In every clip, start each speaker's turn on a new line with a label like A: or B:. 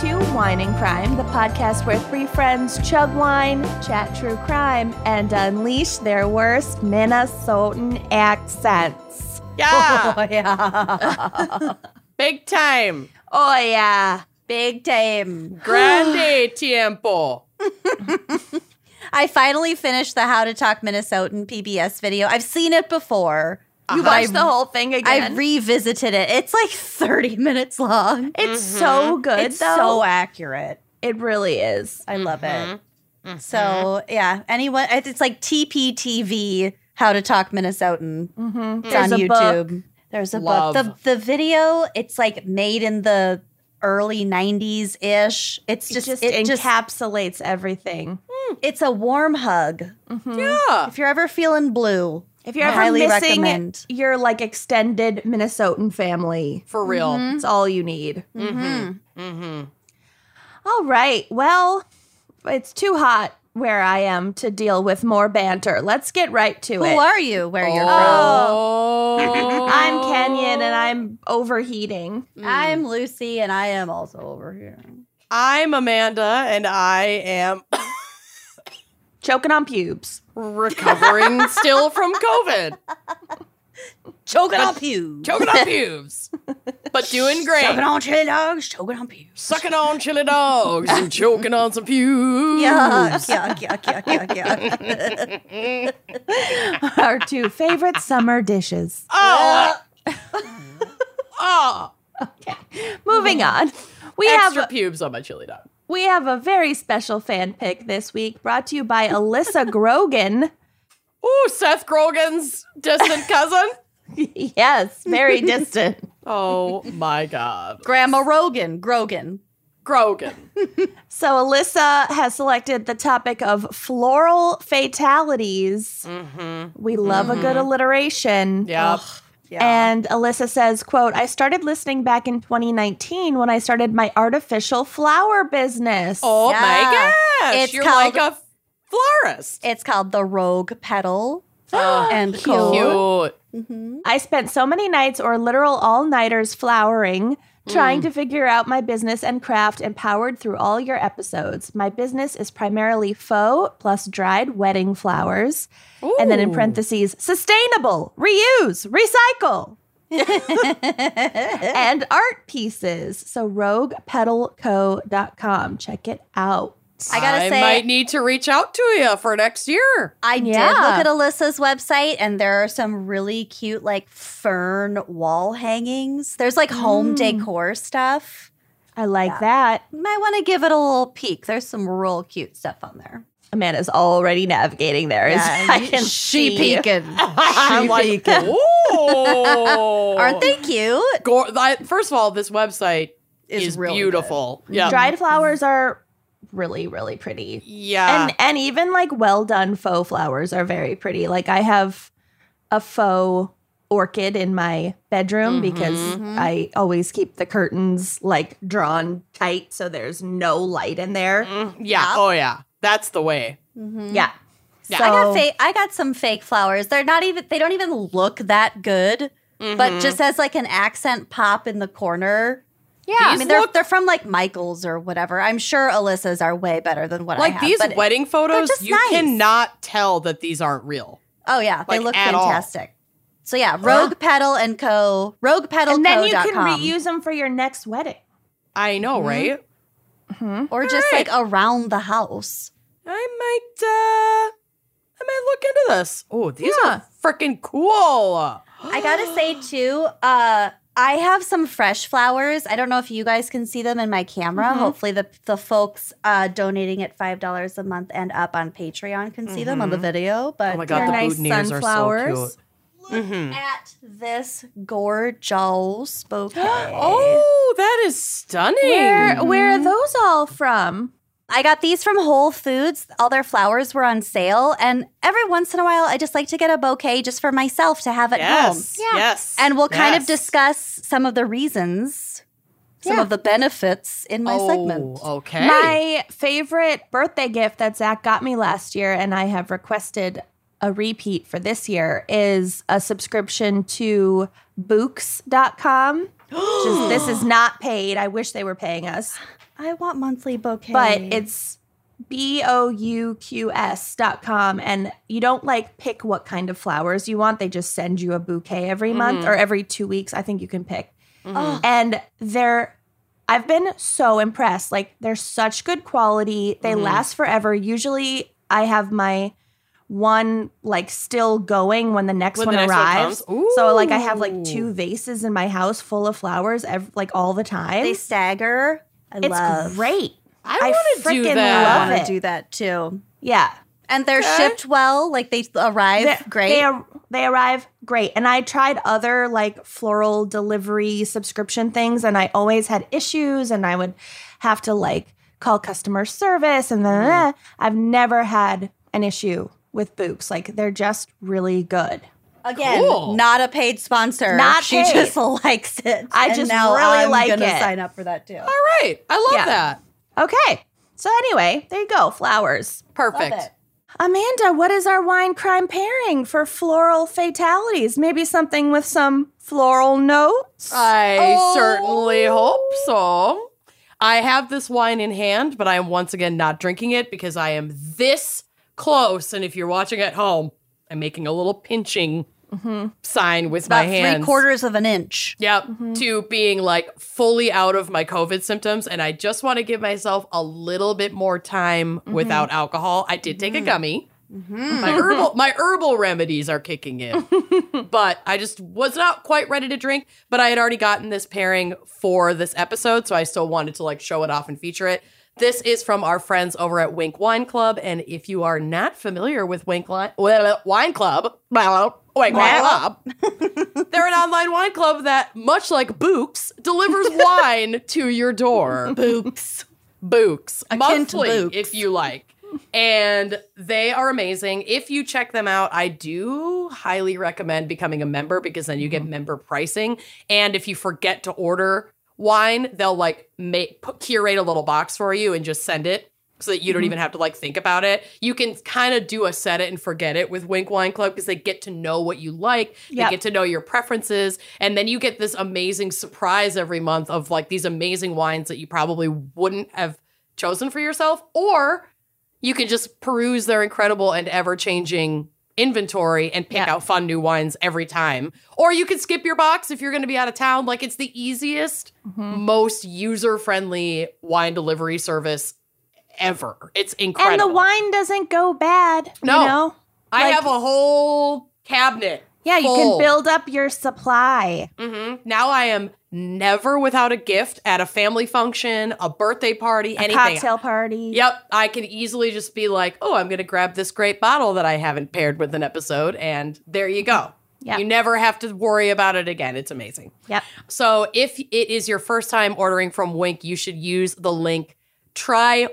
A: to Wine and Crime, the podcast where three friends chug wine, chat true crime, and unleash their worst Minnesotan accents.
B: Oh,
A: Yeah!
C: Big time.
A: oh, yeah. Big time.
C: Grande tiempo.
B: I finally finished the How to Talk Minnesotan PBS video. I've seen it before.
A: You watched the whole thing again.
B: I revisited it. It's like 30 minutes long.
A: it's so good,
B: it's
A: though.
B: so accurate.
A: it really is.
B: I love
A: Mm-hmm.
B: it. So, yeah, anyone, it- it's like TPTV How to Talk Minnesotan. It's
A: There's
B: on
A: a
B: YouTube. There's a book.
C: Love.
B: The, the video, it's like made in the early 90s ish. It's
A: It just,
B: just, it just,
A: encapsulates everything.
B: it's a warm hug.
A: Hmm.
C: Yeah.
B: If you're ever feeling blue,
A: If you're ever
B: highly
A: missing
B: recommend.
A: your like extended Minnesotan family,
C: For real.
A: it's
B: Mm-hmm.
A: all you need.
C: Mm-hmm.
B: Mhm.
A: All right. Well, it's too hot where I am to deal with more banter. Let's get right to
B: Who
A: it.
B: are you? Where you're from?
C: Oh.
A: I'm Kenyon and I'm overheating.
B: I'm Lucy, and I am also over here.
C: I'm Amanda and I am
A: Choking on pubes.
C: recovering still from COVID.
B: Choking on pews.
C: Choking on pubes. But doing
B: Choking
C: great.
B: on chili dogs. Choking on pews.
C: Sucking on chili dogs and choking on some pubes.
B: Yuck, yuck, yuck, yuck, yuck, yuck.
A: Our two favorite summer dishes.
C: Oh. oh.
A: Moving on. We
C: Extra
A: have
C: pubes on my chili dog.
A: we have a very special fan pick this week brought to you by Alyssa Grogan.
C: Ooh, Seth Grogan's distant cousin.
A: yes, very distant.
C: Oh my God.
B: Grandma Rogan. Grogan.
C: Grogan.
A: So Alyssa has selected the topic of floral fatalities. We love a good alliteration.
C: Yeah.
A: And Alyssa says, quote, I started listening back in 2019 when I started my artificial flower business.
C: Oh
B: Yeah.
C: my gosh.
B: It's
C: You're
B: called-
C: like a florist.
B: It's called the Rogue Petal. and Cole.
C: Cute.
A: I spent so many nights or literal all nighters flowering,
B: Mm.
A: trying to figure out my business and craft, and powered through all your episodes. My business is primarily faux plus dried wedding flowers. And then in
C: Ooh.
A: parentheses, sustainable, reuse, recycle. and art pieces. So roguepedalco.com. Check it out.
B: I gotta
C: I
B: say-
C: might need to reach out to you for next year.
B: I did
A: Yeah.
B: look at Alyssa's website, and there are some really cute, like fern wall hangings. There's like home decor stuff.
A: I like that.
B: You might want to give it a little peek. There's some real cute stuff on there.
A: Amanda's already navigating there.
B: Yeah,
A: I
B: you-
A: can
B: she
A: see.
B: peeking.
C: I'm like, oh.
B: Aren't they cute?
C: Go- that- first of all, this website
B: Is
C: is,
B: really
C: beautiful. Yeah.
A: Dried flowers are really, really pretty.
C: yeah.
A: and and even like well done faux flowers are very pretty. Like I have a faux orchid in my bedroom
C: Mm-hmm.
A: because I always keep the curtains like drawn tight so there's no light in there.
C: Mm, yeah. Oh, yeah. That's the way.
B: Mm-hmm.
A: Yeah.
C: Yeah.
B: I got fake. I got some fake flowers. They're not even. They don't even look that good.
A: Mm-hmm.
B: But just as like an accent pop in the corner. Yeah, I
C: These
B: mean they're
C: look-
B: they're from like Michaels or whatever. I'm sure Alyssa's are way better than what I
C: Like
B: have.
C: these
B: but-
C: wedding photos,
B: just
C: you
B: nice.
C: cannot tell that these aren't real.
B: Oh yeah, they
C: like,
B: look
C: at all.
B: fantastic. So yeah, Rogue Pedal and Co. Rogue Pedal
A: And then you can reuse them for your next wedding.
C: I know,
B: Mm-hmm.
C: right?
B: or just
C: Alright.
B: like around the house.
C: I might, uh, I might look into this. Oh, these are freaking cool. Oh
B: I gotta say too, uh, I have some fresh flowers. I don't know if you guys can see them in my camera.
C: Mm-hmm.
B: Hopefully, the the folks uh, donating at five dollars a month and up on Patreon can see them on the video. But
C: Oh my god,
A: They're
C: the
A: nice
C: Mm-hmm. boutonnieres are so
A: sunflowers.
C: cute.
B: look at this gorgeous bouquet.
C: Oh, that is stunning.
A: Where where are those all from?
B: I got these from Whole Foods. All their flowers were on sale. And every once in a while, I just like to get a bouquet just for myself to have at home.
C: Yes.
D: Yeah.
C: Yes.
B: And we'll kind
C: Yes.
B: of discuss some of the reasons, some of the benefits in my
C: oh,
B: segment.
C: Okay.
A: My favorite birthday gift that Zach got me last year, and I have requested a repeat for this year, is a subscription to Books.com. Which is, this is not paid. I wish they were paying us,
B: I want monthly bouquet.
A: but it's B O U Q S dot com. And you don't like pick what kind of flowers you want. They just send you a bouquet every
C: Mm-hmm.
A: month or every two weeks. I think you can pick.
B: oh,
A: and they're I've been so impressed. Like they're such good quality. They
C: Mm-hmm.
A: last forever. Usually I have my one like still going when the next
C: When
A: one
C: the next one
A: arrives.
C: comes?
A: so like I have
C: Ooh.
A: like two vases in my house full of flowers ev- like all the time.
B: they stagger. I
A: it's
B: love.
A: great.
C: I want to do
A: freaking
B: I
C: that.
A: love
B: want
A: it.
B: to do that too.
A: Yeah.
B: And they're shipped well. Like they arrive
A: They're-
B: great.
A: They, ar- they arrive great. And I tried other like floral delivery subscription things and I always had issues and I would have to like call customer service and then uh, I've never had an issue with Books. Like they're just really good.
B: Again,
C: Cool.
B: not a paid sponsor.
A: Not
B: she
A: paid.
B: just likes it.
A: I
B: And
A: just
B: now
A: really
B: I'm
A: like
B: gonna
A: it.
B: Sign up for that too.
C: All right. I love
A: Yeah.
C: that.
A: Okay. So anyway, there you go. Flowers.
C: Perfect.
B: Love it.
A: Amanda, what is our wine crime pairing for floral fatalities? Maybe something with some floral notes?
C: I certainly hope so. I have this wine in hand, but I am once again not drinking it because I am this close. And if you're watching at home, I'm making a little pinching sign with
B: About
C: my
B: three
C: hands.
B: quarters of an inch.
C: Yep. To being like fully out of my COVID symptoms. And I just want to give myself a little bit more time without alcohol. I did take a gummy. My herbal my herbal remedies are kicking in. but I just was not quite ready to drink, but I had already gotten this pairing for this episode, so I still wanted to like show it off and feature it. This is from our friends over at Wink Wine Club, and if you are not familiar with Wink Li- well, Wine Club, well, Wink Wine Club, they're an online wine club that, much like Books, delivers wine to your door. Books. Books.
B: Akin to
C: Monthly,
B: Books.
C: if you like. And they are amazing. If you check them out, I do highly recommend becoming a member because then you get member pricing. And if you forget to order wine, they'll like make put, curate a little box for you and just send it so that you don't even have to like think about it. You can kind of do a set it and forget it with Wink Wine Club because they get to know what you like.
A: Yep.
C: They get to know your preferences. And then you get this amazing surprise every month of like these amazing wines that you probably wouldn't have chosen for yourself. Or you can just peruse their incredible and ever changing inventory and pick
A: Yeah.
C: out fun new wines every time. Or you can skip your box if you're going to be out of town. Like it's the easiest,
A: Mm-hmm.
C: most user friendly wine delivery service ever. It's incredible.
A: And the wine doesn't go bad.
C: No.
A: You know?
C: I
A: like-
C: have a whole cabinet.
A: Yeah, you
C: full.
A: can build up your supply.
C: hmm Now I am never without a gift at a family function, a birthday party,
A: A
C: anything.
A: cocktail party.
C: Yep, I can easily just be like, "Oh, I'm going to grab this great bottle that I haven't paired with an episode," and there you go.
A: Yeah.
C: You never have to worry about it again. It's amazing.
A: Yep.
C: So if it is your first time ordering from Wink, you should use the link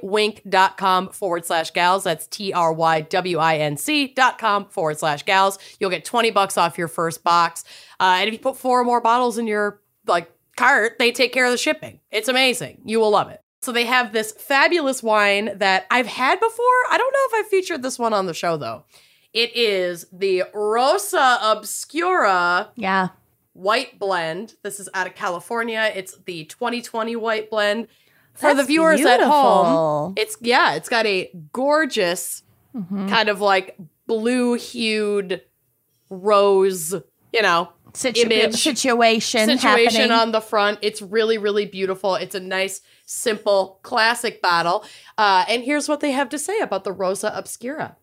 C: trywink.com forward slash gals. That's T R Y W I N C dot com forward slash gals. You'll get 20 bucks off your first box. Uh, and if you put four or more bottles in your like cart, they take care of the shipping. It's amazing. You will love it. So they have this fabulous wine that I've had before. I don't know if I featured this one on the show though. It is the Rosa Obscura
A: Yeah.
C: white blend. This is out of California. It's the 2020 white blend. For the
B: That's
C: viewers at
B: beautiful.
C: home, it's yeah, it's got a gorgeous
B: Mm-hmm.
C: kind of like blue hued rose, you know,
A: Situ-
C: Image.
A: situation,
C: situation
A: happening.
C: on the front. It's really, really beautiful. It's a nice, simple, classic bottle. Uh, and here's what they have to say about the Rosa Obscura.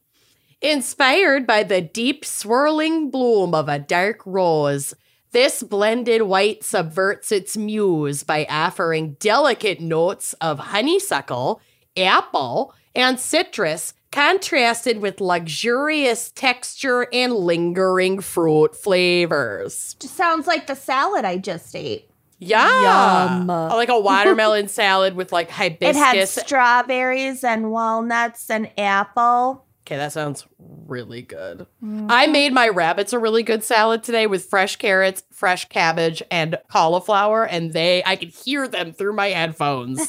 C: Inspired by the deep, swirling bloom of a dark rose, this blended white subverts its muse by offering delicate notes of honeysuckle, apple, and citrus, contrasted with luxurious texture and lingering fruit flavors.
A: Just sounds like the salad I just ate.
C: Yeah.
B: Yum.
C: Oh, Like a watermelon salad with like
A: It had
C: hibiscus.
A: strawberries and walnuts and apple.
C: okay, that sounds really good. I made my rabbits a really good salad today with fresh carrots, fresh cabbage, and cauliflower, and they I could hear them through my headphones.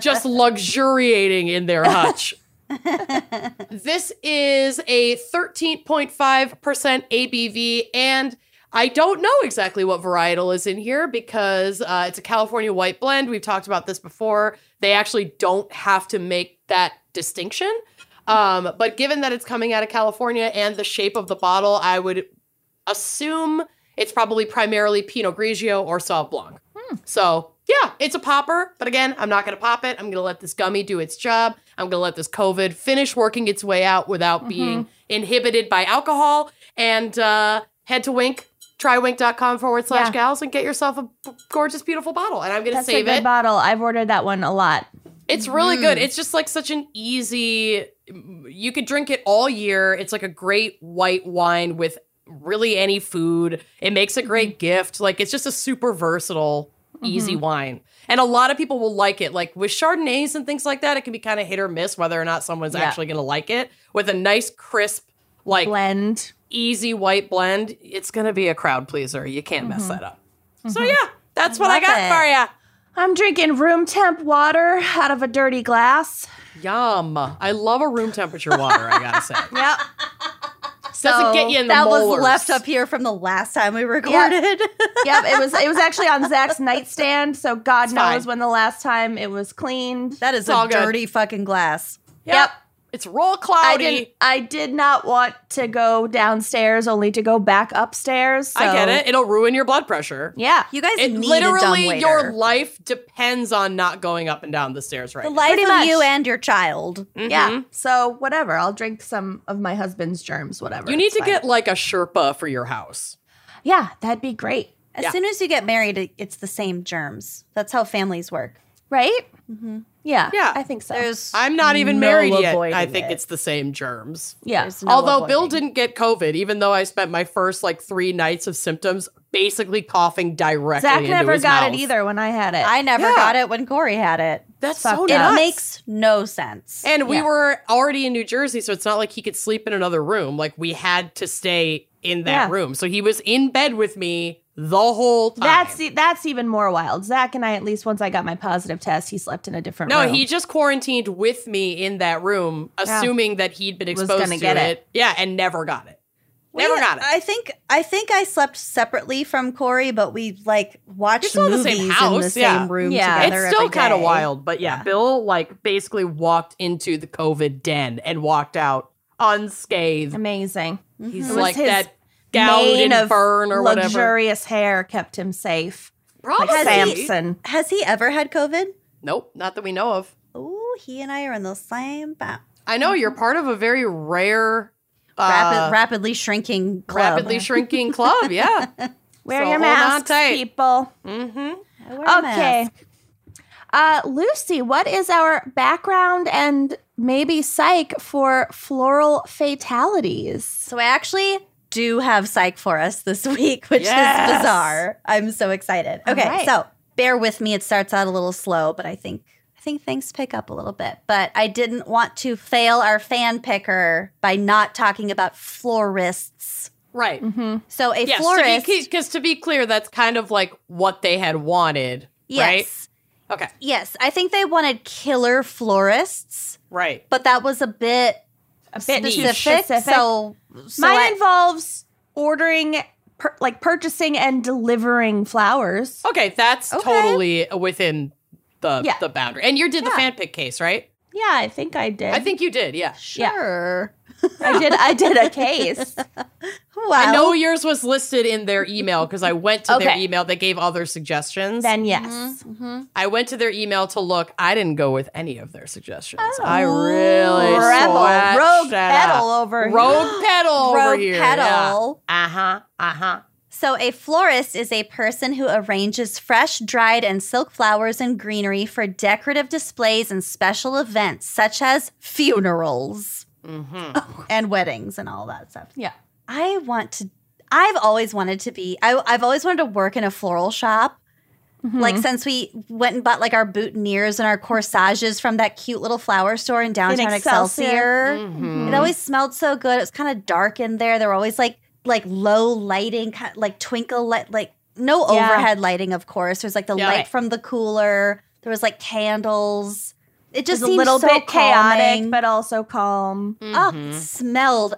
C: just luxuriating in their hutch. this is a 13.5% ABV, and I don't know exactly what varietal is in here because uh, it's a California white blend. We've talked about this before. They actually don't have to make that distinction. Um, but given that it's coming out of California and the shape of the bottle, I would assume it's probably primarily Pinot Grigio or Sauv Blanc.
A: Hmm.
C: So yeah, it's a popper, but again, I'm not gonna pop it. I'm gonna let this gummy do its job. I'm gonna let this COVID finish working its way out without
A: Mm-hmm.
C: being inhibited by alcohol. And uh, head to Wink, trywink.com forward slash
A: Yeah.
C: gals, and get yourself a b- gorgeous, beautiful bottle. And I'm gonna
A: That's a
C: save
A: good
C: it.
A: bottle. I've ordered that one a lot.
C: It's really good. It's just like such an easy. You could drink it all year. It's like a great white wine with really any food. It makes a great gift. Like it's just a super versatile, easy wine. And a lot of people will like it. Like with Chardonnays and things like that, it can be kind of hit or miss whether or not someone's
A: Yeah.
C: actually going to like it. With a nice crisp like
A: Blend.
C: easy white blend, it's going to be a crowd pleaser. You can't mess that up. So yeah, that's what I
B: love
C: got
B: it.
C: for you.
A: I'm drinking room temp water out of a dirty glass.
C: Yum. I love a room temperature water, I gotta say.
A: Yep.
C: Doesn't get you in the
B: that was
C: molars.
B: left up here from the last time we recorded.
A: yep, it was it was actually on Zach's nightstand, so God knows
C: fine.
A: when the last time it was cleaned.
B: that is
C: all
B: a
C: good.
B: dirty fucking glass.
A: Yep.
C: It's roll
A: I
C: cloudy.
A: didn't I did not want to go downstairs only to go back upstairs.
C: I get
A: so-
C: it. It'll ruin your blood pressure.
A: Yeah.
B: You guys
C: It
B: need
C: literally,
B: a
C: your
B: dumb waiter.
C: life depends on not going up and down the stairs right
B: the
C: now.
B: life
A: Pretty
B: of
A: much.
B: you and your child.
C: Mm,
A: Yeah.
C: Mm-hmm.
A: So whatever. I'll drink some of my husband's germs, whatever.
C: You need
A: it's
C: to
A: fine.
C: get like a Sherpa for your house.
A: Yeah, that'd be great.
B: As
C: Yeah.
B: soon as you get married, it- it's the same germs. That's how families work.
A: Right? Yeah.
C: Yeah.
A: I think so.
B: Mm-hmm. There's
C: I'm not even
B: no
C: married yet.
B: avoiding
C: I think
B: it.
C: it's the same germs.
A: yeah.
B: there's no
C: Although Bill
B: avoiding.
C: didn't get COVID, even though I spent my first like three nights of symptoms basically coughing directly
A: Zach
C: into
A: never
C: his
A: got it
C: mouth.
A: either when I had it.
B: I never
C: Yeah.
B: got it when Corey had it.
C: That's
A: Fucked
C: so
A: up.
B: It
C: nuts.
B: makes no sense.
C: And we
A: Yeah.
C: were already in New Jersey, so it's not like he could sleep in another room. Like we had to stay in
A: Yeah.
C: that room. So he was in bed with me the whole time.
A: that's e- that's even more wild. Zach and I, at least once I got my positive test, he slept in a different
C: no,
A: room.
C: he just quarantined with me in that room, assuming that he'd been
A: Was
C: exposed
A: gonna
C: to
A: get
C: it.
A: it.
C: Yeah, and never got it.
B: We-
C: Never got it.
B: I think I think I slept separately from Corey, but we like watched
C: still in the
B: movies
C: same
B: in the
C: house,
B: same
C: yeah.
B: room
A: Yeah.
B: together.
C: it's still
B: every
C: kind of
B: day.
C: wild, but yeah, Bill like basically walked into the COVID den and walked out unscathed.
A: Amazing.
C: He's
A: It was
C: like
A: his
C: that gown
A: Mane
C: in fern or whatever.
A: luxurious hair kept him safe.
C: Probably.
A: Like
B: Has he-
A: Samson.
B: Has he ever had COVID?
C: Nope, not that we know of.
B: Oh, he and I are in the same boat.
C: I know you're part of a very rare,
B: Rapid,
C: uh,
B: rapidly shrinking club.
C: rapidly shrinking club. Yeah.
A: Wear your
C: So hold on
A: masks,
C: tight.
A: people.
C: mm-hmm.
B: I wear a
A: Okay.
B: mask.
A: Uh, Lucy, what is our background and maybe psych for floral fatalities?
B: So I actually do have psych for us this week, which is
C: Yes.
B: bizarre. I'm so excited. Okay,
A: right.
B: so bear with me. It starts out a little slow, but I think I think things pick up a little bit. But I didn't want to fail our fan picker by not talking about florists.
C: Right.
B: So a
C: Mm-hmm. Yes.
B: florist,
C: Because to, be clear, that's kind of like what they had wanted.
B: yes,
C: Right. Okay.
B: yes. I think they wanted killer florists,
C: Right.
B: but that was a bit
A: A bit too
B: specific. So, so
A: mine
B: I-
A: involves ordering, per, like purchasing and delivering flowers.
C: Okay. That's
B: Okay.
C: totally within the
A: Yeah.
C: the boundary. And you did the fan pick case, right?
A: Yeah, I think I did.
C: I think you did. Yeah.
A: yeah.
B: sure.
A: I did. I did a case.
B: Wow.
C: I know yours was listed in their email because I went to their
A: Okay.
C: email. They gave other suggestions.
A: then yes.
C: I went to their email to look. I didn't go with any of their suggestions. I really
A: Oh, Rebel,
C: sweat
A: rogue
C: shit
A: pedal
C: up.
A: over
C: rogue pedal over
B: Rogue
C: here.
B: petal.
C: Uh huh. Uh huh.
B: So, a florist is a person who arranges fresh, dried, and silk flowers and greenery for decorative displays and special events, such as funerals and weddings and all that stuff.
A: Yeah.
B: I want to. I've always wanted to be. I, I've always wanted to work in a floral shop. Like since we went and bought like our boutonnieres and our corsages from that cute little flower store in downtown
A: Excelsior.
B: Excelsior,
C: Mhm.
B: it always smelled so good. It was kind of dark in there. There were always like like low lighting, ki- like twinkle light, like no
A: Yeah.
B: overhead lighting. Of course, there's like the
C: Yeah.
B: light
C: Right.
B: from the cooler. There was like candles. It just
A: Just a
B: seemed
A: little
B: so
A: bit chaotic,
B: calming.
A: but Mm-hmm. also calm.
B: oh,
C: Mhm.
B: it smelled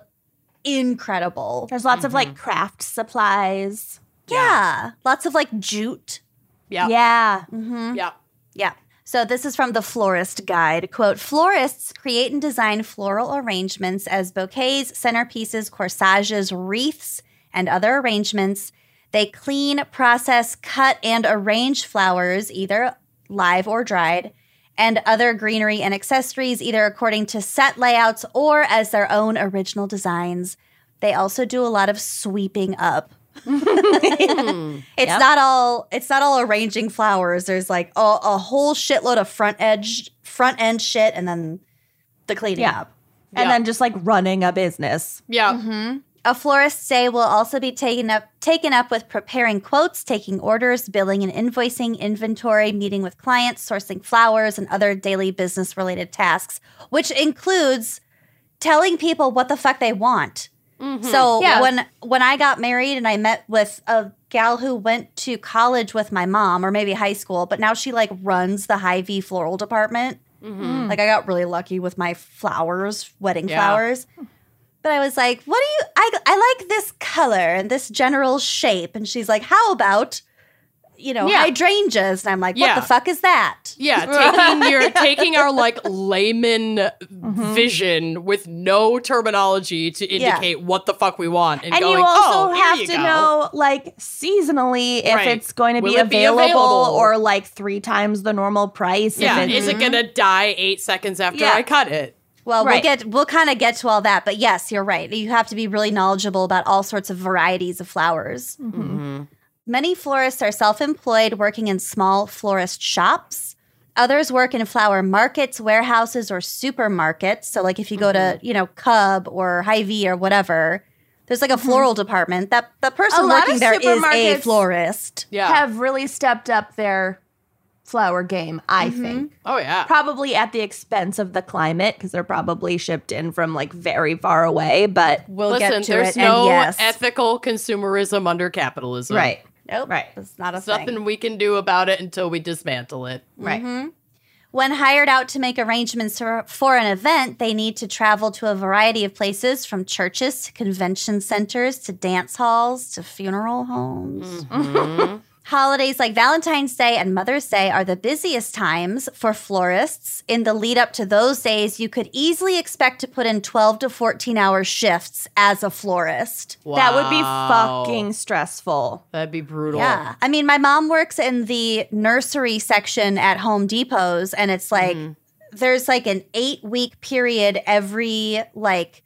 B: incredible.
A: There's lots of like
C: Mm-hmm.
A: craft supplies.
B: Yeah. Lots of like jute.
C: Yeah.
A: Yeah.
B: hmm
C: Yeah.
B: Yeah. So this is from the Florist Guide. Quote Florists create and design floral arrangements as bouquets, centerpieces, corsages, wreaths, and other arrangements. They clean, process, cut, and arrange flowers, either live or dried, and other greenery and accessories, either according to set layouts or as their own original designs. They also do a lot of sweeping up. It's not all it's not all arranging flowers. There's like a, a whole shitload of front edge front end shit and then the cleaning
A: Yeah.
B: up.
A: And
C: Yeah.
A: then just like running a business.
C: Yeah.
B: A florist's day will also be taken up taken up with preparing quotes, taking orders, billing and invoicing, inventory, meeting with clients, sourcing flowers, and other daily business related tasks, which includes telling people what the fuck they want. So
A: Yeah.
B: when when I got married and I met with a gal who went to college with my mom or maybe high school, but now she like runs the high V floral department. Like I got really lucky with my flowers, wedding
C: Yeah.
B: flowers. But I was like, "What do you? I I like this color and this general shape." And she's like, "How about, you know,
C: Yeah.
B: hydrangeas?" And I'm like, "What
C: Yeah.
B: the fuck is that?"
C: Yeah, taking your taking our like layman vision with no terminology to
B: Yeah.
C: indicate what the fuck we want, and,
A: And
C: going,
A: you also
C: oh, here
A: have
C: you
A: to
C: go."
A: know like seasonally if
C: Right.
A: it's going to
C: Will
A: be
C: it be
A: available,
C: available?
A: or like three times the normal price.
C: Yeah,
A: if it's,
C: is it gonna die eight seconds after
A: Yeah.
C: I cut it?
B: Well, we'll
A: Right.
B: get we'll kind of get to all that, but yes, you're right. You have to be really knowledgeable about all sorts of varieties of flowers.
A: Mm-hmm.
C: Mm-hmm.
B: Many florists are self-employed, working in small florist shops. Others work in flower markets, warehouses, or supermarkets. So, like if you go
C: Mm-hmm.
B: to you know Cub or Hy-Vee or whatever, there's like a floral department. That the person
A: Mm-hmm. lot
B: working
A: of
B: there is a
A: supermarkets-
B: florist.
C: Yeah.
A: have really stepped up their flower game, I think.
C: oh yeah.
A: Probably at the expense of the climate because they're probably shipped in from like very far away, but
B: We'll
C: Listen,
B: get to
C: there's
B: it.
C: no
B: and yes,
C: ethical consumerism under capitalism.
A: right.
B: nope,
A: right.
B: It's not a
C: There's
B: thing.
C: nothing we can do about it until we dismantle it.
A: Right.
B: When hired out to make arrangements for, for an event, they need to travel to a variety of places from churches to convention centers to dance halls to funeral homes. Holidays like Valentine's Day and Mother's Day are the busiest times for florists. In the lead up to those days, you could easily expect to put in 12 to 14 hour shifts as a florist.
A: That would be
C: Wow.
A: fucking stressful.
C: That'd be brutal.
B: Yeah. I mean, my mom works in the nursery section at Home Depot's, and it's like
C: Mm-hmm.
B: there's like an eight week period every like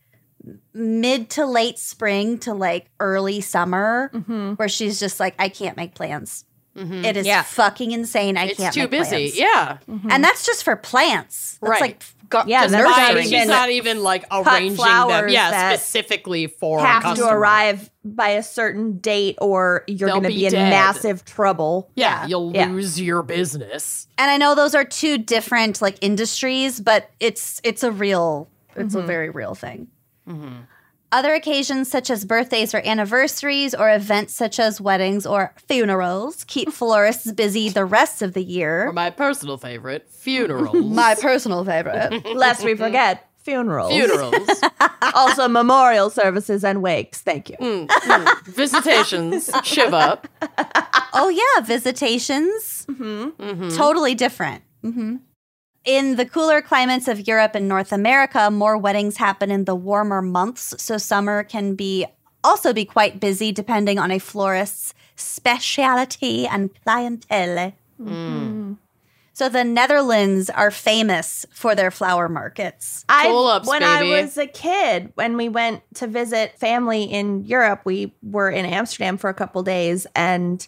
B: mid to late spring to like early summer
C: Mm-hmm.
B: where she's just like, I can't make plans. It is
A: Yeah.
B: fucking insane. I
C: It's
B: can't.
C: too
B: make
C: busy.
B: plants."
C: Yeah. Mm-hmm.
B: and that's just for plants. That's
C: Right.
B: Like, go-
A: Yeah, that's
B: just nursery.
A: not
C: Right, she's
A: even-
C: not even like arranging them.
A: flowers
C: Yeah,
A: that
C: specifically for a
A: have to
C: customer.
A: arrive by a certain date or you're
C: They'll
A: going to
C: be
A: be, in
C: dead.
A: massive trouble.
C: Yeah, you'll
A: Yeah.
C: lose your business.
B: and I know those are two different like industries, but it's it's a real it's a very real thing. Mm-hmm. Other occasions such as birthdays or anniversaries or events such as weddings or funerals keep florists busy the rest of the
C: Or
B: year.
C: my personal favorite, funerals.
B: My personal favorite.
A: Lest we forget funerals,
C: funerals,
A: also memorial services and wakes. Thank you.
C: Mm, visitations, shiva.
B: oh yeah, visitations.
C: Mm-hmm.
B: Totally different. hmm In the cooler climates of Europe and North America, more weddings happen in the warmer months, so summer can be also be quite busy depending on a florist's specialty and clientele.
C: Mm-hmm.
B: So the Netherlands are famous for their flower markets.
A: I
C: Pull-ups,
A: when
C: baby.
A: I was a kid, when we went to visit family in Europe, we were in Amsterdam for a couple days and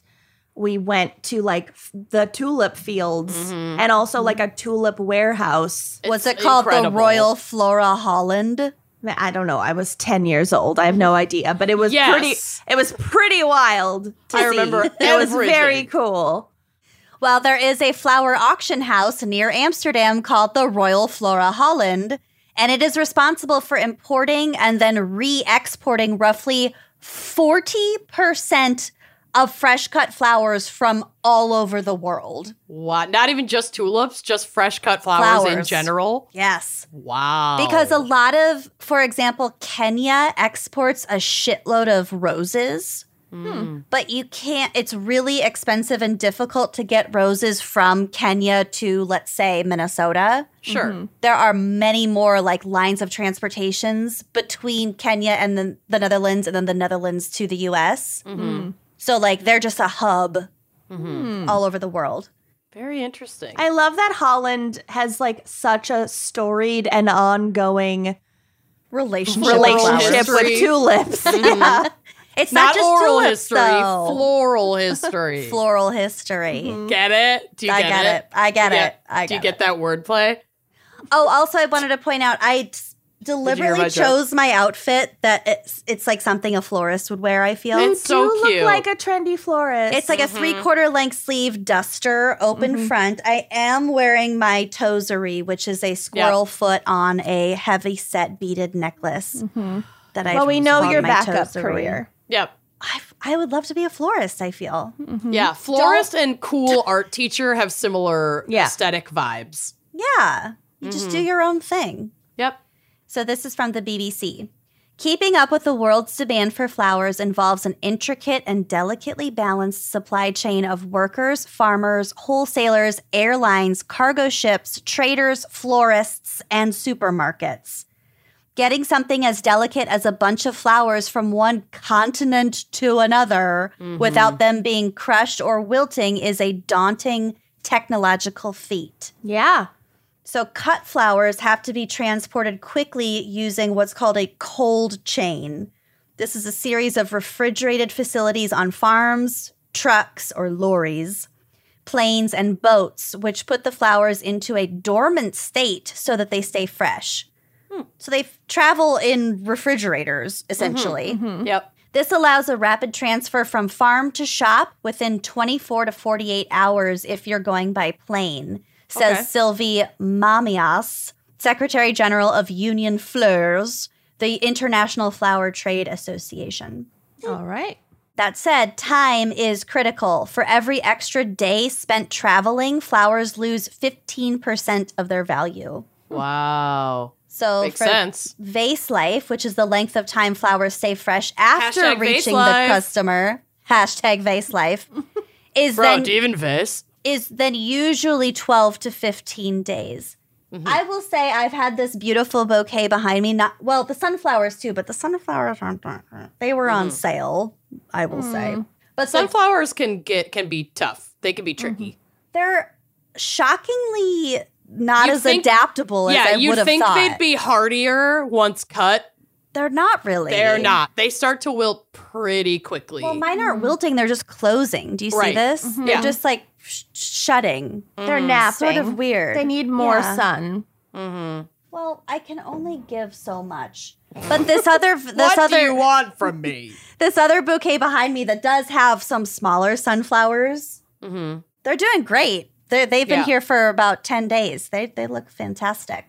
A: we went to like f- the tulip fields
C: Mm-hmm.
A: and also like a tulip warehouse.
B: What's
C: It's
B: it called? The
C: incredible.
B: Royal Flora Holland.
A: I don't know. I was 10 years old. I have no idea, but it was
C: Yes.
A: pretty it was pretty wild. To
C: I
A: see.
C: remember
A: It was very
C: everything.
A: cool.
B: Well, there is a flower auction house near Amsterdam called the Royal Flora Holland, and it is responsible for importing and then re exporting roughly 40% of fresh cut flowers from all over the world.
C: What? Not even just tulips, just fresh cut flowers, in
B: Flowers.
C: general.
B: Yes.
C: Wow.
B: Because a lot of, for example, Kenya exports a shitload of roses, but you can't, it's really expensive and difficult to get roses from Kenya to, let's say, Minnesota.
C: sure.
A: Mm-hmm.
B: there are many more like lines of transportations between Kenya and the, the Netherlands and then the Netherlands to the US.
C: Mm-hmm.
B: So like they're just a hub all over the world.
C: Very interesting.
A: I love that Holland has like such a storied and ongoing
B: Relationship.
A: relationship
C: history.
A: with tulips. Yeah.
B: It's
C: not
B: not, just
C: oral
B: tulips,
C: history,
B: though.
C: floral history.
B: floral history.
C: get it? Do you
B: I
C: get,
B: get it. I get
C: Do you
B: it. I
C: Do you get
B: get
C: that wordplay?
B: Oh, also I wanted to point out I t-
C: my
B: deliberately
C: joke?
B: chose my outfit that it's it's like something a florist would wear, I feel.
C: It's so
A: you
C: cute.
A: look like a trendy florist.
B: It's like a three quarter length sleeve duster, open
A: Mm-hmm.
B: front. I am wearing my tozery, which is a squirrel foot on a heavy set beaded necklace. That I
A: Mm-hmm. well, we know
B: called
A: your
B: my
A: backup
B: tozery.
A: career.
C: yep.
B: I, I would love to be a florist. I feel
A: Mm-hmm.
C: Yeah.
B: Mm-hmm.
C: Florist and cool art teacher have similar
A: Yeah.
C: aesthetic vibes.
B: yeah, you just
A: Mm-hmm.
B: do your own thing.
C: Yep.
B: So, this is from the BBC. Keeping up with the world's demand for flowers involves an intricate and delicately balanced supply chain of workers, farmers, wholesalers, airlines, cargo ships, traders, florists, and supermarkets. Getting something as delicate as a bunch of flowers from one continent to another without them being crushed or wilting is a daunting technological feat.
A: Yeah.
B: So cut flowers have to be transported quickly using what's called a cold chain. This is a series of refrigerated facilities on farms, trucks or lorries, planes and boats which put the flowers into a dormant state so that they stay fresh. So they f- travel in refrigerators essentially.
C: Yep.
B: This allows a rapid transfer from farm to shop within 24 to 48 hours if you're going by plane, says
C: Okay.
B: Sylvie Mamias, Secretary General of Union Fleurs, the International Flower Trade Association.
A: All right.
B: That said, time is critical. For every extra day spent traveling, flowers lose 15% of their value.
C: Wow.
B: So
C: Makes
B: for
C: sense.
B: vase life, which is the length of time flowers stay fresh after
C: Hashtag vase
B: reaching the
C: life.
B: customer. Hashtag vase life is
C: Bro,
B: then
C: do you even this?
B: is then usually twelve to fifteen days.
C: Mm-hmm.
B: I will say I've had this beautiful bouquet behind me. Not well, the sunflowers too, but the sunflowers aren't. aren't- They were
C: Mm-hmm.
B: on sale. I will say, but like,
C: Sunflowers can get can be tough. They can be
B: Mm-hmm.
C: tricky.
B: they're shockingly not
C: You'd
B: as
C: think-
B: adaptable as I
C: Yeah,
B: would
C: you'd
B: have
C: think
B: thought.
C: they'd be hardier once cut.
B: they're not really.
C: They're not. They start to wilt pretty quickly.
B: Well, mine aren't wilting; they're just closing. Do you see
C: Right.
B: this? They're
C: Yeah.
B: just like sh- shutting.
A: They're napping.
B: Sort of weird.
A: They need more
B: Yeah.
A: sun.
B: Well, I can only give so much. But this other, this
C: what
B: other,
C: do you want from me?
B: this other bouquet behind me that does have some smaller sunflowers.
C: mm-hmm.
B: They're doing great. They're, they've been
C: Yeah.
B: here for about ten days. They they look fantastic.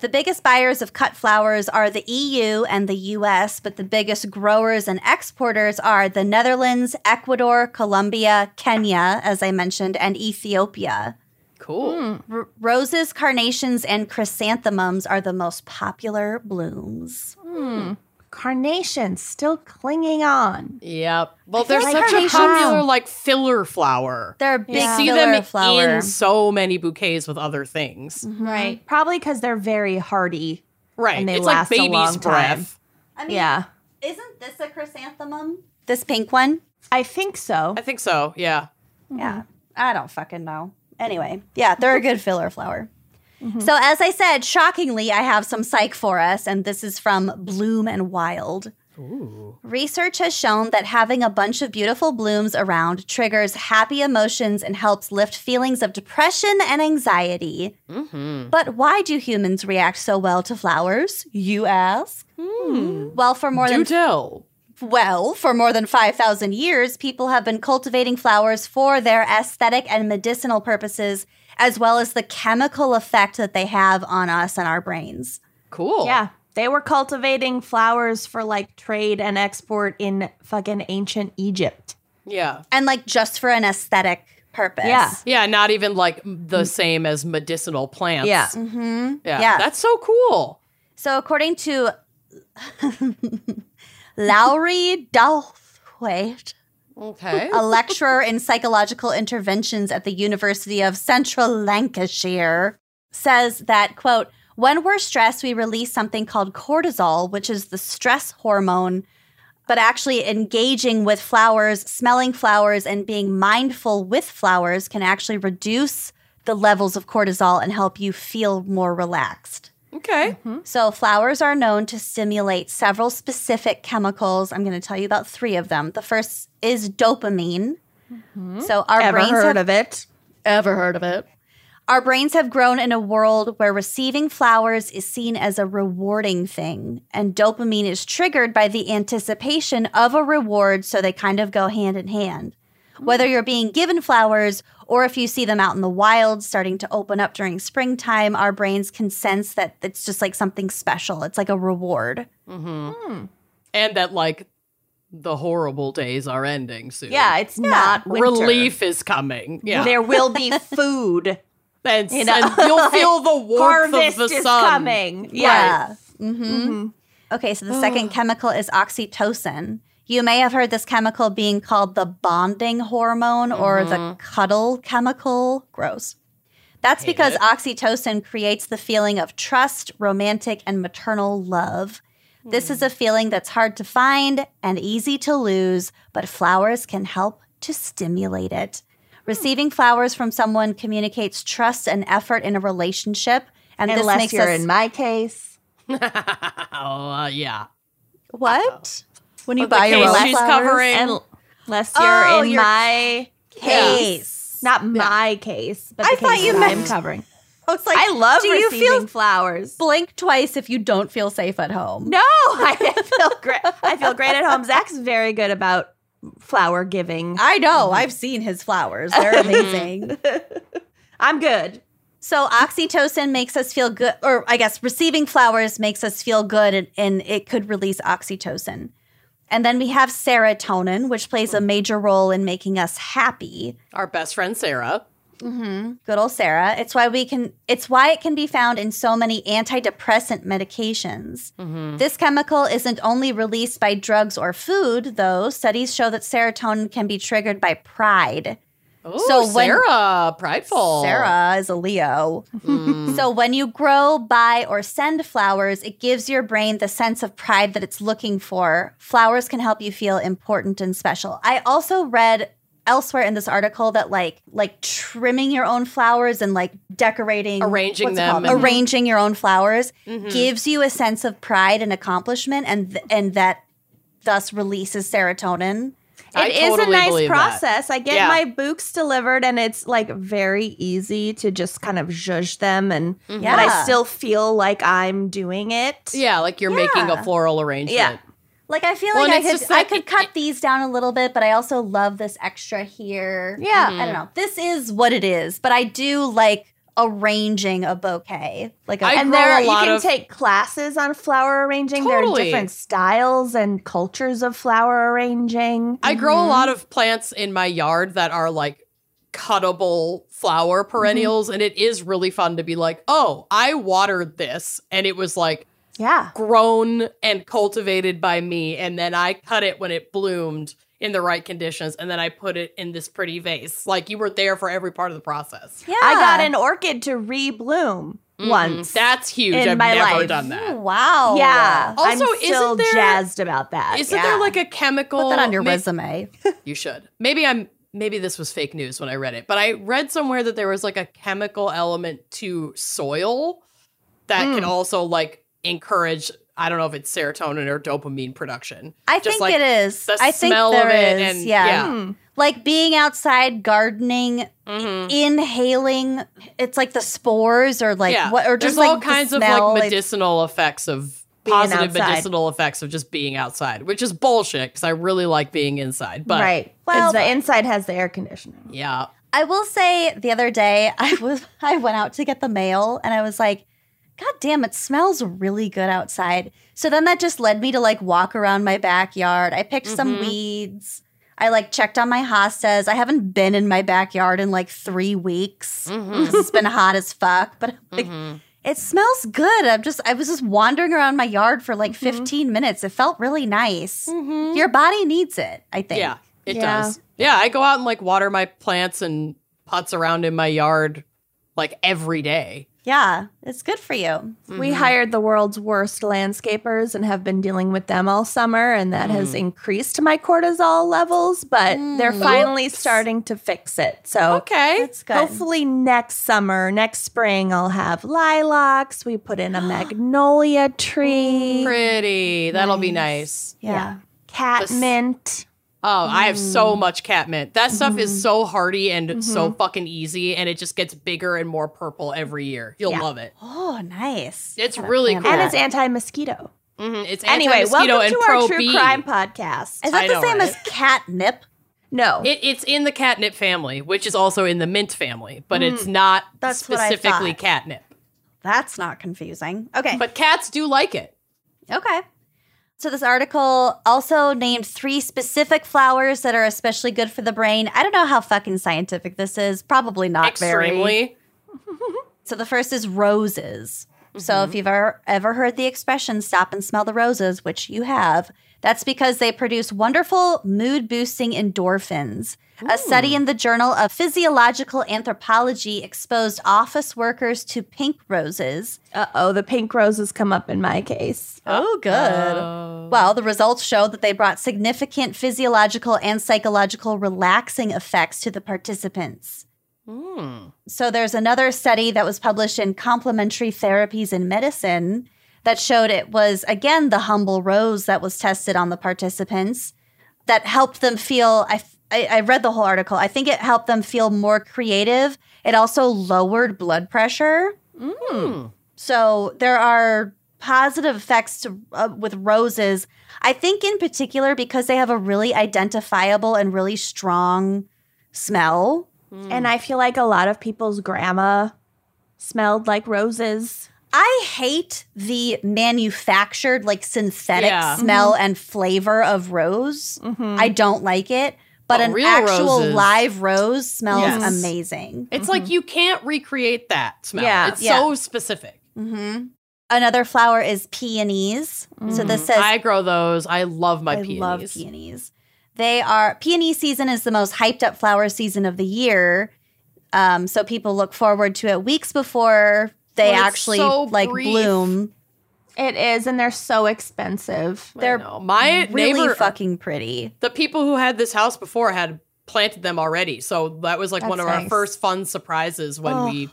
B: The biggest buyers of cut flowers are the EU and the US, but the biggest growers and exporters are the Netherlands, Ecuador, Colombia, Kenya, as I mentioned, and Ethiopia.
C: Cool.
B: R- roses, carnations, and chrysanthemums are the most popular blooms.
A: Carnations still clinging on.
C: Yep. Well, they're
B: like
C: such a
B: carnations-
C: popular like filler flower.
B: They're a big
A: Yeah.
C: See
B: filler
C: them
B: flower.
C: in so many bouquets with other things.
B: right.
A: Probably because they're very hardy.
C: Right.
A: And they
C: it's
A: last a
C: like baby's
A: long time.
C: breath.
B: I mean,
A: Yeah.
B: isn't this a chrysanthemum? This pink one?
C: Mm-hmm.
A: I think so.
C: I think so. Yeah.
B: Yeah. I don't fucking know. Anyway, yeah, they're a good filler flower.
C: Mm-hmm.
B: So, as I said, shockingly, I have some psych for us, and this is from Bloom and Wild.
D: Ooh.
B: Research has shown that having a bunch of beautiful blooms around triggers happy emotions and helps lift feelings of depression and anxiety.
C: Mm-hmm.
B: But why do humans react so well to flowers? You ask. Well, for more
C: Hmm. Do
B: than
C: tell.
B: well, for more than 5,000 years, people have been cultivating flowers for their aesthetic and medicinal purposes as well as the chemical effect that they have on us and our brains.
C: Cool.
A: Yeah. They were cultivating flowers for like trade and export in fucking ancient Egypt.
C: Yeah.
B: And like just for an aesthetic purpose.
A: Yeah.
C: Yeah, not even like the same as medicinal plants.
A: Mm. Yeah.
B: Mhm.
C: Yeah.
B: Yeah.
C: That's so cool.
B: So, according to Lowry Dalthwaite,
C: Okay.
B: a lecturer in psychological interventions at the University of Central Lancashire, says that, quote, when we're stressed, we release something called cortisol, which is the stress hormone. But actually, engaging with flowers, smelling flowers, and being mindful with flowers can actually reduce the levels of cortisol and help you feel more relaxed.
C: okay.
B: So, flowers are known to stimulate several specific chemicals. I'm going to tell you about three of them. The first is dopamine. So,
A: Mm-hmm.
B: our
A: Ever
B: brains
A: heard
B: have
A: of it?
B: ever heard of it. Our brains have grown in a world where receiving flowers is seen as a rewarding thing, and dopamine is triggered by the anticipation of a reward, so they kind of go hand in hand.
A: Hmm.
B: Whether you're being given flowers or if you see them out in the wild starting to open up during springtime, our brains can sense that it's just like something special. It's like a reward.
C: And that like the horrible days are ending soon.
A: Yeah, it's not winter.
C: Relief is coming. Yeah.
A: There will be food.
C: and,
A: you know,
C: and you'll feel the warmth
A: Harvest
C: of the
A: is
C: sun.
A: coming. Yeah.
B: hmm
A: Mm-hmm.
B: Okay, so the second chemical is oxytocin. You may have heard this chemical being called the bonding hormone or
A: Mm-hmm.
B: the cuddle chemical. Gross. That's because oxytocin creates the feeling of trust, romantic, and maternal love. This
A: Hmm.
B: is a feeling that's hard to find and easy to lose, but flowers can help to stimulate it.
A: Hmm.
B: Receiving flowers from someone communicates trust and effort in a relationship, and this
A: Unless
B: makes
A: you're
B: us
A: in my case.
C: oh, uh, yeah.
B: What? When you
C: But the
B: buy your
C: case
B: own
C: she's
B: flowers?
C: covering.
A: Unless
B: Oh,
A: you're in
B: you're-
A: my
B: Case.
A: not my case, but the
B: I thought
A: case
B: you
A: that I'm
B: meant-
A: covering.
B: I was like,
A: I love
B: Do you
A: receiving
B: feel
A: flowers.
B: blink twice if you don't feel safe at home?
A: No, I feel great. I feel great at home. Zach's very good about flower giving.
B: I know. I've seen his flowers. They're amazing.
A: I'm good.
B: so oxytocin makes us feel good, or I guess receiving flowers makes us feel good, and, and it could release oxytocin. And then we have serotonin, which plays a major role in making us happy.
C: Our best friend Sarah.
B: Good old Sarah. It's why we can. It's why it can be found in so many antidepressant medications. This chemical isn't only released by drugs or food, though. Studies show that serotonin can be triggered by pride.
C: Oh,
B: So when-
C: Sarah, prideful.
B: Sarah is a Leo.
C: Mm.
B: So when you grow, buy, or send flowers, it gives your brain the sense of pride that it's looking for. Flowers can help you feel important and special. I also read elsewhere in this article that like like trimming your own flowers and like decorating
C: Arranging
B: what's it
C: them
B: called?
C: and- Mm-hmm.
B: arranging your own flowers gives you a sense of pride and accomplishment and th- and that thus releases serotonin
C: I
A: It is
C: totally
A: a nice
C: believe that.
A: process. I get
C: Yeah.
A: my books delivered, and it's like very easy to just kind of zhuzh them, and but I
B: Yeah.
A: still feel like I'm doing it.
C: Mm-hmm. Yeah, like you're making a
B: Yeah.
C: floral arrangement.
A: Yeah.
B: Like I feel
C: Well,
B: like I
C: and it's
B: could
C: just like-
B: I could cut these down a little bit, but I also love this extra here.
A: Yeah.
B: I don't know. This is what it is, but I do like arranging a bouquet. Like a
C: I
A: And
C: grow
A: there,
C: a
A: you
C: lot
A: can
C: of-
A: take classes on flower arranging. There are
C: Totally.
A: different styles and cultures of flower arranging.
C: I grow a lot of plants in my yard that are like cuttable flower perennials, and it is really fun to be like, oh, I watered this, and it was like
A: yeah,
C: grown and cultivated by me, and then I cut it when it bloomed in the right conditions, and then I put it in this pretty vase. Like you were there for every part of the process. Mm-hmm.
B: yeah.
A: I got an orchid to rebloom once.
C: That's huge.
A: In
C: I've
A: my
C: never
A: life.
C: done
B: Oh,
C: that.
B: wow.
A: yeah.
C: Also,
A: I'm
C: isn't
A: still
C: there-
A: jazzed about that.
C: Isn't
B: Yeah.
C: there like a chemical?
B: Put that on your
C: ma-
B: resume.
C: You should. Maybe I'm maybe this was fake news when I read it, but I read somewhere that there was like a
B: Hmm.
C: chemical element to soil that can also like encourage I don't know if it's serotonin or dopamine production.
B: I
C: Just
B: think
C: like
B: it is.
C: The
B: I think
C: smell
B: there
C: of it,
B: is.
C: and
B: yeah.
C: yeah.
A: Hmm.
B: Like being outside gardening,
C: Mhm.
B: inhaling it's like the spores or like
C: yeah.
B: what or just
C: There's
B: like
C: all
B: the
C: kinds
B: smell,
C: of like
B: like-
C: medicinal effects of
A: Being
C: positive
A: outside.
C: medicinal effects of just being outside, which is bullshit because I really like being inside. But
A: right.
B: Well-
A: Well, the inside has the air conditioning.
C: yeah,
B: I will say the other day I was I went out to get the mail and I was like, God damn, it smells really good outside. So then that just led me to like walk around my backyard. I picked some
C: Mhm.
B: weeds. I like checked on my hostas. I haven't been in my backyard in like three weeks.
C: Mhm.
B: It's been hot as fuck, but like,
C: Mhm.
B: it smells good. I'm just I was just wandering around my yard for like 15 minutes. It felt really nice. Your body needs it, I think.
C: yeah, it
A: Yeah.
C: does. Yeah, I go out and like water my plants and putz around in my yard like every day.
B: Yeah, it's good for you.
C: Mm-hmm.
A: We hired the world's worst landscapers and have been dealing with them all summer, and that has
C: Mm.
A: increased my cortisol levels, but they're finally starting to fix it. So
C: Okay,
B: That's good.
A: hopefully next summer, next spring, I'll have lilacs. We put in a magnolia tree,
C: pretty. That'll be nice.
B: Yeah.
A: cat
C: This-
A: mint.
C: Oh, I have
B: Mm.
C: so much catmint. That stuff
B: Mm-hmm.
C: is so hardy and so fucking easy, and it just gets bigger and more purple every year. You'll
A: Yeah.
C: love it.
B: Oh, nice.
C: It's really
B: plant
C: cool.
A: And
B: that.
A: it's anti-mosquito.
C: Mhm, It's
A: Anyway,
C: anti-mosquito
A: welcome
C: and
A: to
C: pro
A: our true
C: bee.
A: crime podcast.
B: Is that
C: I
B: the
C: know,
B: same
C: right?
B: as catnip?
A: No,
C: It, it's in the catnip family, which is also in the mint family, but it's not
B: Mm. that's what I
C: specifically
B: thought.
C: catnip.
B: That's not confusing. Okay.
C: But cats do like it.
B: okay. So this article also named three specific flowers that are especially good for the brain. I don't know how fucking scientific this is. Probably not very.
C: Extremely.
B: So the first is roses. So if you've ever, ever heard the expression stop and smell the roses, which you have, that's because they produce wonderful mood boosting endorphins. A study in the Journal of Physiological Anthropology exposed office workers to pink roses.
A: uh oh, the pink roses come up in my case.
B: Oh, good.
C: Oh.
B: Well, the results showed that they brought significant physiological and psychological relaxing effects to the participants.
C: Mm.
B: So there's another study that was published in Complementary Therapies in Medicine that showed it was again the humble rose that was tested on the participants that helped them feel I I, I read the whole article. I think it helped them feel more creative. It also lowered blood pressure.
C: Mm.
B: So there are positive effects to, uh, with roses. I think in particular because they have a really identifiable and really strong smell.
A: And I feel like a lot of people's grandma smelled like roses.
B: I hate the manufactured, like synthetic
C: Yeah. Mm-hmm.
B: smell and flavor of rose. I don't like it. But
C: But
B: an
C: Oh, real
B: actual
C: roses-
B: live rose smells
C: Yes.
B: amazing.
C: It's like you can't recreate that smell.
A: Yeah.
C: It's
B: Mm-hmm. Yeah.
C: so specific. Mm-hmm.
B: hmm Another flower is peonies. So this says
C: I grow those. I love my
B: I
C: peonies.
B: love peonies. They are peony season is the most hyped up flower season of the year. Um, so people look forward to it weeks before they
C: Well, it's
B: actually
C: so
B: like
C: brief.
B: bloom.
A: It is, and they're so expensive.
C: I
B: They're
C: know. my
B: Really
C: neighbor.
B: fucking pretty.
C: the people who had this house before had planted them already. So that was like one
A: That's
C: of our
A: nice.
C: first fun surprises when
B: Oh.
C: we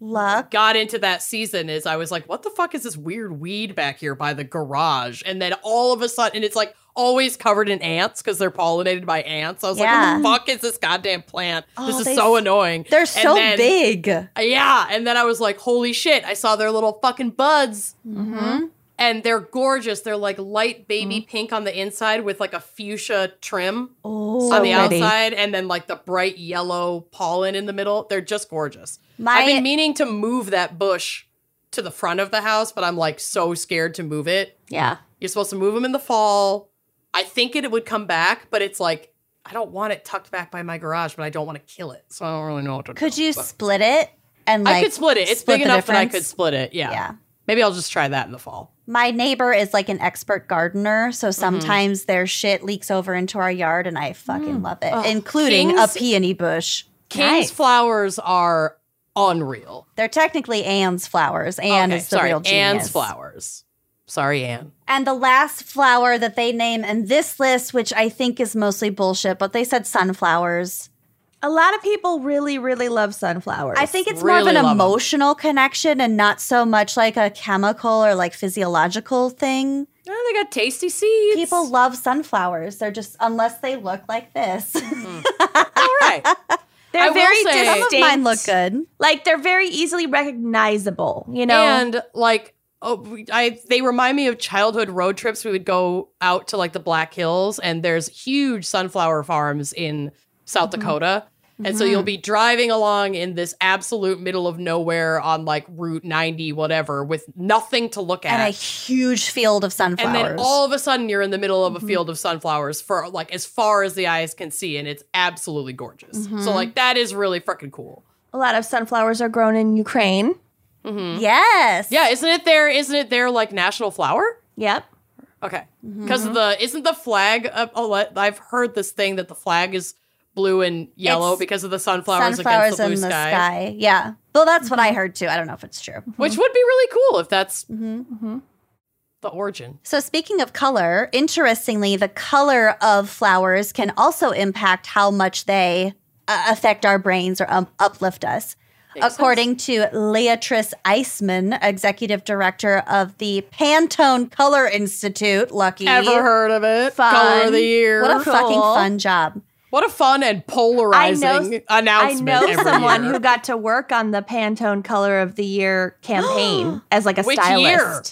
B: Luck.
C: got into that season is I was like, what the fuck is this weird weed back here by the garage? And then all of a sudden, and it's like always covered in ants because they're pollinated by ants. I was
B: Yeah.
C: like, what the fuck is this goddamn plant?
B: Oh,
C: this
B: they-
C: is so annoying.
B: They're
C: And
B: so
C: then-
B: big.
C: Yeah. And then I was like, holy shit, I saw their little fucking buds.
B: Mm-hmm.
C: And they're gorgeous. They're like light baby pink on the inside with like a fuchsia trim
B: Oh,
C: on
A: pretty.
C: the outside and then like the bright yellow pollen in the middle. They're just gorgeous.
B: my
C: I've been meaning to move that bush to the front of the house, but I'm like so scared to move it.
B: yeah.
C: You're supposed to move them in the fall. I think it would come back, but it's like I don't want it tucked back by my garage, but I don't want to kill it, so I don't really know what to do.
B: Could you
C: But-
B: split it and like?
C: I could split it. It's
B: split
C: big
B: the
C: enough that I could
B: difference?
C: split it. Yeah.
B: Yeah.
C: Maybe I'll just try that in the fall.
B: My neighbor is like an expert gardener, so
C: Mm-hmm.
B: sometimes their shit leaks over into our yard, and I fucking love it, including
C: Mm. Kings-
B: a peony bush.
C: King's
B: Nice.
C: flowers are unreal.
B: They're technically Anne's flowers. Anne
C: okay,
B: is the
C: sorry,
B: real genius.
C: Anne's flowers. Sorry, Anne.
B: And the last flower that they name in this list, which I think is mostly bullshit, but they said sunflowers.
A: A lot of people really, really love sunflowers.
B: I think it's more of
C: Really
B: an
C: love 'em.
B: emotional connection and not so much like a chemical or like physiological thing.
C: Oh, they got tasty seeds.
B: People love sunflowers. They're just unless they look like this.
C: All right.
A: they're
C: I will
A: very
C: say- Some of
B: Some of
A: distinct.
B: mine look good.
A: Like they're very easily recognizable. You know,
C: And like, oh, we- I they remind me of childhood road trips. We would go out to like the Black Hills, and there's huge sunflower farms in South
B: Mm-hmm.
C: Dakota. And so you'll be driving along in this absolute middle of nowhere on like Route 90, whatever, with nothing to look at.
B: And a huge field of
C: And
B: sunflowers.
C: then all of a sudden you're in the middle of
B: Mm-hmm.
C: a field of sunflowers for like as far as the eyes can see, and it's absolutely gorgeous.
B: Mm-hmm.
C: So like that is really freaking cool.
A: a lot of sunflowers are grown in Ukraine.
B: yes.
C: Yeah, isn't it there? Isn't it their like national flower?
A: Yep.
C: Okay,
B: Mm-hmm.
C: because the isn't the flag? Uh, oh, I- I've heard this thing that the flag is blue and yellow
B: It's
C: because of the sunflowers,
B: Sunflowers
C: against the blue
B: in the
C: sky,
B: sky. Mm-hmm. Yeah. Well, that's what I heard too. I don't know if it's true.
C: which would be really cool if that's
B: Mm-hmm.
A: Mhm.
C: the origin.
B: So, speaking of color, interestingly, the color of flowers can also impact how much they uh, affect our brains or um, uplift us.
C: Makes
B: According to Leatrice Iceman, executive director of the Pantone Color Institute, lucky
C: Ever heard of it?
B: Fun.
C: Color of the year.
B: What a
A: Cool.
B: fucking fun job!
C: What a fun and polarizing
A: I
C: announcement.
A: know
C: every
A: someone
C: year.
A: who got to work on the Pantone Color of the Year campaign as like a
C: Which
A: stylist.
C: year?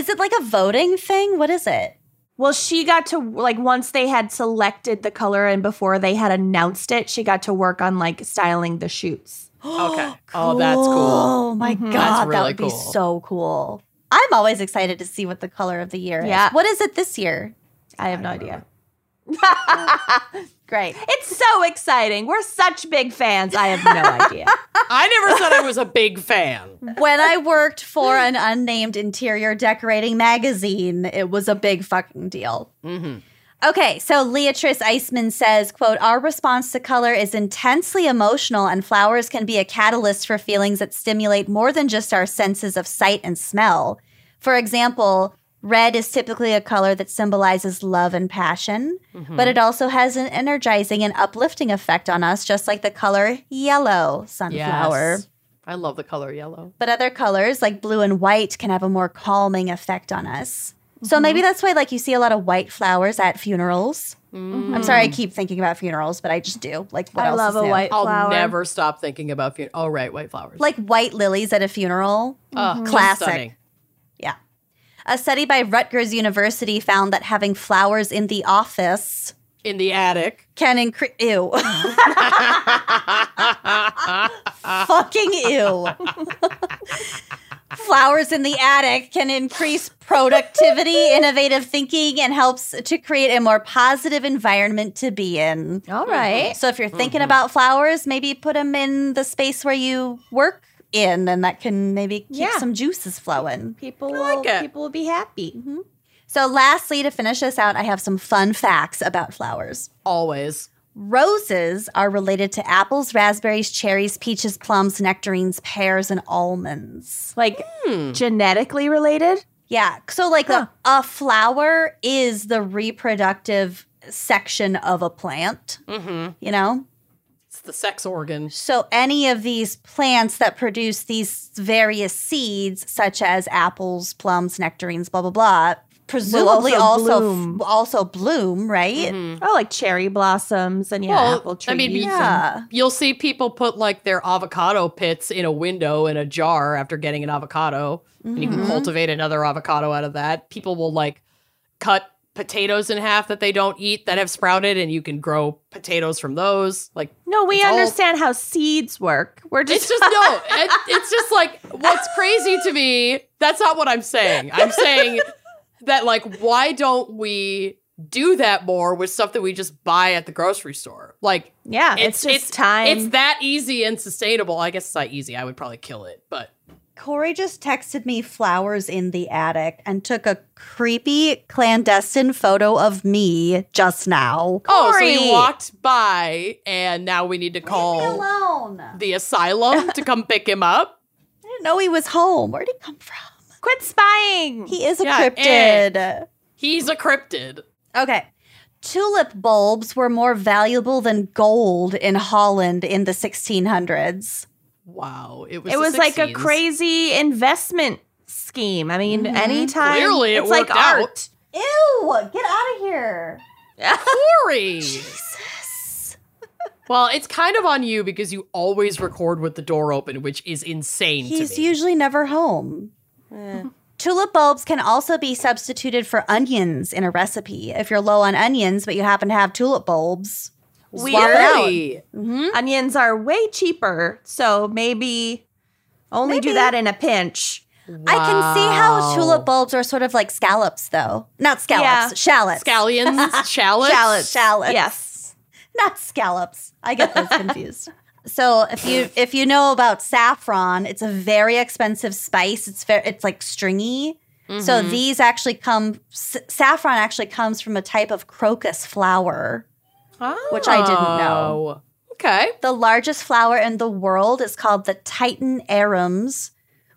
B: Is it like a voting thing? What is it?
A: Well, she got to like once they had selected the color and before they had announced it, she got to work on like styling the shoots.
C: Okay. Oh, that's cool.
B: Oh my
A: Mhm.
B: god, that
C: really
B: would be
C: cool.
B: so cool. I'm always excited to see what the color of the year is.
A: Yeah.
B: What is it this year?
A: I have no idea.
B: Great.
A: It's so exciting. We're such big fans. I have no idea.
C: I never said I was a big fan.
B: when I worked for an unnamed interior decorating magazine, it was a big fucking deal. Okay, so Leatrice Iceman says, quote, our response to color is intensely emotional and flowers can be a catalyst for feelings that stimulate more than just our senses of sight and smell. For example, red is typically a color that symbolizes love and passion, but it also has an energizing and uplifting effect on us, just like the color yellow, sunflower.
C: Yes. I love the color yellow.
B: But other colors like blue and white can have a more calming effect on us. So maybe that's why like you see a lot of white flowers at funerals. I'm sorry I keep thinking about funerals, but I just do. Like what
A: I
B: else
A: love
B: is
A: a
B: new?
A: white
C: I'll
A: flower.
C: never stop thinking about fun- oh right, white flowers.
B: like white lilies at a funeral.
C: Uh,
A: mm-hmm.
B: Classic. Yeah. A study by Rutgers University found that having flowers in the office
C: In the attic.
B: can increase ew. Fucking ew. Flowers in the attic can increase productivity, innovative thinking, and helps to create a more positive environment to be in.
A: All right.
B: So if you're thinking about flowers, maybe put them in the space where you work in, and that can maybe keep
A: Yeah.
B: some juices flowing.
A: People will,
C: like it.
A: people will be happy.
B: So, lastly, to finish this out, I have some fun facts about flowers.
C: Always.
B: Roses are related to apples, raspberries, cherries, peaches, plums, nectarines, pears, and almonds.
A: Like
C: Hmm.
A: genetically related?
B: Yeah. So, like, a, a flower is the reproductive section of a plant,
C: Mm-hmm.
B: you know?
C: It's the sex organ.
B: So, any of these plants that produce these various seeds, such as apples, plums, nectarines, blah, blah, blah, presumably
A: also
B: also
A: bloom.
B: bloom, also bloom right?
A: Oh, like cherry blossoms and yeah,
C: Well,
A: apple trees.
C: I mean, be-
B: Yeah.
C: You'll see people put like their avocado pits in a window in a jar after getting an avocado, and you
A: Mm-hmm.
C: can cultivate another avocado out of that. People will like cut potatoes in half that they don't eat that have sprouted, and you can grow potatoes from those. Like
A: no, we
C: it's all-
A: understand how seeds work. We're just
C: it's just no, it, it's just like what's crazy to me. That's not what I'm saying. I'm saying that like why don't we do that more with stuff that we just buy at the grocery store? Like
A: yeah, it's, just time.
C: It's that easy and sustainable. I guess it's not easy. I would probably kill it, but
B: Corey just texted me flowers in the attic and took a creepy clandestine photo of me just now.
C: oh, so
B: Corey!
C: he walked by, and now we need to
B: Leave me
C: call
B: alone. I
C: the asylum to come pick him up.
B: didn't know he was home. Where'd he come from?
A: Quit spying.
B: He is a
C: Yeah,
B: cryptid.
C: He's a cryptid.
B: Okay. Tulip bulbs were more valuable than gold in Holland in the 1600s.
C: Wow. It was
A: It
C: the
A: was like a
C: 16s.
A: crazy investment scheme. I mean, anytime
C: Clearly it
A: it's like
C: worked out.
A: art.
B: Ew, get out of here.
C: Corey. Well, it's kind of on you because you always record with the door open, which is insane
B: He's
C: to me.
B: usually never home. Tulip bulbs can also be substituted for onions in a recipe if you're low on onions, but you happen to have tulip bulbs.
A: Weird.
C: Corey.
A: Onions are way cheaper, so maybe only do that in a pinch.
B: I can see
C: Wow.
B: how tulip bulbs are sort of like scallops, though. Not scallops,
A: Yeah.
B: shallots.
C: Scallions, shallots.
B: Shallots. Shallots.
A: Yes.
B: Not scallops. I get those confused. So if you if you know about saffron, it's a very expensive spice. It's very it's like stringy. So these actually come s- saffron actually comes from a type of crocus flower. which I didn't know.
C: Oh. Okay.
B: The largest flower in the world is called the Titan arums,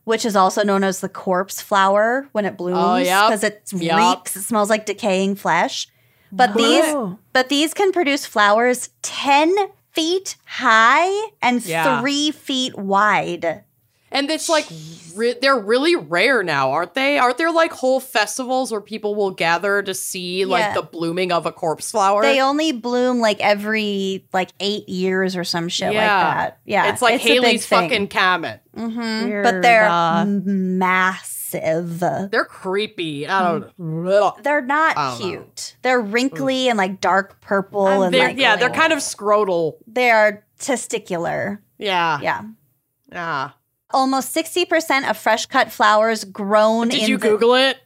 B: which is also known as the corpse flower when it blooms
C: Oh, yep.
B: because it
C: Yep.
B: reeks. It smells like decaying flesh. But these,
A: Wow.
B: but these can produce flowers ten feet high and
C: Yeah.
B: three feet wide.
C: And it's like re- they're really rare now, aren't they? Aren't there like whole festivals where people will gather to see like
B: Yeah.
C: the blooming of a corpse flower?
B: They only bloom like every like eight years or some shit
C: Yeah.
B: like that. Yeah,
C: it's like
B: a big
C: Haley's
B: thing.
C: fucking comet.
B: Mhm.
A: Weird,
B: But they're
A: uh,
B: massive.
C: They're creepy. I don't
B: Hmm.
C: know.
B: They're
C: I
B: not
C: don't know. Mm.
B: cute. They're wrinkly and like dark purple and
C: They're,
B: like
C: yeah, they're kind of scrotal.
B: they are testicular.
C: Yeah.
B: Yeah.
C: Yeah.
B: Almost 60% of fresh cut flowers grown
C: Did
B: in
C: you
B: the-
C: Google it?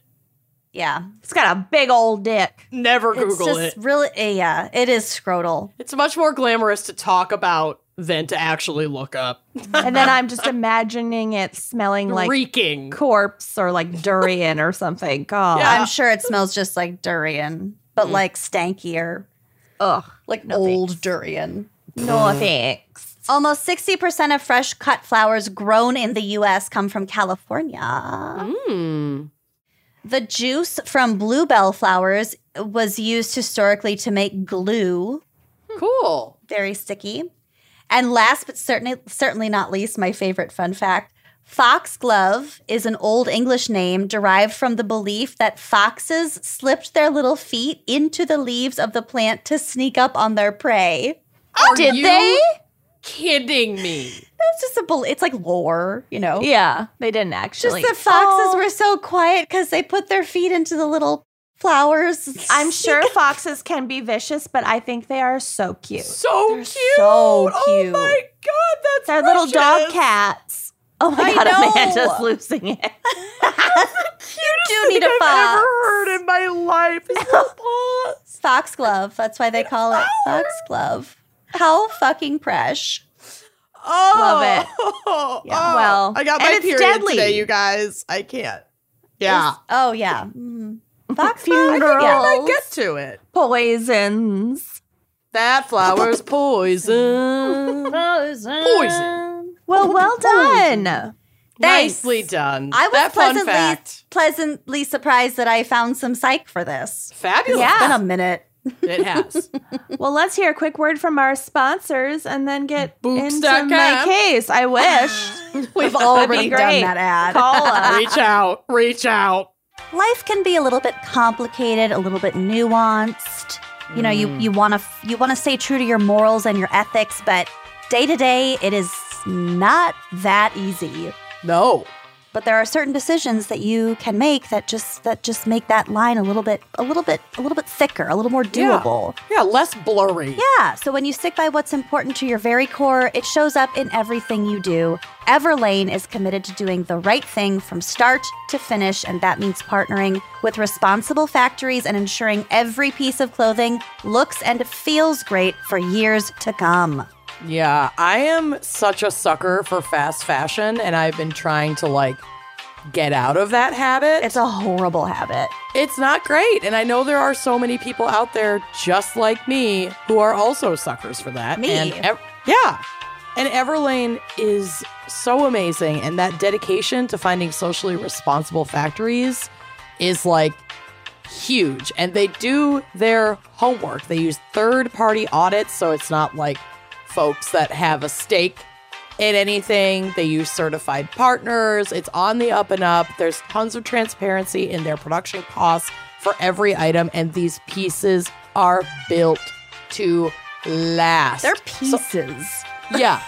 B: Yeah.
A: It's got a big old dick.
C: Never
B: it's
C: Google
B: just
C: it.
B: really eh, yeah, it is scrotal.
C: It's much more glamorous to talk about than to actually look up.
A: And then I'm just imagining it smelling like
C: Reeking.
A: corpse or like durian or something. God.
C: Yeah. Mm.
B: I'm sure it smells just like durian, but like stankier,
A: Ugh.
B: like old durian.
A: No
B: Mm.
A: thanks.
B: Almost 60% of fresh cut flowers grown in the US come from California.
C: Mm.
B: The juice from bluebell flowers was used historically to make glue,
A: Hmm.
C: Cool.
B: very sticky. And last but certainly certainly not least, my favorite fun fact, foxglove is an old English name derived from the belief that foxes slipped their little feet into the leaves of the plant to sneak up on their prey.
C: Are
A: Did
C: you
A: they?
C: Kidding me.
B: That's just a bel it's like lore, you know.
A: Yeah, Oh. they didn't
B: Just
A: actually.
B: that foxes were so quiet cuz they put their feet into the little flowers.
A: I'm sure foxes can be vicious, but I think they are so cute.
C: So cute.
B: so
C: Oh my god, that's
A: They're little dog
C: precious.
A: cats. Oh my
B: I
A: god,
B: know.
A: Amanda's losing it.
B: you do need
C: I've
B: a fox.
C: ever heard in my life. His little paws.
B: Foxglove. That's why they call it foxglove. How fucking fresh.
C: Oh,
A: Love it.
C: Oh,
A: Yeah. Well,
C: I got
A: and
C: my
A: it's
C: period
A: deadly.
C: today, you guys. I can't. Yeah,
B: Oh, yeah. Mhm. Foxglove.
A: Funeral
C: I get to it.
A: poisons.
C: That flower's poison. Poison.
A: Well, well done.
B: Thanks.
C: Nicely done.
B: I was
C: that fun
B: pleasantly
C: fact.
B: pleasantly surprised that I found some psych for this.
C: Fabulous.
A: Yeah.
B: It's been a minute.
C: It has.
A: Well, let's hear a quick word from our sponsors and then get
C: Boops
A: into
C: dot
A: my
C: com.
A: case. I wish.
B: We've
A: That'd be
B: already done
A: great.
B: that ad.
A: Call us.
C: Reach out. Reach out.
B: Life can be a little bit complicated, a little bit nuanced. You know, you you want to you want to stay true to your morals and your ethics, but day to day it is not that easy.
C: No.
B: but there are certain decisions that you can make that just that just make that line a little bit a little bit a little bit thicker a little more
C: Yeah.
B: doable
C: Yeah, less blurry.
B: yeah, so when you stick by what's important to your very core it shows up in everything you do everlane is committed to doing the right thing from start to finish and that means partnering with responsible factories and ensuring every piece of clothing looks and feels great for years to come
C: Yeah, I am such a sucker for fast fashion, and I've been trying to like get out of that habit.
B: it's a horrible habit
C: It's not great. And I know there are so many people out there just like me who are also suckers for that.
B: Me.
C: And ev- yeah. And Everlane is so amazing. And that dedication to finding socially responsible factories is like huge. And they do their homework. They use third party audits, so it's not like folks that have a stake in anything. They use certified partners. It's on the up and up. There's tons of transparency in their production costs for every item, and these pieces are built to last.
A: They're
C: So-
A: pieces.
C: yeah.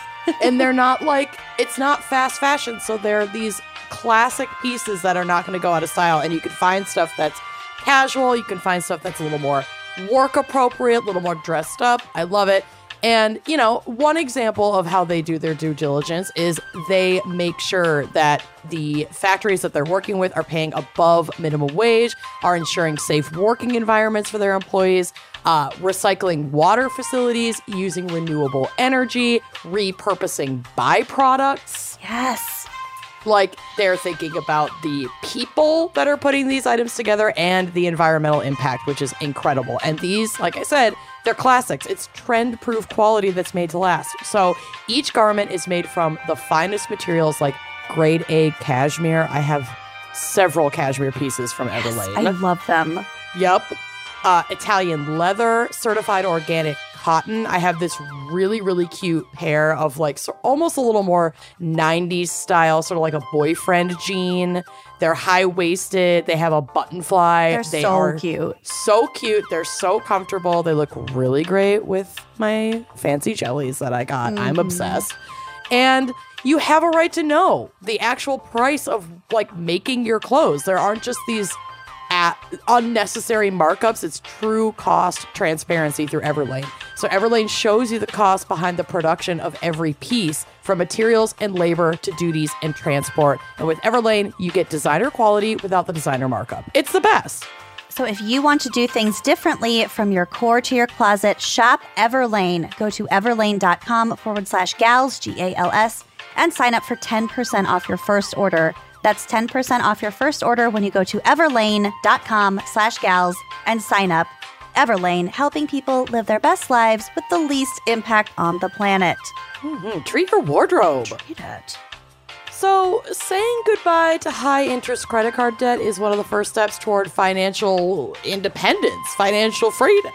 C: And they're not like, it's not fast fashion. So there are these classic pieces that are not going to go out of style. And you can find stuff that's casual. You can find stuff that's a little more work appropriate, a little more dressed up. I love it. And, you know, one example of how they do their due diligence is they make sure that the factories that they're working with are paying above minimum wage, are ensuring safe working environments for their employees, uh, recycling water facilities, using renewable energy, repurposing byproducts.
B: Yes.
C: Like they're thinking about the people that are putting these items together and the environmental impact, which is incredible. And these, like I said, they're classics. It's trend proof quality that's made to last. So each garment is made from the finest materials like grade A cashmere. I have several cashmere pieces from Everlane.
B: I love them.
C: Yep. Uh, Italian leather, certified organic cotton. I have this really, really cute pair of like so almost a little more 90s style, sort of like a boyfriend jean. They're high waisted. They have a button fly.
B: They're
C: They
B: so
C: are
B: cute.
C: So cute. They're so comfortable. They look really great with my fancy jellies that I got. I'm obsessed. And you have a right to know the actual price of like making your clothes. There aren't just these at unnecessary markups. It's true cost transparency through Everlane. So Everlane shows you the cost behind the production of every piece, from materials and labor to duties and transport. And with Everlane, you get designer quality without the designer markup. It's the best.
B: So if you want to do things differently from your core to your closet, shop Everlane. Go to everlane.com forward slash gals, G A L S, and sign up for 10% off your first order. That's 10% off your first order when you go to everlane.com slash gals and sign up. Everlane, helping people live their best lives with the least impact on the planet.
C: Mhm, Treat your wardrobe.
B: Read it.
C: So, saying goodbye to high interest credit card debt is one of the first steps toward financial independence, financial freedom.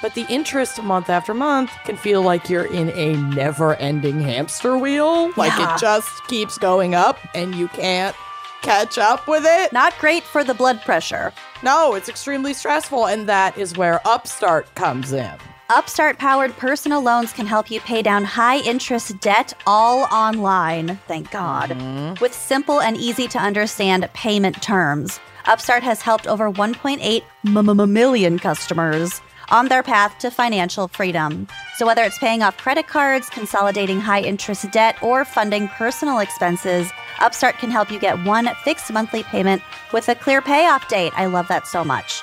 C: But the interest month after month can feel like you're in a never ending hamster wheel. Like
B: Yeah.
C: it just keeps going up and you can't catch up with it.
B: Not great for the blood pressure.
C: No, it's extremely stressful. And that is where Upstart comes in.
B: Upstart powered personal loans can help you pay down high interest debt all online, thank God, with simple and easy to understand payment terms. Upstart has helped over 1.8 m- m- million customers on their path to financial freedom. So, whether it's paying off credit cards, consolidating high interest debt, or funding personal expenses, Upstart can help you get one fixed monthly payment with a clear payoff date. I love that so much.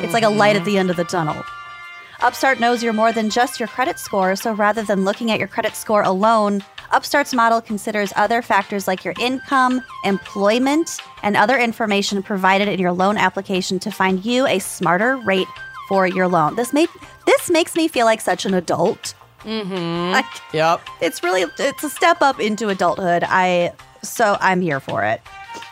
B: It's like a light at the end of the tunnel. Upstart knows you're more than just your credit score, so rather than looking at your credit score alone, Upstart's model considers other factors like your income, employment, and other information provided in your loan application to find you a smarter rate for your loan. This made this makes me feel like such an adult. Mm-hmm.
C: Yep.
B: it's really it's a step up into adulthood. I so I'm here for it.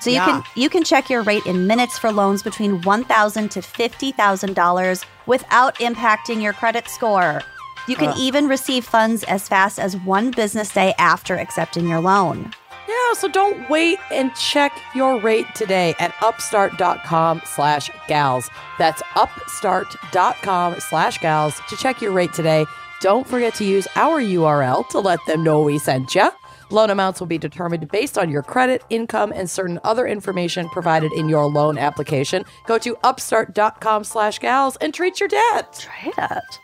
B: So you
C: Yeah.
B: can you can check your rate in minutes for loans between $1,000 to $50,000 without impacting your credit score. You can even receive funds as fast as one business day after accepting your loan.
C: Yeah, so don't wait and check your rate today at upstart.com slash gals. That's upstart.com slash gals to check your rate today. Don't forget to use our URL to let them know we sent you. Loan amounts will be determined based on your credit, income, and certain other information provided in your loan application. Go to upstart.com slash gals and treat your debt.
B: Try that.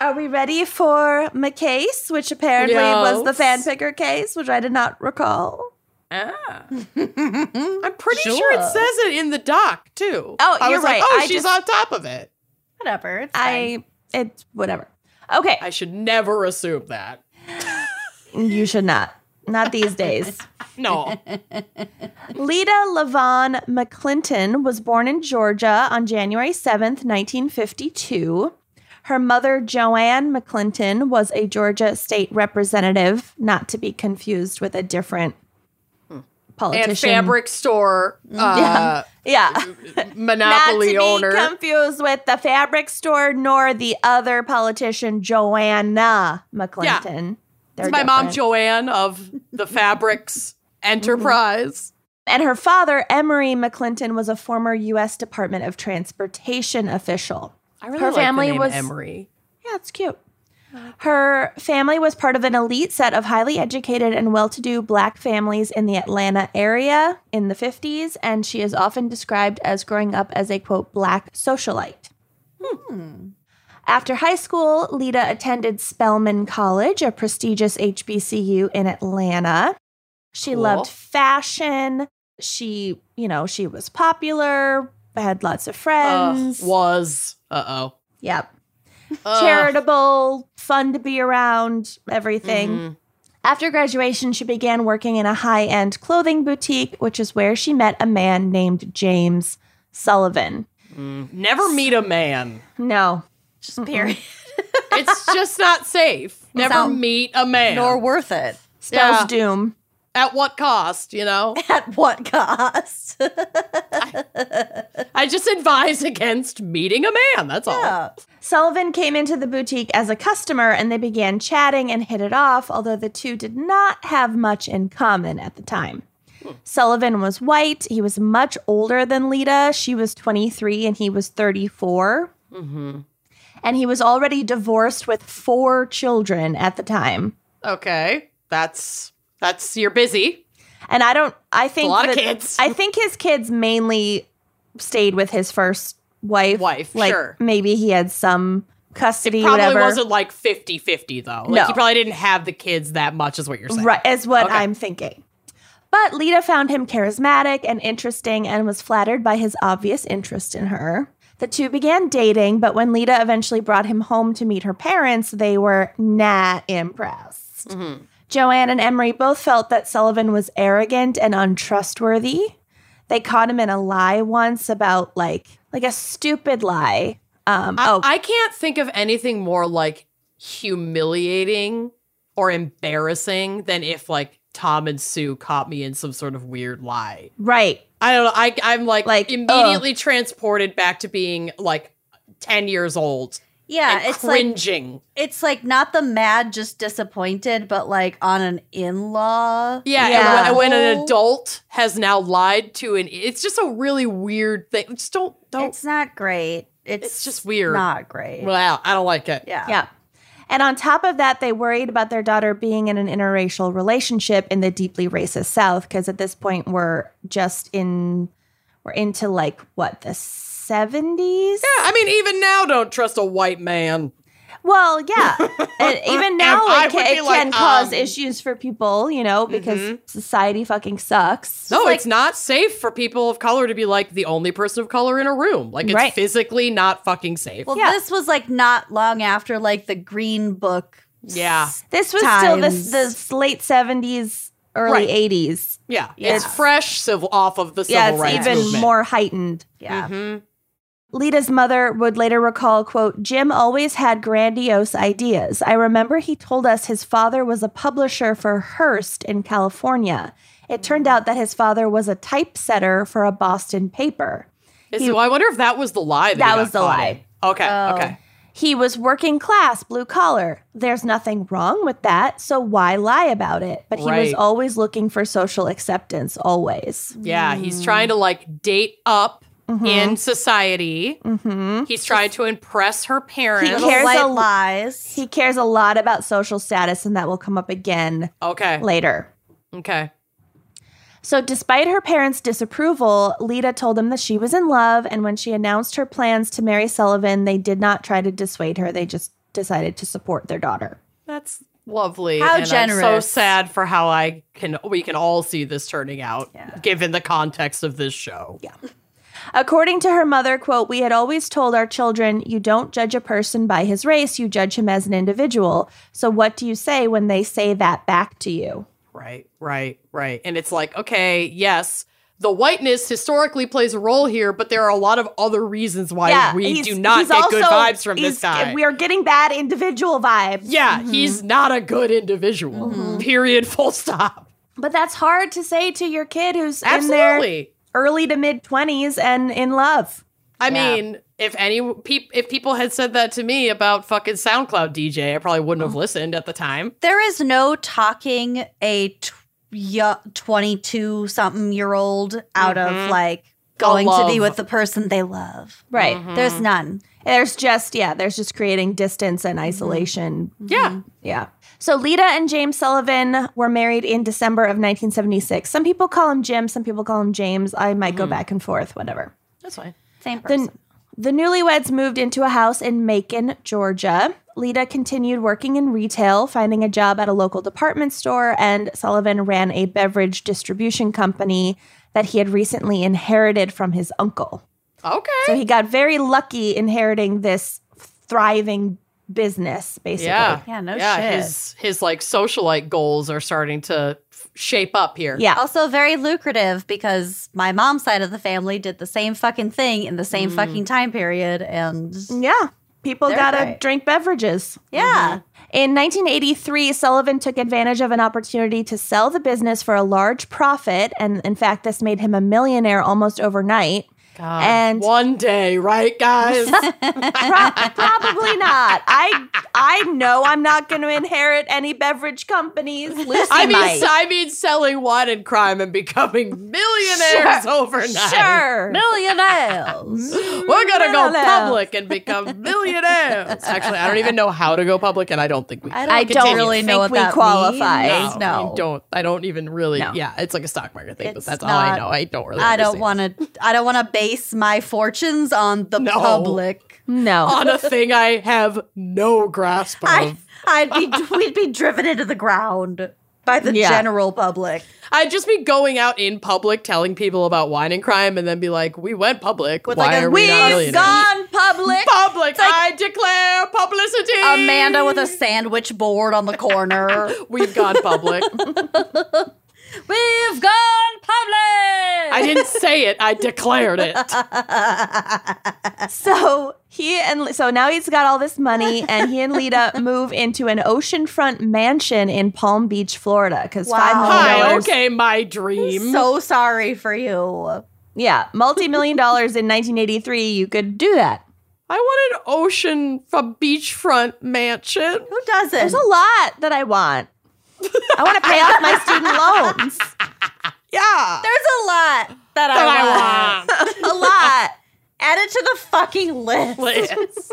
A: Are we ready for my case, which apparently was the fan
C: Yes.
A: picker case, which I did not recall?
C: I'm pretty sure. it says it in the doc, too.
A: Oh,
C: I
A: you're
C: was
A: right.
C: like, oh,
A: I
C: she's
A: just-
C: on top of it.
B: Whatever. It's
A: I it's whatever. Okay,
C: I should never assume that.
A: you should not. Not these days.
C: No.
A: Lita Lavon McClinton was born in Georgia on January 7th, 1952. Her mother, Joanne McClinton, was a Georgia state representative, not to be confused with a different politician.
C: and fabric store uh,
A: Yeah. Not
C: monopoly
A: to
C: owner.
A: be confused with the fabric store nor the other politician, Joanna McClinton. They're
C: it's my mom
A: different.
C: Joanne of the Fabrics Enterprise.
A: And her father, Emery McClinton, was a former U.S. Department of Transportation official.
C: I really
A: Her
C: like the
A: family
C: name
A: was-
C: Emery.
A: Yeah, it's cute. Her family was part of an elite set of highly educated and well to do black families in the Atlanta area in the 50s, and she is often described as growing up as a quote, black socialite. Hmm. After high school, Lita attended Spelman College, a prestigious HBCU in Atlanta. She
C: Cool.
A: loved fashion. She, you know, she was popular, had lots of
C: Uh,
A: friends.
C: was uh
A: yep
C: oh
A: charitable, fun to be around, everything.
B: Mm-hmm.
A: After graduation, she began working in a high end clothing boutique, which is where she met a man named James Sullivan.
C: Never meet a man.
A: No,
B: Just period.
C: It's just not safe. Never
B: out.
C: meet a man.
B: Nor worth it.
A: spells
C: Yeah.
A: doom.
C: At what cost, you know?
B: At what cost?
C: I just advise against meeting a man. That's all.
B: yeah.
A: Sullivan came into the boutique as a customer and they began chatting and hit it off, although the two did not have much in common at the time. Sullivan was white. He was much older than Lita. She was 23 and he was 34.
C: Mm-hmm.
A: And he was already divorced with four children at the time.
C: Okay. That's that's you're busy.
A: And I don't, I think,
C: A lot of
A: that-
C: kids.
A: I think his kids mainly stayed with his first wife.
C: Wife,
A: like
C: sure.
A: maybe he had some custody,
C: Probably
A: whatever.
C: wasn't like 50-50 though. Like
A: No.
C: he probably didn't have the kids that much is what you're saying.
A: Right, is what
C: Okay.
A: I'm thinking. But Lita found him charismatic and interesting and was flattered by his obvious interest in her. The two began dating, but when Lita eventually brought him home to meet her parents, they were not impressed. Joanne and Emery both felt that Sullivan was arrogant and untrustworthy. They caught him in a lie once about like like a stupid lie. Um,
C: I,
A: oh,
C: I can't think of anything more like humiliating or embarrassing than if like Tom and Sue caught me in some sort of weird lie.
A: right.
C: I don't know. I I'm like,
A: Like,
C: immediately transported back to being like 10 years old
B: Yeah,
C: and
B: it's like
C: cringing.
B: it's like not the mad, just disappointed, but like on an in-law.
C: yeah,
A: Yeah.
C: And when, when an
B: level.
C: adult has now lied to an it's just a really weird thing. Just don't don't
B: It's not great. It's,
C: It's just weird.
B: Not great.
C: Well, I don't like it.
B: Yeah.
A: Yeah. And on top of that, they worried about their daughter being in an interracial relationship in the deeply racist South, because at this point we're just in, we're into like what the seventies.
C: Yeah, I mean, even now, don't trust a white man.
A: Well, yeah. and even now it
C: I would
A: can,
C: be
A: it
C: like,
A: can cause
C: um, Mm-hmm.
A: issues for people, you know, because society fucking sucks.
C: No, it's not safe for people of color to be like the only person of color in a room. Like, it's
A: Right.
C: physically not fucking safe.
B: Well,
A: Yeah.
B: this was like not long after like the Green Book.
C: yeah,
A: This was still
B: Times.
A: this the late seventies, early
C: Right.
A: eighties.
C: yeah,
B: Yeah.
C: It's fresh civil off of the civil
A: Yeah, it's
C: rights
A: even
C: movement.
A: more heightened.
B: Yeah.
C: Mhm.
A: Lita's mother would later recall, quote, Jim always had grandiose ideas. I remember he told us his father was a publisher for Hearst in California. It turned out that his father was a typesetter for a Boston paper.
C: Is- well, I wonder if that was the lie. That,
A: That
C: he got
A: was the
C: caught
A: lie.
C: in. Okay,
B: Oh.
C: okay.
A: He was working class, blue collar. There's nothing wrong with that, so why lie about it? But he was
C: Right.
A: always looking for social acceptance, always.
C: Yeah, he's trying to like date up
A: Mm-hmm.
C: in society. He's trying to impress her
A: He
C: parents.
B: Little
A: cares
B: white
A: a-
B: lies.
A: He cares a lot about social status, and that will come up again
C: Okay,
A: later.
C: okay.
A: So, despite her parents' disapproval, Lita told them that she was in love. And when she announced her plans to marry Sullivan, they did not try to dissuade her. They just decided to support their daughter.
C: That's lovely.
B: How
C: and I'm so
B: generous.
C: sad for how I can we can all see this turning out given the context of this show. Yeah.
A: According to her mother, quote, we had always told our children, you don't judge a person by his race, you judge him as an individual. So, what do you say when they say that back to you?
C: Right, right, right. And it's like, okay, yes, the whiteness historically plays a role here, but there are a lot of other reasons why we
A: he's-
C: do not
A: he's
C: get good
A: also-
C: vibes from this
A: he's-
C: guy.
A: We are Mm-hmm. getting bad individual vibes. Mm-hmm.
C: yeah, he's not a good individual. Period. Full stop.
A: But that's hard to say to your kid who's in their
C: Absolutely.
A: early to mid 20s and in love.
C: I
B: Yeah.
C: mean, if any peop if people had said that to me about fucking SoundCloud DJ, I probably wouldn't have
A: Oh.
C: listened at the time.
B: There is no talking a tw- yo- 22 something year old out
C: Mhm.
B: of like going to be
C: love.
B: with the person they love.
A: Right.
B: There's none.
A: There's just, yeah, there's just creating distance and isolation.
C: Yeah.
A: Yeah. So Lita and James Sullivan were married in December of 1976. Some people call him Jim, some people call him James. I might go back and forth, whatever.
C: That's fine.
B: Same person.
A: The, the newlyweds moved into a house in Macon, Georgia. Lita continued working in retail, finding a job at a local department store, and Sullivan ran a beverage distribution company that he had recently inherited from his uncle.
C: Okay.
A: So he got very lucky inheriting this thriving business, basically.
C: yeah.
B: Yeah, no shit.
C: His his like socialite goals are starting to f- shape up here.
A: Yeah.
B: also very lucrative because my mom's side of the family did the same fucking thing in the same fucking time period and
A: Yeah. People
B: They're
A: gotta
B: great.
A: drink beverages.
B: yeah.
A: In 1983, Sullivan took advantage of an opportunity to sell the business for a large profit. And in fact, this made him a millionaire almost overnight.
C: God.
A: And-
C: one day, right, guys?
A: Pro- probably not. I I know I'm not going to inherit any beverage companies. Lucy
C: I mean,
A: might.
C: I mean, selling wine and crime and becoming millionaires overnight.
A: sure.
B: Millionaires.
C: We're gonna go
A: Millionaires.
C: public and become millionaires. Actually, I don't even know how to go public, and I don't think we.
B: I
C: can.
B: don't,
A: I don't
B: really
A: think
B: know what
A: we
B: that
A: qualify.
B: means.
C: I
B: No.
C: Um, don't. I don't even really.
A: No.
C: Yeah, it's like a stock market thing, but
B: It's
C: that's all I
B: not-
C: know. I don't really.
B: I don't
C: understand.
B: want to. I don't want to base my fortunes on the
C: No.
B: public.
A: No.
C: on a thing I have no grasp of.
B: I,
C: I,
B: I'd be. we'd be driven into the ground by the
A: Yeah.
B: general public.
C: would just be going out in public telling people about wine and crime, and then be like, "We went public.
B: With
C: Why
B: like a
C: are we not
B: we've
C: millionaires?"
B: gone public.
C: public. I declare publicity.
B: Amanda with a sandwich board on the corner.
C: We've gone public.
B: we've gone public.
C: I didn't say it. I declared it.
B: Oh,
A: So he and so now he's got all this money, and he and Lita move into an oceanfront mansion in Palm Beach, Florida, because
B: Wow.
A: five million
C: Hi.
A: dollars.
C: Okay, my dream.
B: so sorry for you.
A: Yeah, multi-million dollars in 1983, you could do that.
C: I want an ocean from beachfront mansion.
B: Who doesn't?
A: There's a lot that I want. I want to pay off my student loans.
C: Yeah.
B: There's a lot that, I,
C: That
B: want. a lot. Add it to the fucking list.
C: Please.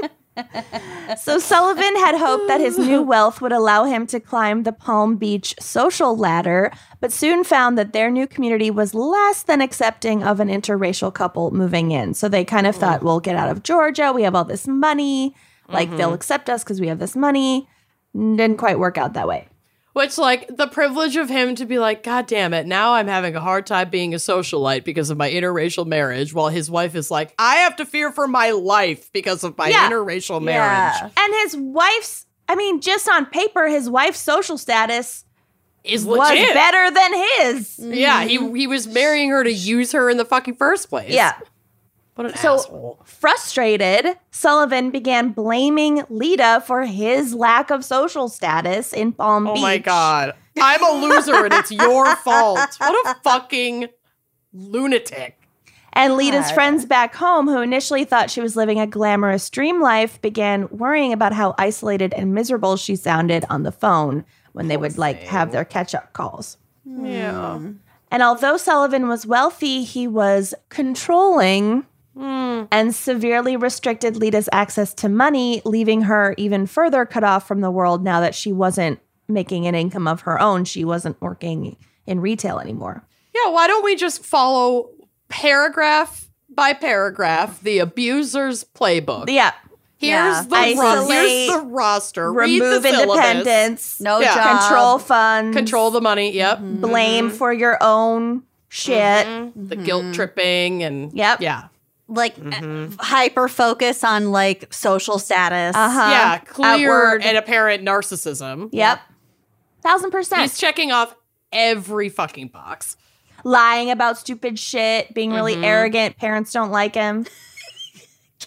A: So Sullivan had hoped that his new wealth would allow him to climb the Palm Beach social ladder, but soon found that their new community was less than accepting of an interracial couple moving in. So they kind of thought, we'll get out of Georgia. We have all this money. Like they'll accept us because we have this money. Didn't quite work out that way.
C: Which, like, the privilege of him to be like, God damn it, now I'm having a hard time being a socialite because of my interracial marriage, while his wife is like, I have to fear for my life because of my
A: Yeah.
C: interracial marriage.
B: Yeah.
A: And his wife's, I mean, just on paper, his wife's social status
C: Is
A: was
C: legit.
A: better than his.
C: yeah, he, he was marrying her to use her in the fucking first place.
A: Yeah.
C: What an
A: So-
C: asshole.
A: Frustrated, Sullivan began blaming Lita for his lack of social status in Palm
C: Oh
A: Beach.
C: my God. I'm a loser and it's your fault. What a fucking lunatic.
A: And Lita's
B: God.
A: friends back home, who initially thought she was living a glamorous dream life, began worrying about how isolated and miserable she sounded on the phone when they would like have their catch-up calls.
C: Yeah.
A: And although Sullivan was wealthy, he was controlling
C: Hmm.
A: and severely restricted Lita's access to money, leaving her even further cut off from the world now that she wasn't making an income of her own. She wasn't working in retail anymore.
C: Yeah, why don't we just follow paragraph by paragraph the abuser's playbook?
A: Yeah.
C: here's,
B: Yeah.
C: the ro-
A: Isolate,
C: here's the roster. Read
A: Remove
C: the syllabus.
A: independence,
B: No
C: Yeah.
B: job.
A: control funds,
C: Control the money. Mm-hmm. Yep.
A: Mm-hmm. blame for your own shit.
C: The guilt tripping and
A: Yep.
C: yeah.
B: Like hyper focus on like social status.
A: Uh-huh.
C: yeah, clear
A: outward.
C: and apparent narcissism.
A: Yep. Thousand percent.
C: He's checking off every fucking box.
A: Lying about stupid shit, being really
C: Mm-hmm.
A: arrogant. Parents don't like him.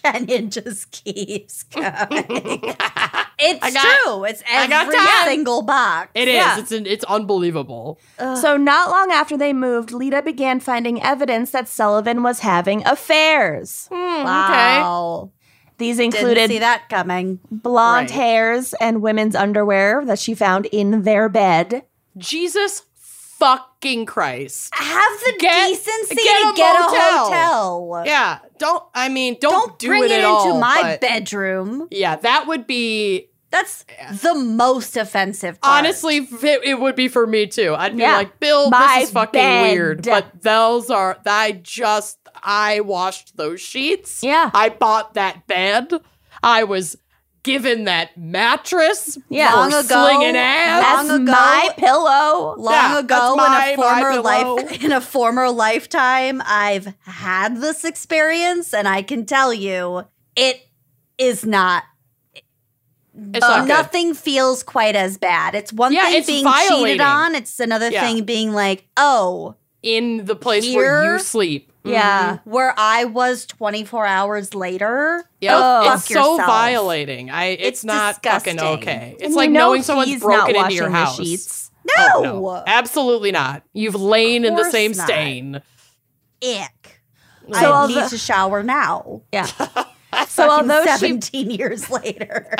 B: Kenyon just keeps going. It's
C: I got-
B: true. It's
C: I got
B: every
C: time.
B: single box.
C: It is.
A: Yeah.
C: It's an, it's unbelievable.
A: So, not long after they moved, Lita began finding evidence that Sullivan was having affairs.
C: Hmm,
B: Wow.
A: These
B: Oh, Didn't see
A: included
B: that coming.
A: blonde
C: Right.
A: hairs and women's underwear that she found in their bed.
C: Jesus fucking Christ.
B: Have the
C: Get-
B: decency
C: get
B: to
C: a
B: get
C: motel.
B: a hotel.
C: Yeah. Don't. I mean, don't,
B: Don't
C: do
B: bring
C: it,
B: it,
C: at
B: into
C: all,
B: my
C: but-
B: bedroom.
C: Yeah, that would be
B: That's the most offensive part.
C: honestly. f- It, it would be for me too. I'd be
A: Yeah.
C: like, Bill,
A: My
C: this is fucking
A: bed.
C: weird. But those are. I just. I washed those sheets.
A: Yeah.
C: I bought that bed. I was given that mattress.
A: Yeah.
C: for
B: Long ago.
C: slinging ass.
A: That's
B: Long ago-
A: my pillow.
B: long
C: Yeah,
B: ago
C: that's my-
B: in a
C: my
B: former
C: pillow.
B: life in a former lifetime I've had this experience and I can tell you it is not
C: It's not good.
B: nothing feels quite as bad. It's one
C: Yeah,
B: thing
C: it's
B: being
C: violating.
B: cheated on, it's another
C: Yeah.
B: thing being like, "Oh,
C: in the place where
B: Here?
C: you sleep.
B: yeah, where I was 24 hours later."
C: Yeah,
B: Go Oh, fuck
C: it's so
B: yourself.
C: violating. I it's,
B: It's
C: not fucking
B: disgusting.
C: okay. It's
A: And
C: like
A: you know
C: knowing someone's
A: he's not
C: broken into
A: washing
C: your
A: the
C: house.
A: sheets.
B: No.
C: Oh, no. Absolutely not. You've lain in the
B: course
C: same
B: not.
C: stain.
B: Ick.
A: So
B: I
A: although-
B: need to shower now.
A: Yeah. so although she
B: 17 years later.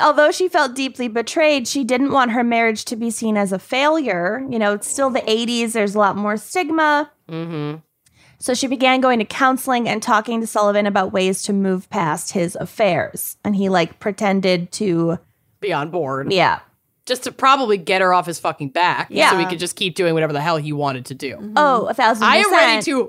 A: although she felt deeply betrayed, she didn't want her marriage to be seen as a failure. You know, it's still the 80s, there's a lot more stigma.
C: Mm-hmm.
A: So she began going to counseling and talking to Sullivan about ways to move past his affairs. And he like pretended to,
C: Be on board.
A: yeah.
C: Just to probably get her off his fucking back. So
A: Yeah.
C: he could just keep doing whatever the hell he wanted to do.
A: Oh, a thousand
C: I
A: percent.
C: am ready to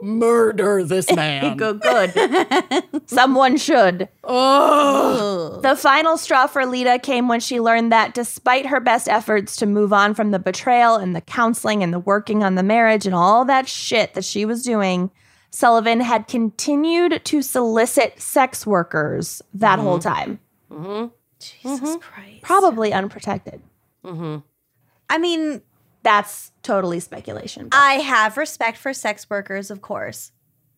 C: murder this man.
A: Good, good. Someone should.
C: oh.
B: Ugh.
A: The final straw for Lita came when she learned that despite her best efforts to move on from the betrayal and the counseling and the working on the marriage and all that shit that she was doing, Sullivan had continued to solicit sex workers that whole
C: Mm-hmm.
A: time,
B: Jesus Christ.
A: probably unprotected.
B: I mean,
A: That's totally speculation. but
B: I have respect for sex workers, of course,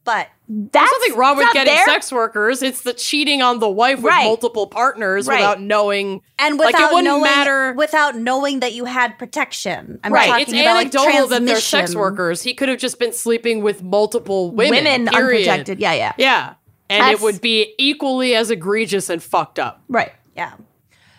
B: but
A: that's
C: Nothing wrong with
A: not
C: getting
A: their-
C: sex workers. It's the cheating on the wife with
A: Right.
C: multiple partners
A: Right.
C: without knowing
B: and
C: Like, it
B: without
C: wouldn't
B: knowing,
C: matter-
B: without knowing that you had protection. I'm
C: right,
B: talking
C: it's
B: about like,
C: anecdotal that they're sex
B: transmission.
C: workers. He could have just been sleeping with multiple women.
A: Women
C: period.
A: unprotected. Yeah, yeah.
C: Yeah. And
A: That's-
C: it would be equally as egregious and fucked up.
A: Right.
B: Yeah,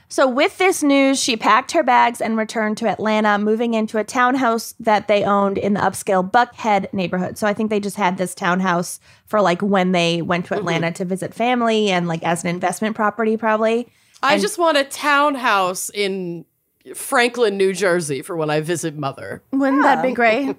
A: So, with this news, she packed her bags and returned to Atlanta, moving into a townhouse that they owned in the upscale Buckhead neighborhood. So, I think they just had this townhouse for like when they went to Atlanta to visit family and like as an investment property, probably.
C: I just want a townhouse in Franklin, New Jersey for when I visit mother.
A: Wouldn't that be great?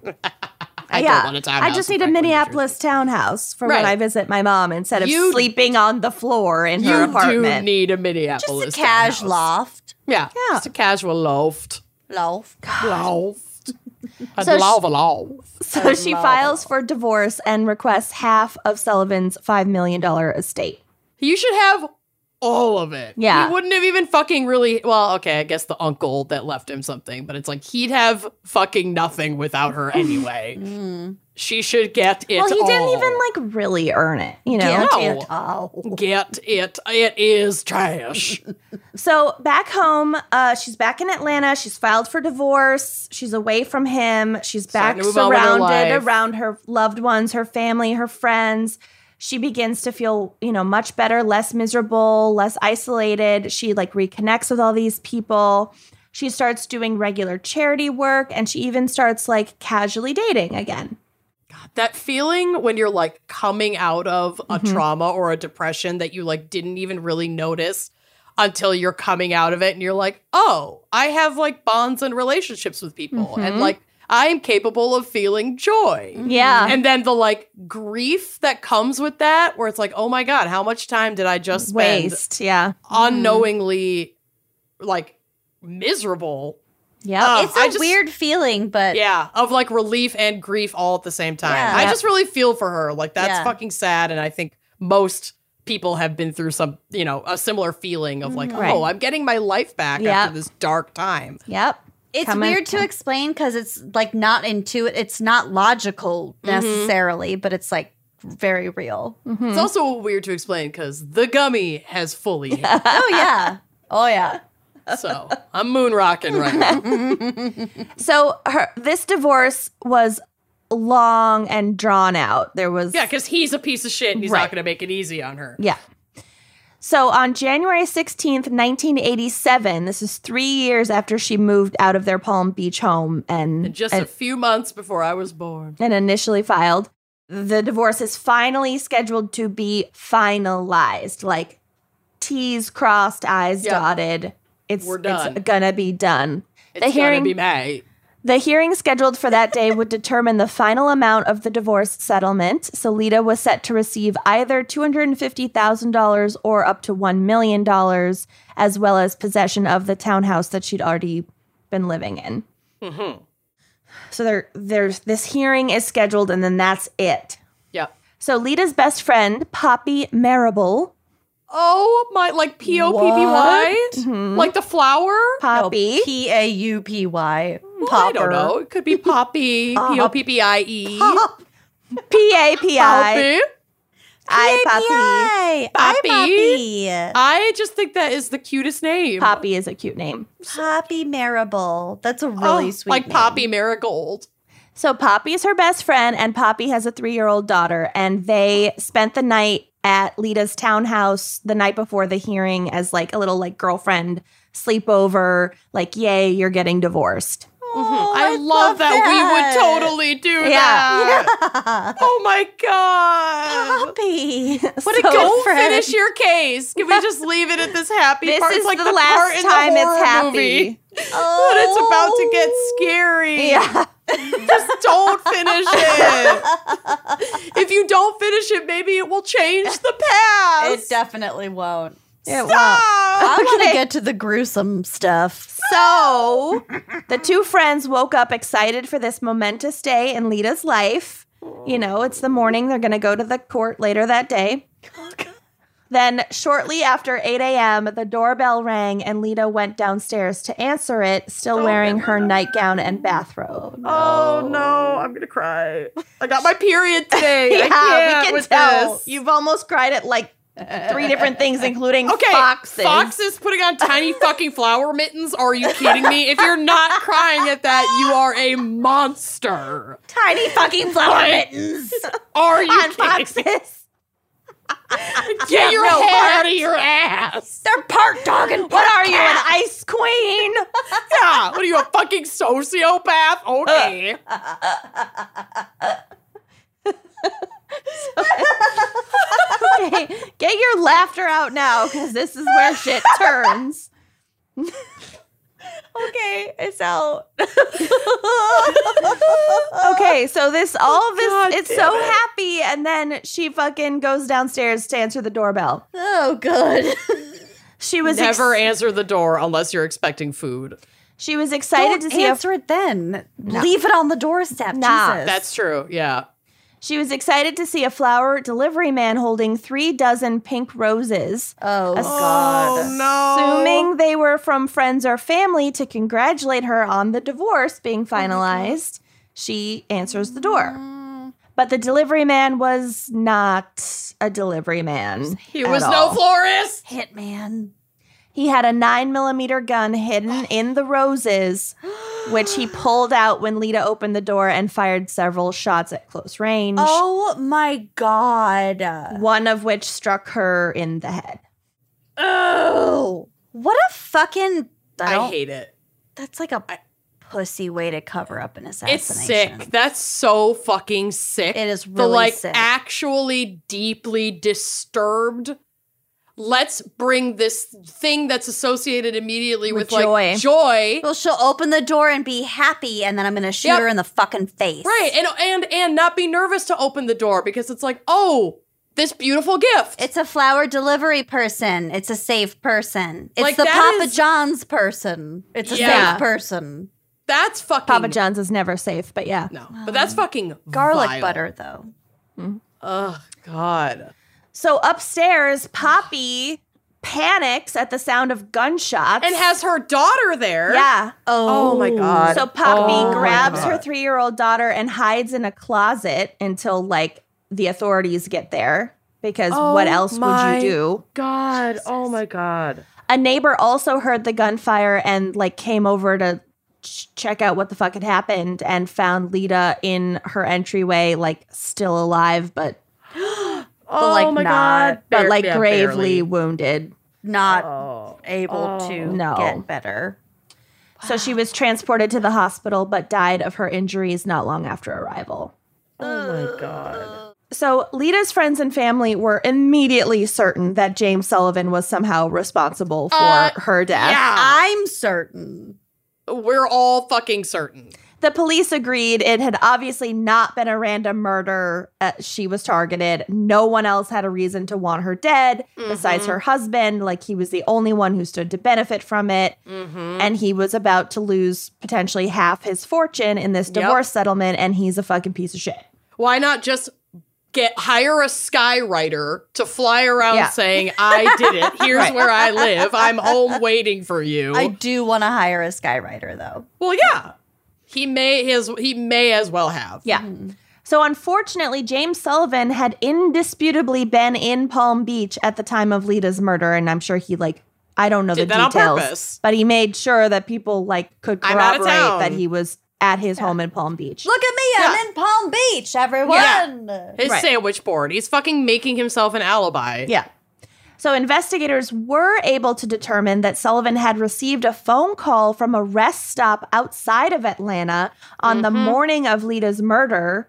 C: I
A: yeah.
C: don't want a townhouse.
A: I just
C: in
A: need a
C: Franklin, New
A: Minneapolis townhouse for when
C: Right.
A: I visit my mom instead of
C: You-
A: sleeping on the floor in
C: Jersey.
A: her
C: You do
A: apartment.
C: need a
B: just
C: Minneapolis.
B: a cash
C: townhouse.
B: loft,
C: Yeah,
A: Yeah.
C: Just a casual loft.
B: loft.
C: Loft. I'd
A: So sh-
C: love a loft.
A: so, she files for divorce and requests half of Sullivan's $5 million estate.
C: You should have all of it.
A: Yeah.
C: He wouldn't have even fucking really. Well, okay, I guess the uncle that left him something, but it's like he'd have fucking nothing without her anyway. She should get it.
A: Mm. Well, he didn't
C: all.
A: even like really earn it, you know.
B: Get
C: No.
B: it all.
C: Get it. It is trash.
A: So back home, uh, she's back in Atlanta. She's filed for divorce. She's away from him. She's
C: Starting
A: back
C: to move on with her
A: surrounded
C: life.
A: around her loved ones, her family, her friends. She begins to feel, you know, much better, less miserable, less isolated. She like reconnects with all these people. She starts doing regular charity work and she even starts like casually dating again.
C: that feeling when you're like coming out of a
A: Mm-hmm.
C: trauma or a depression that you like didn't even really notice until you're coming out of it and you're like, "Oh, I have like bonds and relationships with people and like I am capable of feeling joy."
A: Mm-hmm. Yeah.
C: And then the like grief that comes with that where it's like, "Oh my god, how much time did I just spend
A: Waste. Mm-hmm. Yeah.
C: unknowingly like miserable?"
A: Yeah.
C: Uh,
B: It's a
C: I just-
B: weird feeling, but
C: Yeah, of like relief and grief all at the same time.
B: Yeah.
C: I
A: Yeah.
C: just really feel for her. Like that's
B: Yeah.
C: fucking sad and I think most people have been through some, you know, a similar feeling of like,
A: Right.
C: oh, I'm getting my life back
A: Yeah.
C: after this dark time.
A: yep.
B: it's
A: Come on,
B: weird to
A: come.
C: Mm-hmm.
B: explain because it's like not intuitive. It's not logical necessarily, but it's like very real.
A: Mm-hmm.
C: It's also weird to explain because the gummy has fully hit.
B: oh yeah. Oh yeah.
C: So I'm moon rocking right now.
A: So her this divorce was long and drawn out. There was
C: Yeah, because he's a piece of shit and he's
A: Right.
C: not going to make it easy on her.
A: Yeah. So on January 16th, 1987, this is 3 years after she moved out of their Palm Beach home and
C: And just
A: and-
C: a few months before I was born.
A: and initially filed. The divorce is finally scheduled to be finalized, like T's crossed, I's
C: Yeah.
A: dotted. It's,
C: We're done.
A: it's gonna be done.
C: It's going to be mad.
A: the hearing scheduled for that day would determine the final amount of the divorce settlement. So Lita was set to receive either $250,000 or up to $1 million, as well as possession of the townhouse that she'd already been living in. So there, there's this hearing is scheduled, and then that's it.
C: Yeah.
A: So Lita's best friend, Poppy Marable,
C: Oh my, like P O P P Y?
B: What?
C: Like the flower?
A: Poppy,
B: P A U P Y.
C: Well, I don't know. It could be Poppy, P O P P I E.
A: P A P I,
C: Poppy.
A: I Poppy.
B: Poppy.
C: Poppy.
B: Poppy.
C: I just think that is the cutest name.
A: Poppy is a cute name.
B: Poppy Marable. That's a
C: Oh,
B: really sweet
C: Like
B: name.
C: Poppy Marigold.
A: So Poppy is her best friend, and Poppy has a three-year-old daughter, and they spent the night at Lita's townhouse the night before the hearing as like a little like girlfriend sleepover, like yay, you're getting divorced.
B: Oh,
C: I, love, that. We would totally do that.
B: Yeah.
C: Oh my god.
B: Poppy.
C: What a
B: good
C: Don't finish your case. Can we just leave it at this happy
A: This
C: part?
A: is
C: it's like
A: the,
C: the, part
A: last
C: in the
A: time
C: horror
A: it's happy.
C: Movie. But it's about to get
B: Oh.
C: scary.
A: Oh. Yeah.
C: Just don't finish it. if you don't finish it, maybe it will change the past. Ah.
B: It definitely won't.
A: It won't.
C: Stop.
B: I want to
A: Okay.
B: get to the gruesome stuff.
A: So the two friends woke up excited for this momentous day in Lita's life. You know, it's the morning. They're going to go to the court later that day. Then, shortly after 8 a.m., the doorbell rang and Lita went downstairs to answer it, still wearing her nightgown and bathrobe.
C: Oh no, I'm gonna cry. I got my period today. I can't with this.
A: You've almost cried at like three different things, including
C: Okay,
A: foxes.
C: foxes putting on tiny fucking flower mittens. Are you kidding me? If you're not crying at that, you are a monster.
A: Tiny fucking flower mittens
C: Are you
A: on
C: kidding me?
A: foxes.
C: Get your
A: no,
C: head out of your ass.
A: They're part dog
B: Oh,
A: and What are you, an ice queen?
C: Yeah. What are you, a fucking sociopath? Okay.
A: okay, get your laughter out now because this is where shit turns.
B: Okay, it's out.
A: Okay, so this all this
C: God
A: it's
C: damn
A: so
C: it.
A: happy, and then she fucking goes downstairs to answer the doorbell.
B: Oh, good.
A: She was ex-
C: Never answer the door unless you're expecting food.
A: she was excited to see a
B: answer it then. Leave it on the doorstep.
A: Nah.
B: Jesus.
C: That's true. Yeah.
A: she was excited to see a flower delivery man holding three dozen pink roses.
B: oh
A: A-
B: God.
C: Oh.
A: Assuming they were from friends or family to congratulate her on the divorce
C: Oh
A: being finalized, she answers the door.
C: Mm.
A: But the delivery man was not a delivery man.
C: He
A: at
C: was no
A: all.
C: florist.
B: Hitman.
A: He had a nine millimeter gun hidden in the roses, which he pulled out when Lita opened the door and fired several shots at close range.
B: Oh my God.
A: One of which struck her in the head.
B: Oh, what a fucking. I,
C: I
B: don't-
C: hate it.
B: That's like a
C: I-
B: pussy way to cover up an assassination.
C: It's sick. That's so fucking sick.
B: It is
C: the
B: really
C: like
B: sick.
C: actually deeply disturbed. Let's bring this thing that's associated immediately
A: With
C: with,
A: joy.
C: like joy.
B: Well, she'll open the door and be happy, and then I'm gonna shoot
C: Yep.
B: her in the fucking face.
C: Right. And and and not be nervous to open the door because it's like, "Oh, this beautiful gift."
B: It's a flower delivery person. It's a safe person. It's
C: Like,
B: the
C: that
B: Papa
C: is-
B: John's person. It's a
C: Yeah.
B: safe person.
C: that's fucking
A: Papa John's is never safe, but yeah.
C: No. But that's fucking
B: Garlic
C: vile.
B: butter, though.
C: Oh god.
A: So upstairs, Poppy panics at the sound of gunshots.
C: And has her daughter there.
A: yeah.
C: Oh my god.
A: So Poppy
C: Oh my
A: grabs her
C: God.
A: three year old daughter and hides in a closet until like the authorities get there because
C: Oh
A: what else would
C: my
A: you do?
C: God. Oh my God.
A: A neighbor also heard the gunfire and like came over to ch- check out what the fuck had happened and found Lita in her entryway like still alive but
C: Oh
B: like,
C: my
B: not-
C: God.
A: but
C: Bar-
A: like
C: yeah,
A: gravely
C: barely.
A: wounded.
B: Not
C: Oh.
B: able
C: Oh.
B: to
A: No.
B: get better.
A: So she was transported to the hospital but died of her injuries not long after arrival.
C: Oh my God.
A: So Lita's friends and family were immediately certain that James Sullivan was somehow responsible for
C: Uh,
A: her death.
C: Yeah.
B: I'm certain.
C: We're all fucking certain.
A: The police agreed it had obviously not been a random murder. Uh, she was targeted. No one else had a reason to want her dead besides her husband. Like he was the only one who stood to benefit from it. And he was about to lose potentially half his fortune in this
C: Yep.
A: divorce settlement. And he's a fucking piece of shit.
C: Why not just get hire a skywriter to fly around
A: Yeah.
C: saying, I did it. Here's
A: Right.
C: where I live. I'm home waiting for you.
B: I do want to hire a skywriter though.
C: well, yeah. He may his he may as well have.
A: Yeah. So unfortunately, James Sullivan had indisputably been in Palm Beach at the time of Lita's murder, and I'm sure he like I don't know
C: Did
A: the
C: that on
A: details,
C: purpose.
A: but he made sure that people like could
C: I'm out
A: corroborate
C: of town.
A: that he was at his home in Palm Beach.
B: Look at me, I'm
C: Yeah.
B: in Palm Beach, everyone.
C: His
A: Right.
C: sandwich board. He's fucking making himself an alibi.
A: Yeah. So investigators were able to determine that Sullivan had received a phone call from a rest stop outside of Atlanta on the
C: Mm-hmm.
A: morning of Lita's murder,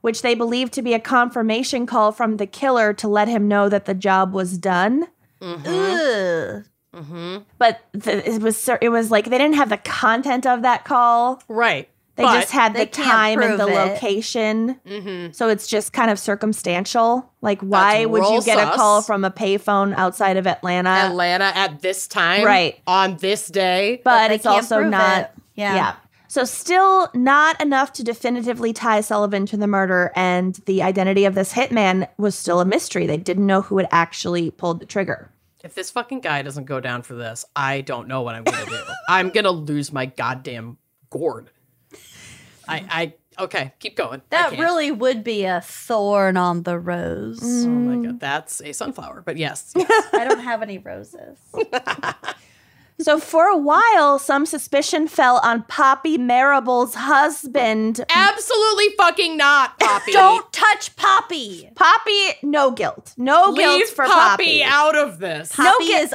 A: which they believed to be a confirmation call from the killer to let him know that the job was done.
C: Mm-hmm.
B: Ugh.
A: But th- it was cer- it was like they didn't have the content of that call.
C: Right.
A: They
C: But-
A: just had
B: they
A: the
B: can't
A: time and the
B: prove it. Mm-hmm.
A: location.
C: Mhm.
A: So it's just kind of circumstantial. Like, why would you
C: real
A: get a call
C: sus.
A: from a payphone outside of Atlanta?
C: Atlanta at this time.
A: Right.
C: On this day.
A: but,
B: they
A: it's
B: can't
A: also
B: prove
A: not.
B: it. Yeah.
A: So still not enough to definitively tie Sullivan to the murder, and the identity of this hitman was still a mystery. They didn't know who had actually pulled the trigger.
C: If this fucking guy doesn't go down for this, I don't know what I'm gonna do. I'm gonna lose my goddamn gourd. I, I okay, keep going. I
B: That
C: can't.
B: really would be a thorn on the rose.
C: Oh my god, that's a sunflower. But yes,
B: I don't have any roses.
A: So for a while, some suspicion fell on Poppy Marrable's husband.
C: absolutely fucking not, Poppy.
B: don't touch Poppy.
A: Poppy, no guilt, no
C: leave
A: guilt for
C: Poppy, out of this.
A: No
B: Poppy
A: get-
B: is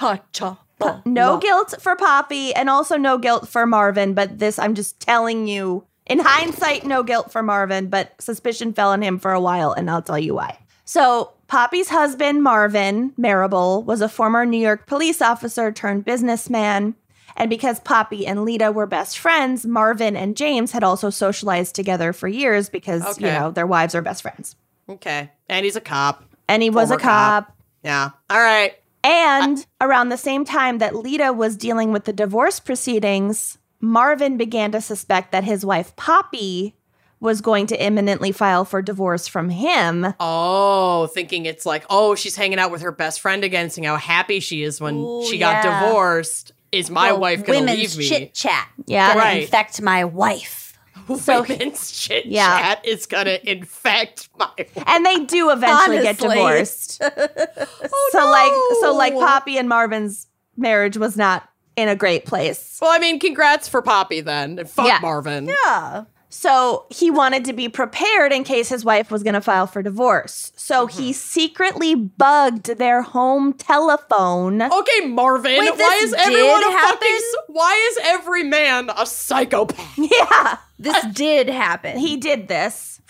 B: untouchable.
A: No guilt for Poppy, and also no guilt for Marvin. But this, I'm just telling you, in hindsight, no guilt for Marvin, but suspicion fell on him for a while, and I'll tell you why. So, Poppy's husband, Marvin Marable, was a former New York police officer turned businessman. And because Poppy and Lita were best friends, Marvin and James had also socialized together for years because, you
C: Okay.
A: know, their wives are best friends.
C: Okay, and he's a cop.
A: And he was
C: Former
A: a cop.
C: cop. Yeah. All right.
A: And around the same time that Lita was dealing with the divorce proceedings, Marvin began to suspect that his wife Poppy was going to imminently file for divorce from him.
C: Oh, thinking it's like, oh, she's hanging out with her best friend again, seeing how happy she is when
B: Ooh,
C: she
B: yeah.
C: got divorced. Is my
B: The
C: wife gonna
B: women's
C: leave me?
B: chit chat.
A: Yeah.
B: gonna
C: Right.
B: infect my wife.
C: women's chit
A: Yeah.
C: chat is gonna infect my.
A: And they do eventually get
B: Honestly.
A: divorced. so like so like Poppy and Marvin's marriage was not in a great place.
C: Well, I mean, congrats for Poppy then. And fuck
A: Yeah.
C: Marvin.
B: Yeah.
A: So he wanted to be prepared in case his wife was going to file for divorce. So he secretly bugged their home telephone.
C: Okay, Marvin.
B: Wait,
C: why
B: this
C: is everyone
B: did
C: a
B: happen?
C: fucking? s- Why is every man a psychopath?
A: Yeah.
B: This did happen.
A: he did this.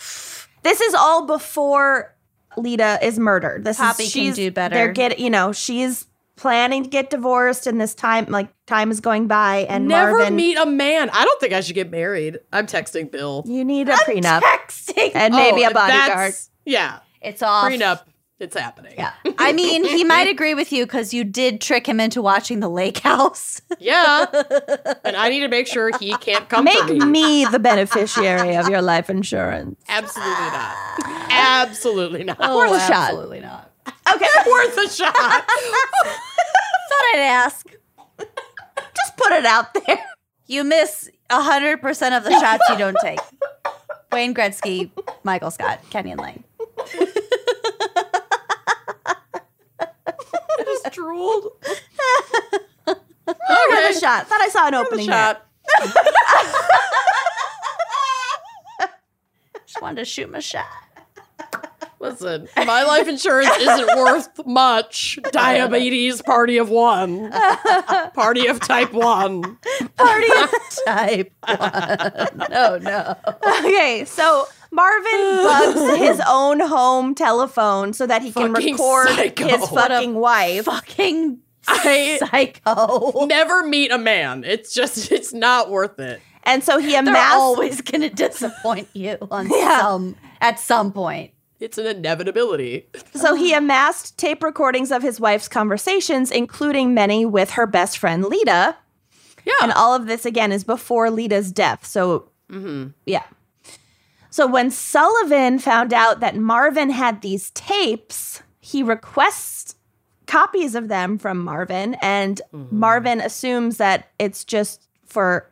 A: This is all before Lita is murdered. This
B: Poppy can
A: is she's,
B: do better.
A: They're getting, you know, she's planning to get divorced, and this time, like, time is going by, and
C: Never
A: Marvin,
C: meet a man. I don't think I should get married. I'm texting Bill.
A: you need a prenup
B: texting.
A: and maybe
C: Oh,
A: a bodyguard.
C: that's- Yeah,
B: It's off.
C: prenup. It's happening.
B: Yeah. I mean, he might agree with you because you did trick him into watching the lake house.
C: Yeah. and I need to make sure he can't come for
A: Make me the beneficiary of your life insurance.
C: Absolutely not. Absolutely not.
A: Oh,
B: Worth a shot.
A: absolutely
B: not.
A: Okay,
C: Worth a shot.
B: Thought I'd ask.
A: just put it out there.
B: You miss 100% of the shots you don't take. Wayne Gretzky, Michael Scott, Kenyon Lane.
C: Dutch ruled.
A: Another
C: okay.
A: shot. Thought I saw an
C: Another
A: opening. there.
C: shot.
B: Just wanted to shoot my shot.
C: Listen, my life insurance isn't worth much. Diabetes party of one. Party of type one.
A: Party.
B: Type No, no.
A: okay, so Marvin bugs his own home telephone so that he can
C: Fucking
A: record
C: psycho.
A: his
C: What
A: fucking wife.
B: Fucking
C: I
B: psycho.
C: never meet a man. It's just, it's not worth it.
A: And so he
B: They're
A: amassed.
B: always gonna disappoint you on
A: Yeah.
B: some at some point.
C: It's an inevitability.
A: so he amassed tape recordings of his wife's conversations, including many with her best friend Lita.
C: Yeah.
A: And all of this again is before Lita's death. So yeah. So when Sullivan found out that Marvin had these tapes, he requests copies of them from Marvin, and Marvin assumes that it's just for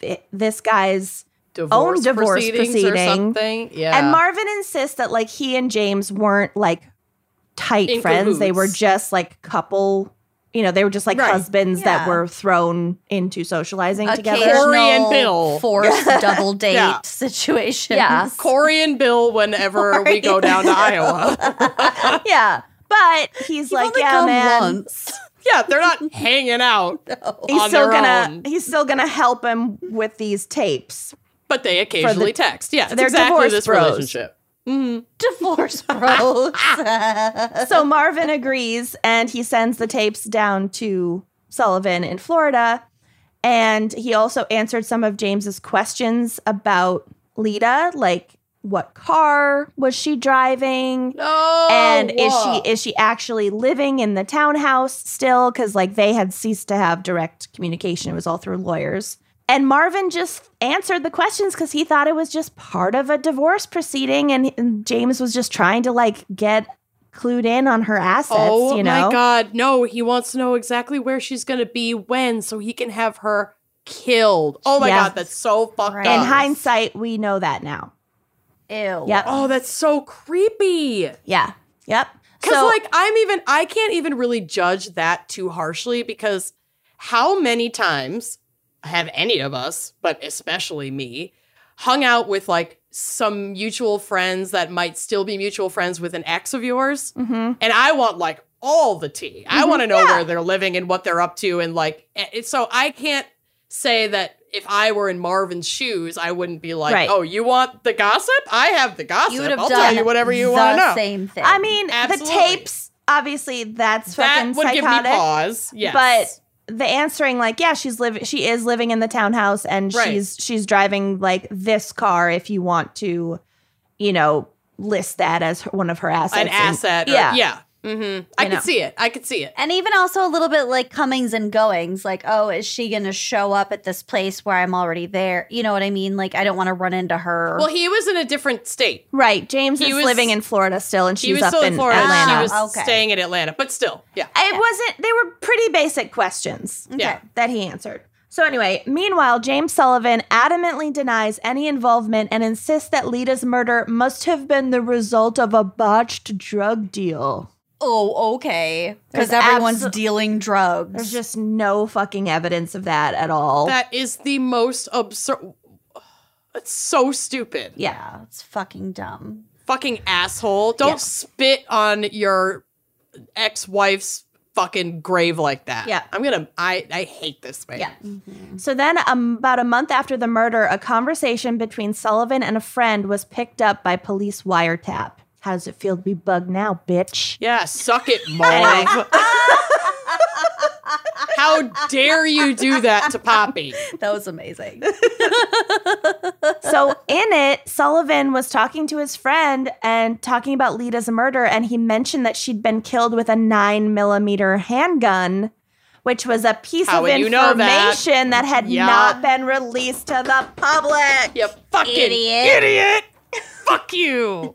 A: th- this guy's.
C: divorce,
A: Own Oh, divorce
C: proceedings or
A: proceeding.
C: something. Yeah.
A: And Marvin insists that like he and James weren't like tight
C: In
A: friends; they were
C: cahoots.
A: just like couple. You know, they were just like
C: Right.
A: husbands that
B: Yeah.
A: were thrown into socializing together.
B: Occasional
C: Corey and Bill.
B: forced double date
C: Yeah.
B: situations.
A: Yeah.
C: Corey and Bill whenever we go down to Iowa.
A: yeah, but he's
B: You've
A: like,
B: only
A: yeah,
B: come
A: man.
B: once.
C: yeah, they're not hanging out,
A: He's
C: on
A: still
C: their
A: gonna
C: own.
A: he's still gonna help him with these tapes.
C: but they occasionally text. Yeah, it's
A: they're
C: exactly
A: divorce
C: this
A: bros.
C: relationship.
B: Divorce bros.
A: So Marvin agrees and he sends the tapes down to Sullivan in Florida. And he also answered some of James's questions about Lita, like what car was she driving?
C: No.
A: and
C: Oh, whoa.
A: is she is she actually living in the townhouse still because like they had ceased to have direct communication it was all through lawyers and marvin just answered the questions because he thought it was just part of a divorce proceeding and, and james was just trying to like get clued in on her assets
C: Oh
A: you know
C: my god, no, he wants to know exactly where she's gonna be when so he can have her killed. Oh my
A: Yeah.
C: god, that's so fucked
B: Right.
A: in
C: up.
B: And hi-
A: hindsight we know that now
B: Ew.
A: yep
C: oh, that's so creepy.
A: yeah yep
C: Because
A: so
C: like I'm even I can't even really judge that too harshly because how many times have any of us, but especially me, hung out with like some mutual friends that might still be mutual friends with an ex of yours?
A: mhm.
C: And I want like all the tea. I want to know
A: yeah.
C: where they're living and what they're up to and like eh, eh, so I can't say that if I were in Marvin's shoes, I wouldn't be like,
A: Right.
C: "Oh, you want the gossip? I have the gossip.
B: You would have
C: I'll
B: done
C: tell you whatever you
B: the
C: want to know."
B: Same thing.
A: i mean
C: Absolutely.
A: the tapes obviously that's fucking
C: that would
A: psychotic
C: give me pause. Yes.
A: but the answering like yeah she's living she is living in the townhouse and
C: Right.
A: she's she's driving like this car if you want to you know list that as her- one of her assets
C: an
A: And-
C: asset. Or,
A: yeah
C: yeah. Yeah. Mm-hmm. I
A: You
C: could
A: know.
C: see it. I could see it.
B: and even also a little bit like comings and goings, like, oh, is she going to show up at this place where I'm already there? You know what I mean? Like, I don't want to run into her.
C: Well, he was in a different state.
A: right james
C: He
A: is
C: was-
A: living in florida still and she's
C: he was
A: up
C: still
A: in
C: in Florida.
A: atlanta
C: She
B: Ah,
C: was
B: okay.
C: staying in Atlanta, but still, yeah.
A: it wasn't they were pretty basic questions
C: Yeah.
A: that he answered. So, anyway, meanwhile, James Sullivan adamantly denies any involvement and insists that Lita's murder must have been the result of a botched drug deal.
B: oh, okay. Because
A: There's
B: everyone's
A: abso-
B: dealing
A: There's
B: drugs.
A: just no fucking evidence of that at all.
C: That is the most absurd. It's so stupid.
A: yeah.
B: yeah, it's fucking dumb.
C: Fucking asshole. Don't
A: Yeah.
C: spit on your ex wife's fucking grave like that.
A: Yeah.
C: I'm going to, I I hate this man.
A: Yeah. So then, um, about a month after the murder, a conversation between Sullivan and a friend was picked up by police wiretap. How does it feel to be bugged now, bitch?
C: Yeah, suck it, Marv. How dare you do that to Poppy?
B: That was amazing.
A: so in it, Sullivan was talking to his friend and talking about Lita's murder, and he mentioned that she'd been killed with a nine millimeter handgun, which was a piece
C: How
A: of
C: would you know
A: information
C: that?
A: that? had
C: Yeah.
A: not been released to the public.
C: You fucking
B: Idiot.
C: idiot. Fuck you.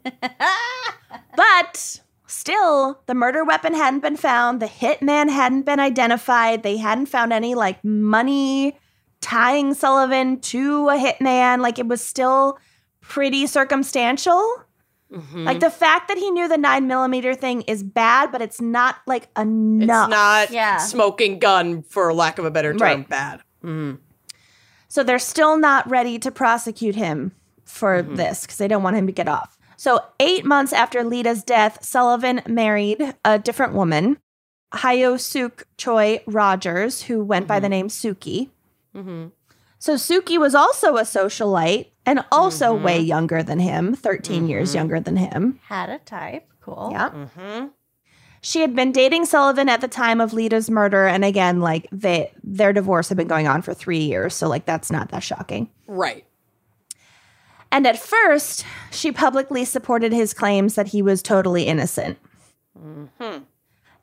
A: But still, the murder weapon hadn't been found. The hitman hadn't been identified. They hadn't found any like money tying Sullivan to a hitman. Like it was still pretty circumstantial.
C: Mm-hmm.
A: Like the fact that he knew the nine millimeter thing is bad, but it's not like
C: It's
A: enough.
C: not
B: Yeah.
C: smoking gun, for lack of a better term,
A: Right.
C: bad. Mm-hmm.
A: So they're still not ready to prosecute him for this because they don't want him to get off. So, eight months after Lita's death, Sullivan married a different woman, Hyo Suk Choi Rogers, who went by the name Suki.
C: Mm-hmm.
A: So, Suki was also a socialite and also way younger than him, 13 years younger than him.
B: Had a type. Cool.
A: Yeah. She had been dating Sullivan at the time of Lita's murder. And again, like they, their divorce had been going on for three years. So, like, that's not that shocking.
C: Right.
A: And at first, she publicly supported his claims that he was totally innocent.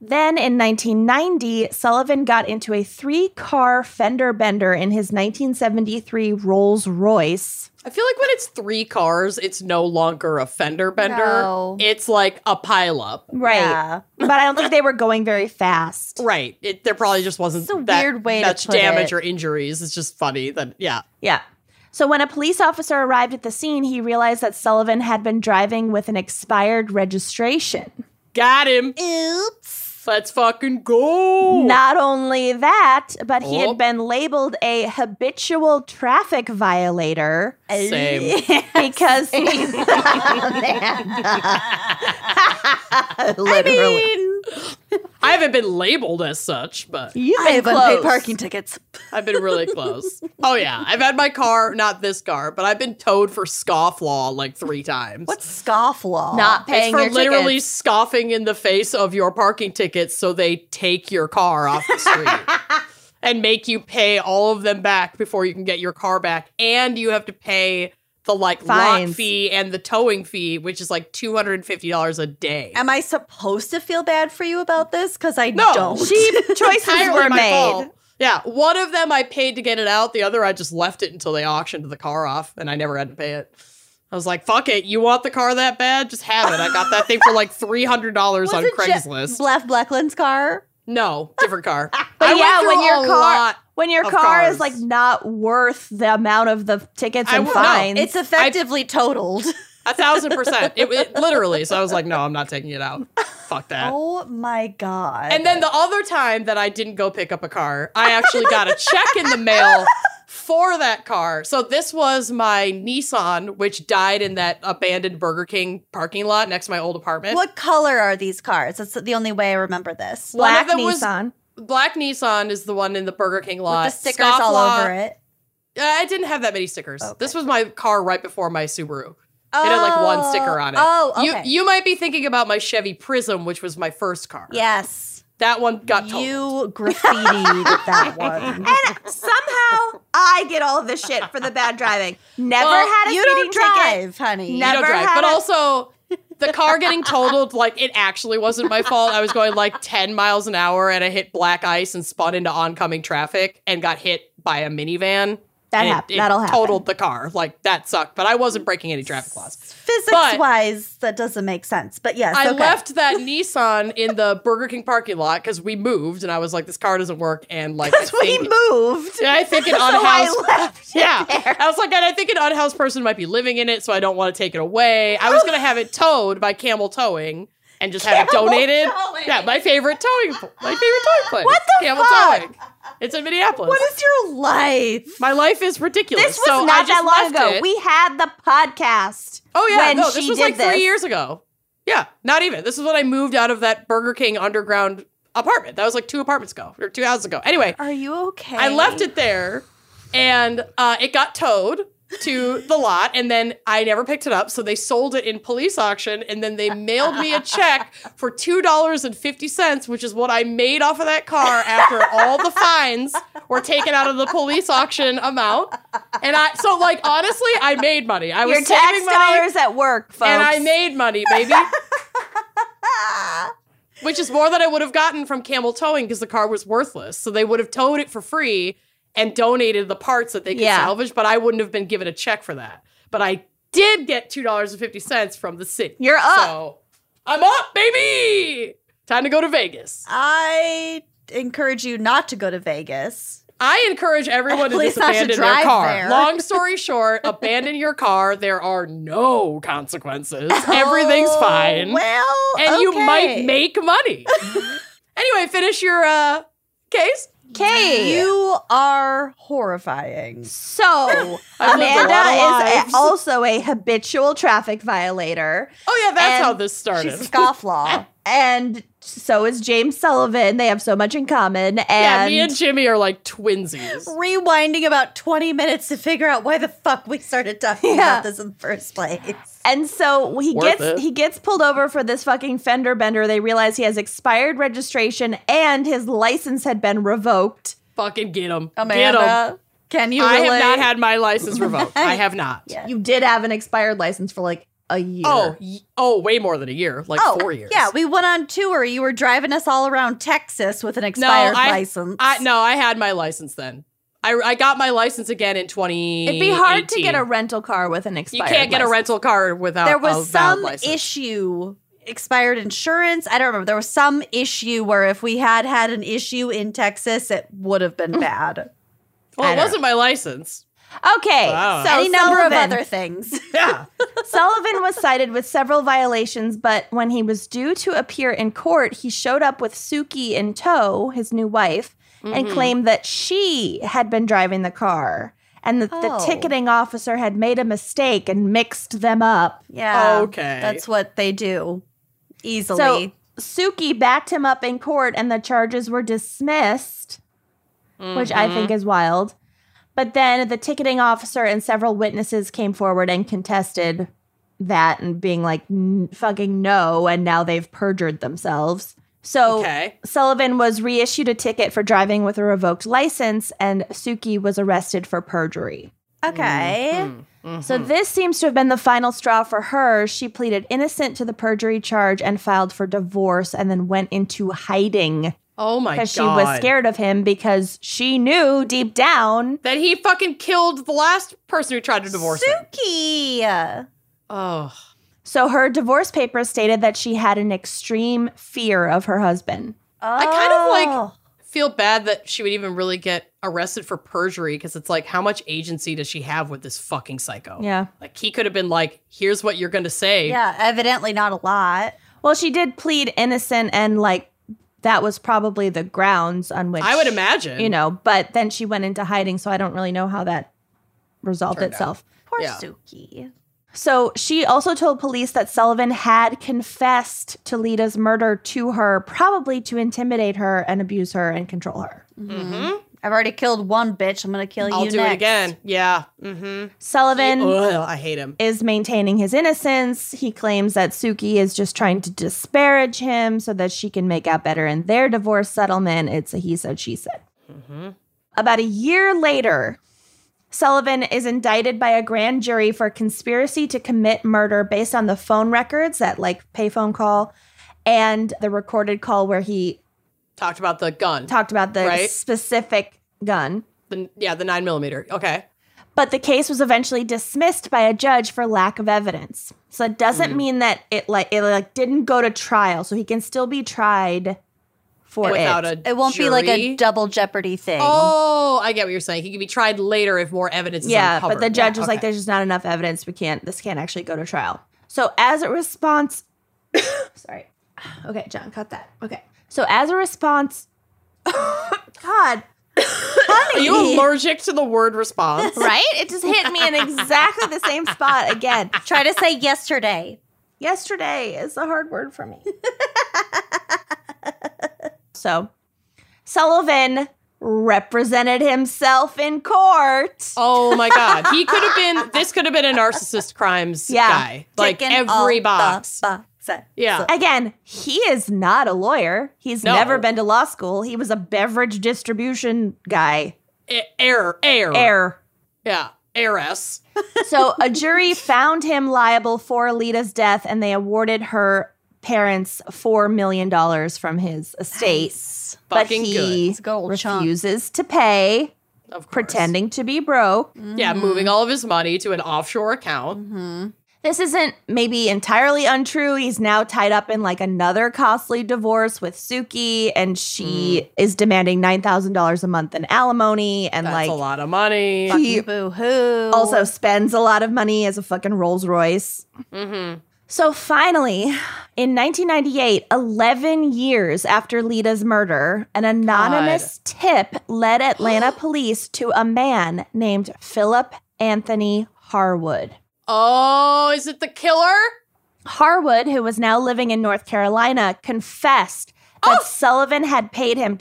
A: Then in 1990, Sullivan got into a three car fender bender in his 1973 Rolls Royce.
C: I feel like when it's three cars, it's no longer a fender bender.
B: No.
C: It's like a pileup.
A: Right.
B: Yeah.
A: But I don't think they were going very fast.
C: Right. It, there probably just wasn't
B: It's a
C: that
B: weird way to
C: much
B: put
C: damage
B: it.
C: or injuries. It's just funny that yeah.
A: Yeah. So when a police officer arrived at the scene, he realized that Sullivan had been driving with an expired registration.
C: Got him.
B: Oops.
C: Let's fucking go.
A: Not only that, but he
C: Oh.
A: had been labeled a habitual traffic violator
C: Same.
A: because literally
C: I haven't been labeled as such, but
A: you've
B: I
A: been
B: have
A: close.
B: unpaid parking tickets.
C: I've been really close. Oh yeah, I've had my car, not this car, but I've been towed for scofflaw like three times.
B: What's scofflaw?
A: not
C: It's
A: paying
C: for
A: your
C: literally
A: tickets.
C: scoffing in the face of your parking tickets so they take your car off the street and make you pay all of them back before you can get your car back and you have to pay the like
A: Fines.
C: lock fee and the towing fee which is like $250 a day.
B: Am I supposed to feel bad for you about this? Because I
C: No.
B: don't.
A: Cheap choices
C: Entirely
A: were
C: my
A: made.
C: fault. Yeah, one of them I paid to get it out, the other I just left it until they auctioned the car off and I never had to pay it. I was like, "Fuck it, you want the car that bad? Just have it." I got that thing for like $300 on
B: Was it Je-
C: Craigslist.
B: Left Blackland's car.
C: No, different car.
A: But
C: I
A: yeah,
C: went
A: when
C: through
A: your
C: a
A: car
C: lot-
A: when your
C: of
A: car
C: cars.
A: is like not worth the amount of the tickets
C: I
A: and
C: w- no,
A: fines.
B: It's effectively totaled.
C: a thousand percent, it, it literally. So I was like, no, I'm not taking it out. Fuck that.
B: Oh my god.
C: and then the other time that I didn't go pick up a car, I actually got a check in the mail for that car. So this was my Nissan, which died in that abandoned Burger King parking lot next to my old apartment.
B: what color are these cars? That's the only way I remember this.
C: one of
A: black
C: them was-
A: Nissan.
C: Black Nissan is the one in the Burger King lot.
B: With the stickers all
C: Scofflaw-
B: over it.
C: Uh, I didn't have that many stickers.
B: Okay.
C: This was my car right before my Subaru. It had like one sticker on it.
B: Oh, okay.
C: You you might be thinking about my Chevy Prism, which was my first car.
B: yes.
C: That one got totaled.
B: You graffitied that one.
A: And somehow I get all this shit for the bad driving. Never
C: Well,
A: had a
B: You
A: speeding
B: don't
A: ticket.
B: drive, honey.
A: No.
C: you don't
A: never
C: drive.
A: had
C: But
A: a-
C: also the car getting totaled, like it actually wasn't my fault. I was going like 10 miles an hour and I hit black ice and spun into oncoming traffic and got hit by a minivan.
A: That
C: And
A: hap- that'll happen.
C: Totaled the car. Like that sucked. But I wasn't breaking any traffic laws.
B: Physics
C: But-
B: wise, that doesn't make sense. But yes,
C: I
B: okay.
C: left that Nissan in the Burger King parking lot because we moved and I was like, this car doesn't work. And like, I
A: We
C: think-
A: moved.
C: Yeah, I think an
A: So I
C: unhoused.
A: left.
C: Yeah, I was like, and I think an unhoused person might be living in it, so I don't want to take it away. I was gonna have it towed by Camel Towing and just have it donated.
B: Towing.
C: Yeah, my favorite towing, my favorite towing place. What
A: the
C: Camel
A: fuck?
C: Towing? It's in Minneapolis.
B: What is your life?
C: my life is ridiculous.
A: This was
C: so I
A: not
C: just
A: that long
C: left
A: ago.
C: it.
A: We had the podcast.
C: oh yeah,
A: when
C: no, this
A: she
C: was
A: did
C: like
A: this.
C: three years ago. Yeah, not even. This is when I moved out of that Burger King underground apartment. That was like two apartments ago or two houses ago. Anyway,
B: Are you okay?
C: I left it there, and uh, it got towed to the lot, and then I never picked it up. So they sold it in police auction, and then they mailed me a check for two dollars and fifty cents, which is what I made off of that car after all the fines were taken out of the police auction amount. And I, so like honestly, I made money. I was
A: Your tax
C: saving money,
A: dollars at work, folks.
C: and I made money, baby. Which is more than I would have gotten from Camel Towing because the car was worthless. So they would have towed it for free and donated the parts that they could
A: Yeah.
C: salvage, but I wouldn't have been given a check for that. But I did get $2.50 from the city.
A: You're up.
C: So I'm up, baby. Time to go to Vegas.
B: I encourage you not to go to Vegas.
C: I encourage everyone to
B: Please
C: just
B: not to
C: abandon their
B: drive
C: car.
B: there.
C: Long story short, abandon your car. There are no consequences. Everything's fine.
B: Well,
C: and you might
B: okay.
C: make money. anyway, finish your uh, case.
A: Okay.
B: You are horrifying.
A: So
C: I've lived a lot of
A: Amanda is
C: lives.
A: a- also a habitual traffic violator,
C: Oh yeah, that's
A: And
C: how this started.
B: She's scofflaw.
A: and so is James Sullivan. They have so much in common. And
C: yeah, me and Jimmy are like twinsies.
B: Rewinding about 20 minutes to figure out why the fuck we started talking
A: Yeah.
B: about this in the first place.
A: And so he
C: Worth
A: gets
C: it.
A: he gets pulled over for this fucking fender bender. They realize he has expired registration and his license had been revoked.
C: Fucking get them.
B: can you
C: I have
B: relate?
C: not had my license revoked. I have not.
A: You did have an expired license for like a year.
C: Oh, y- oh, way more than a year, like
B: Oh,
C: four years.
B: yeah, we went on tour. You were driving us all around Texas with an
C: no,
B: expired
C: I,
B: license.
C: I no, I had my license then. I, I got my license again in twenty.
A: it'd be hard to get a rental car with an
C: You
A: expired.
C: can't get a
A: license.
C: rental car without
B: there
C: a valid
B: was some
C: license.
B: issue expired insurance i don't remember there was some issue where if we had had an issue in texas it would have been bad
C: Well,
A: I
C: it
A: don't-
C: wasn't my license.
A: Okay,
C: Wow.
A: so
B: any number
A: Sullivan,
B: of other things
C: Yeah.
A: Sullivan was cited with several violations, but when he was due to appear in court, he showed up with Suki in tow, his new wife, and claimed that she had been driving the car and that the
B: Oh.
A: ticketing officer had made a mistake and mixed them up.
B: yeah
C: Okay.
B: that's what they do easily
A: So Suki backed him up in court and the charges were dismissed, which I think is wild. But then the ticketing officer and several witnesses came forward and contested that and being like, "N- fucking no. And now they've perjured themselves. So
C: Okay.
A: Sullivan was reissued a ticket for driving with a revoked license, and Suki was arrested for perjury.
B: Mm-hmm. okay
A: So
C: Mm-hmm.
A: this seems to have been the final straw for her. She pleaded innocent to the perjury charge and filed for divorce and then went into hiding
C: Oh my god.
A: because she was scared of him because she knew deep down
C: that he fucking killed the last person who tried to divorce him.
B: suki
C: Oh.
A: so her divorce papers stated that she had an extreme fear of her husband.
C: I kind
B: Oh.
C: of like feel bad that she would even really get arrested for perjury because it's like how much agency does she have with this fucking psycho?
A: Yeah.
C: Like he could have been like, here's what you're gonna say.
B: yeah evidently not a lot
A: Well, she did plead innocent and like that was probably the grounds on which
C: I would imagine.
A: you know, but then she went into hiding so I don't really know how that resolved
C: Turned out.
A: itself.
B: poor
C: Yeah.
B: suki
A: So she also told police that Sullivan had confessed to Lita's murder to her, probably to intimidate her and abuse her and control her.
B: i've already killed one bitch i'm gonna kill
C: I'll
B: you
C: do
B: next.
C: it again. Yeah. Mm-hmm.
A: Sullivan
C: Ugh, I hate him.
A: is maintaining his innocence. He claims that Suki is just trying to disparage him so that she can make out better in their divorce settlement. It's a he said, she said. About a year later, Sullivan is indicted by a grand jury for conspiracy to commit murder based on the phone records, that like payphone call, and the recorded call where he
C: Talked about the gun.
A: talked about the
C: Right.
A: specific gun.
C: The- yeah, the nine millimeter. Okay.
A: But the case was eventually dismissed by a judge for lack of evidence. So it doesn't
C: Hmm.
A: mean that it like it like didn't go to trial. So he can still be tried for
C: Without
A: it.
C: a
B: it won't be like a
C: jury.
B: double jeopardy thing
C: Oh, I get what you're saying. He can be tried later if more evidence is
A: yeah,
C: uncovered.
A: but the judge
C: Yeah,
A: was like,
C: okay.
A: "There's just not enough evidence. We can't. This can't actually go to trial." So as a response, sorry. Okay, John, cut that. Okay. So as a response, God,
C: Are you allergic to the word response?
A: right? It just hit me in exactly the same spot again.
B: try to say yesterday
A: Yesterday is a hard word for me. so, Sullivan represented himself in court.
C: Oh my god, he could have been. This could have been a narcissist crimes
A: Yeah.
C: guy, like
B: Ticking all
C: every
B: the
C: box.
B: boxes.
C: yeah,
A: Again, he is not a lawyer. He's
C: No.
A: never been to law school. He was a beverage distribution guy.
C: E- error, error,
A: Air.
C: Yeah, heiress.
A: So a jury found him liable for Alita's death and they awarded her parents $4 million from his estate. But
C: Fucking
A: he
B: It's a gold chunk.
A: refuses to pay.
C: good. Of course. Mm.
A: pretending to be broke. Mm-hmm.
C: Yeah, moving all of his money to an offshore account.
A: This isn't maybe entirely untrue. He's now tied up in like another costly divorce with Suki, and she
C: Mm.
A: is demanding nine thousand dollars a month in alimony, and
C: That's
A: like
C: a lot of money.
A: he
B: Boo hoo.
A: also spends a lot of money as a fucking Rolls Royce.
C: Mm-hmm.
A: So finally, in 1998, 11 years after Lita's murder, an anonymous tip led Atlanta police to a man named Philip Anthony Harwood.
C: Oh, is it the killer?
A: Harwood, who was now living in North Carolina, confessed that
C: Oh!
A: Sullivan had paid him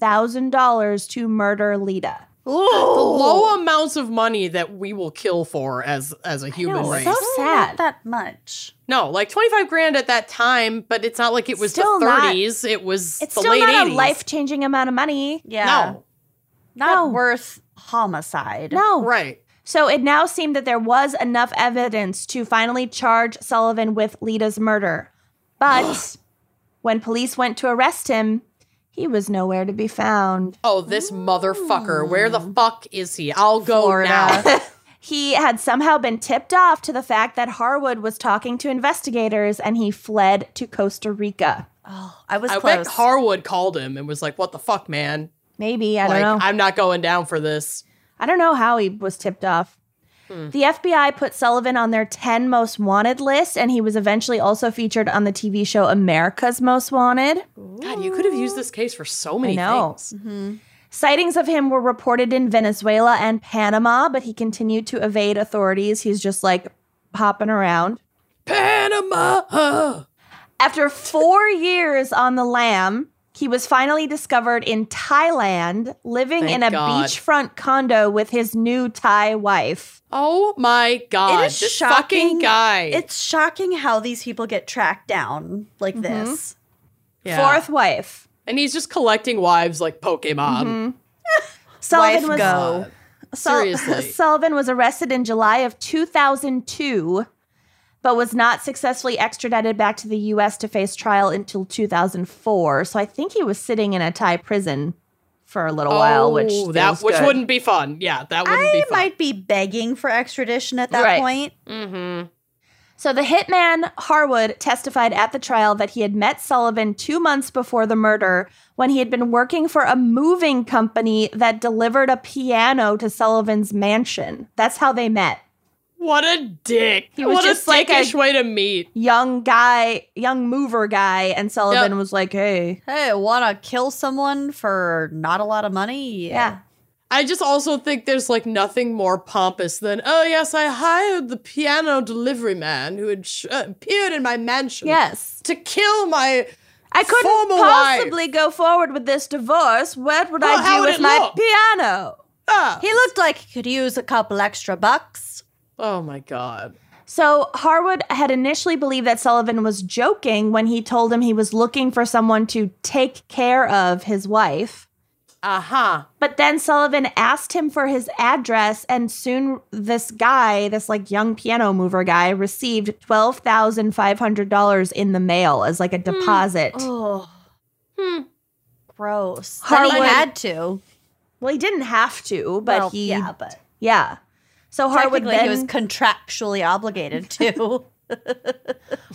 A: $25,000 to murder Lita.
C: Low amounts of money that we will kill for as as a human race.
A: so
B: Still
A: sad.
B: Not that much.
C: no, like twenty five grand at that time, but it's not like it was
A: Still
C: the
A: not-
C: thirties. It was
A: It's
C: the
A: still
C: late
A: not
C: 80s.
A: a life changing amount of money.
B: Yeah.
C: No,
B: Not
A: No.
B: worth homicide.
A: No.
C: right.
A: So it now seemed that there was enough evidence to finally charge Sullivan with Lita's murder. But when police went to arrest him, he was nowhere to be found.
C: Oh, this motherfucker. Where the
A: Mm.
C: fuck is he? I'll go
B: Florida.
C: now.
A: He had somehow been tipped off to the fact that Harwood was talking to investigators and he fled to Costa Rica.
B: Oh, I was
C: I bet
B: close.
C: Harwood called him and was like, "What the fuck, man?
A: Maybe, I don't
C: like,
A: know.
C: I'm not going down for this."
A: I don't know how he was tipped off.
C: Hmm.
A: The FBI put Sullivan on their 10 most wanted list, and he was eventually also featured on the TV show America's Most Wanted.
C: God, you could have used this case for so many
A: know. Mm-hmm.
C: things.
A: Sightings of him were reported in Venezuela and Panama, but he continued to evade authorities. He's just like hopping around.
C: Panama.
A: After four years on the lam, he was finally discovered in Thailand, living
C: Thank
A: in a
C: God.
A: beachfront condo with his new Thai wife.
C: Oh my god!
B: It is
C: this
B: shocking.
C: fucking guy.
B: It's shocking how these people get tracked down like this.
C: Yeah.
A: Fourth wife.
C: and he's just collecting wives like Pokemon.
A: Mm-hmm. Sullivan
B: Wife
A: was
B: go.
A: Sul-
C: Seriously.
A: Sullivan was arrested in July of 2002, but was not successfully extradited back to the U.S. to face trial until 2004. So I think he was sitting in a Thai prison for a little while, which
C: Oh, that
A: feels
C: which
A: good.
C: wouldn't be fun. Yeah, that wouldn't be
B: I
C: fun.
B: might be begging for extradition at that
A: Right.
B: point.
A: So the hitman Harwood testified at the trial that he had met Sullivan two months before the murder when he had been working for a moving company that delivered a piano to Sullivan's mansion. That's how they met.
C: What a dick!
A: He was
C: what
A: just
C: a
A: like a-
C: dickish way to meet.
A: young guy, young mover guy, and Sullivan
C: Yep.
A: was like, "Hey,
B: Hey, wanna kill someone for not a lot of money?
A: yeah,
C: I just also think there's like nothing more pompous than, oh yes, I hired the piano delivery man who had sh- uh, appeared in my mansion
A: yes,
C: to kill my.
A: I couldn't
C: Formal wife.
A: possibly go forward with this divorce. What would
C: Well,
A: I
C: how
A: do
C: would
A: with
C: it
A: my
C: look?
A: piano?"
C: Ah.
B: He looked like he could use a couple extra bucks.
C: oh my god!
A: So Harwood had initially believed that Sullivan was joking when he told him he was looking for someone to take care of his wife.
C: Aha!
A: But then Sullivan asked him for his address, and soon this guy, this like young piano mover guy, received twelve thousand five hundred dollars in the mail as like a deposit.
B: Oh.
C: Hmm.
B: Gross. Then
A: Harwood-
B: he had to.
A: Well, he didn't have to, but
B: Well,
A: he
B: yeah, but
A: yeah. So Harwood
B: technically
A: then
B: he was contractually obligated to.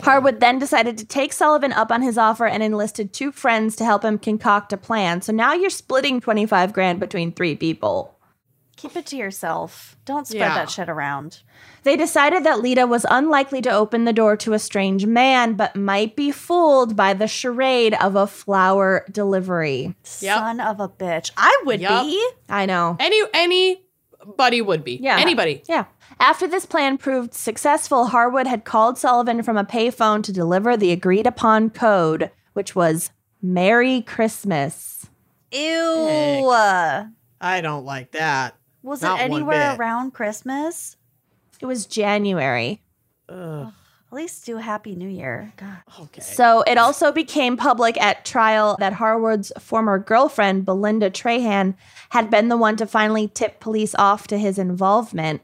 A: Harwood then decided to take Sullivan up on his offer and enlisted two friends to help him concoct a plan. So now you're splitting twenty five grand between three people.
B: Keep it to yourself. Don't spread
C: Yeah.
B: that shit around.
A: They decided that Lita was unlikely to open the door to a strange man, but might be fooled by the charade of a flower delivery.
C: Yep.
B: Son of a bitch. I would
C: Yep.
B: be.
A: I know.
C: Any anybody would be.
A: Yeah.
C: Anybody.
A: Yeah. After this plan proved successful, Harwood had called Sullivan from a payphone to deliver the agreed upon code, which was Merry Christmas.
B: Ew. Uh,
C: I don't like that.
B: Was
C: Not
B: it
C: one
B: anywhere
C: bit.
B: around Christmas?
A: It was January.
C: Ugh.
B: At least do Happy New Year. God.
C: Okay.
A: So it also became public at trial that Harwood's former girlfriend, Belinda Trahan, had been the one to finally tip police off to his involvement.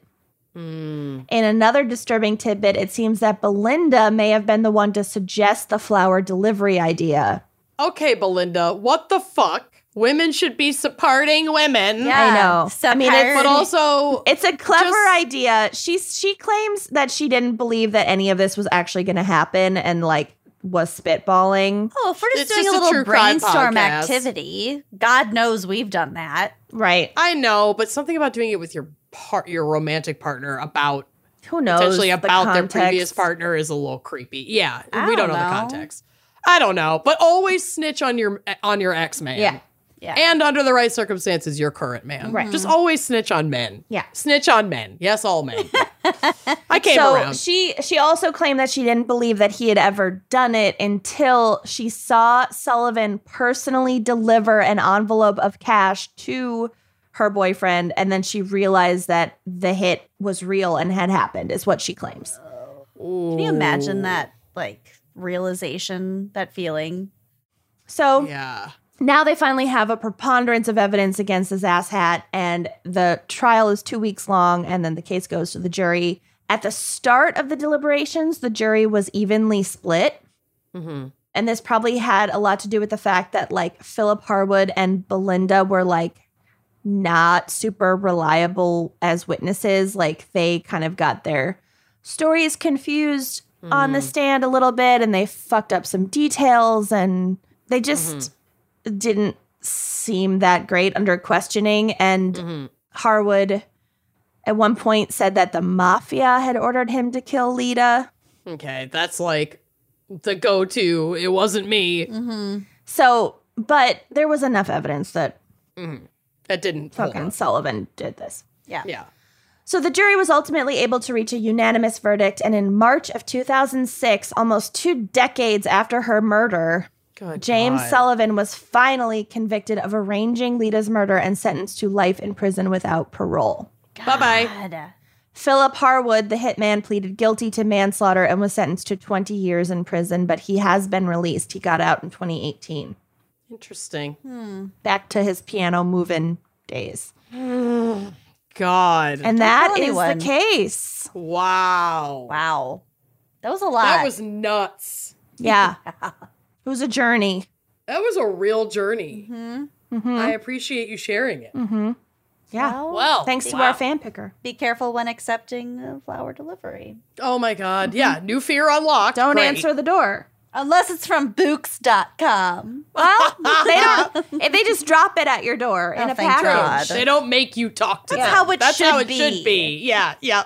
C: Mm.
A: In another disturbing tidbit, it seems that Belinda may have been the one to suggest the flower delivery idea.
C: okay, Belinda, what the fuck? Women should be supporting women.
B: Yeah.
A: I know.
B: so
A: I mean, it's,
C: But
B: tired.
C: also,
A: it's a clever
C: Just-
A: idea. She's she claims that she didn't believe that any of this was actually going to happen, and like was spitballing.
B: Oh, if we're just
C: It's
B: doing
C: just a
B: a little
C: true crime
B: brainstorm
C: podcast.
B: activity, God knows we've done that.
A: Right?
C: I know, but something about doing it with your part, your romantic partner about
A: Who knows?
C: potentially
A: the
C: about their
A: context.
C: previous partner is a little creepy. Yeah,
B: I
C: we don't know,
B: don't
C: the
B: know.
C: context. I don't know, but always snitch on your on your ex man.
A: Yeah.
B: Yeah.
C: and under the right circumstances, your current man.
A: Right. Mm-hmm.
C: Just always snitch on men.
A: Yeah.
C: snitch on men. Yes, all men. I came
A: so
C: around.
A: she she also claimed that she didn't believe that he had ever done it until she saw Sullivan personally deliver an envelope of cash to her boyfriend, and then she realized that the hit was real and had happened, is what she claims.
B: Can you imagine that, like, realization, that feeling?
A: So
C: Yeah.
A: now they finally have a preponderance of evidence against this asshat, and the trial is two weeks long, and then the case goes to the jury. At the start of the deliberations, the jury was evenly split.
C: Mm-hmm.
A: And this probably had a lot to do with the fact that like Philip Harwood and Belinda were like not super reliable as witnesses. Like they kind of got their stories confused on the stand a little bit and they fucked up some details and they just didn't seem that great under questioning. And Harwood at one point said that the mafia had ordered him to kill Lita.
C: Okay, that's like the go-to. It wasn't me.
A: Mm-hmm. So, but there was enough evidence that
C: That didn't. hold
A: fucking
C: up.
A: Sullivan did this.
B: Yeah.
C: Yeah.
A: So the jury was ultimately able to reach a unanimous verdict, and in March of 2006, almost two decades after her murder,
C: Good
A: James
C: God.
A: Sullivan was finally convicted of arranging Lita's murder and sentenced to life in prison without parole.
C: Bye-bye.
B: God.
A: Philip Harwood, the hitman, pleaded guilty to manslaughter and was sentenced to 20 years in prison, but he has been released. He got out in 2018.
C: Interesting.
A: Back to his piano moving days.
C: God.
A: And that
B: tell
A: is the
B: anyone.
A: case.
C: wow.
B: Wow. That was a lot.
C: That was nuts.
A: Yeah. It was a journey.
C: That was a real journey.
A: Mhm.
C: I appreciate you sharing it.
A: Yeah.
B: Well,
C: Well,
A: Thanks to
C: wow.
A: our fan picker.
B: be careful when accepting a flower delivery.
C: Oh my God. Yeah. New fear unlocked.
A: Don't
C: Great.
A: answer the door.
B: Unless it's from Books.com.
A: Well, they don't. if they just drop it at your door
B: Oh,
A: in a
B: thank
A: package.
B: God.
C: They don't make you talk to
B: That's
C: them.
B: how it
C: That's
B: should
C: how it
B: be.
C: should be. Yeah. Yeah.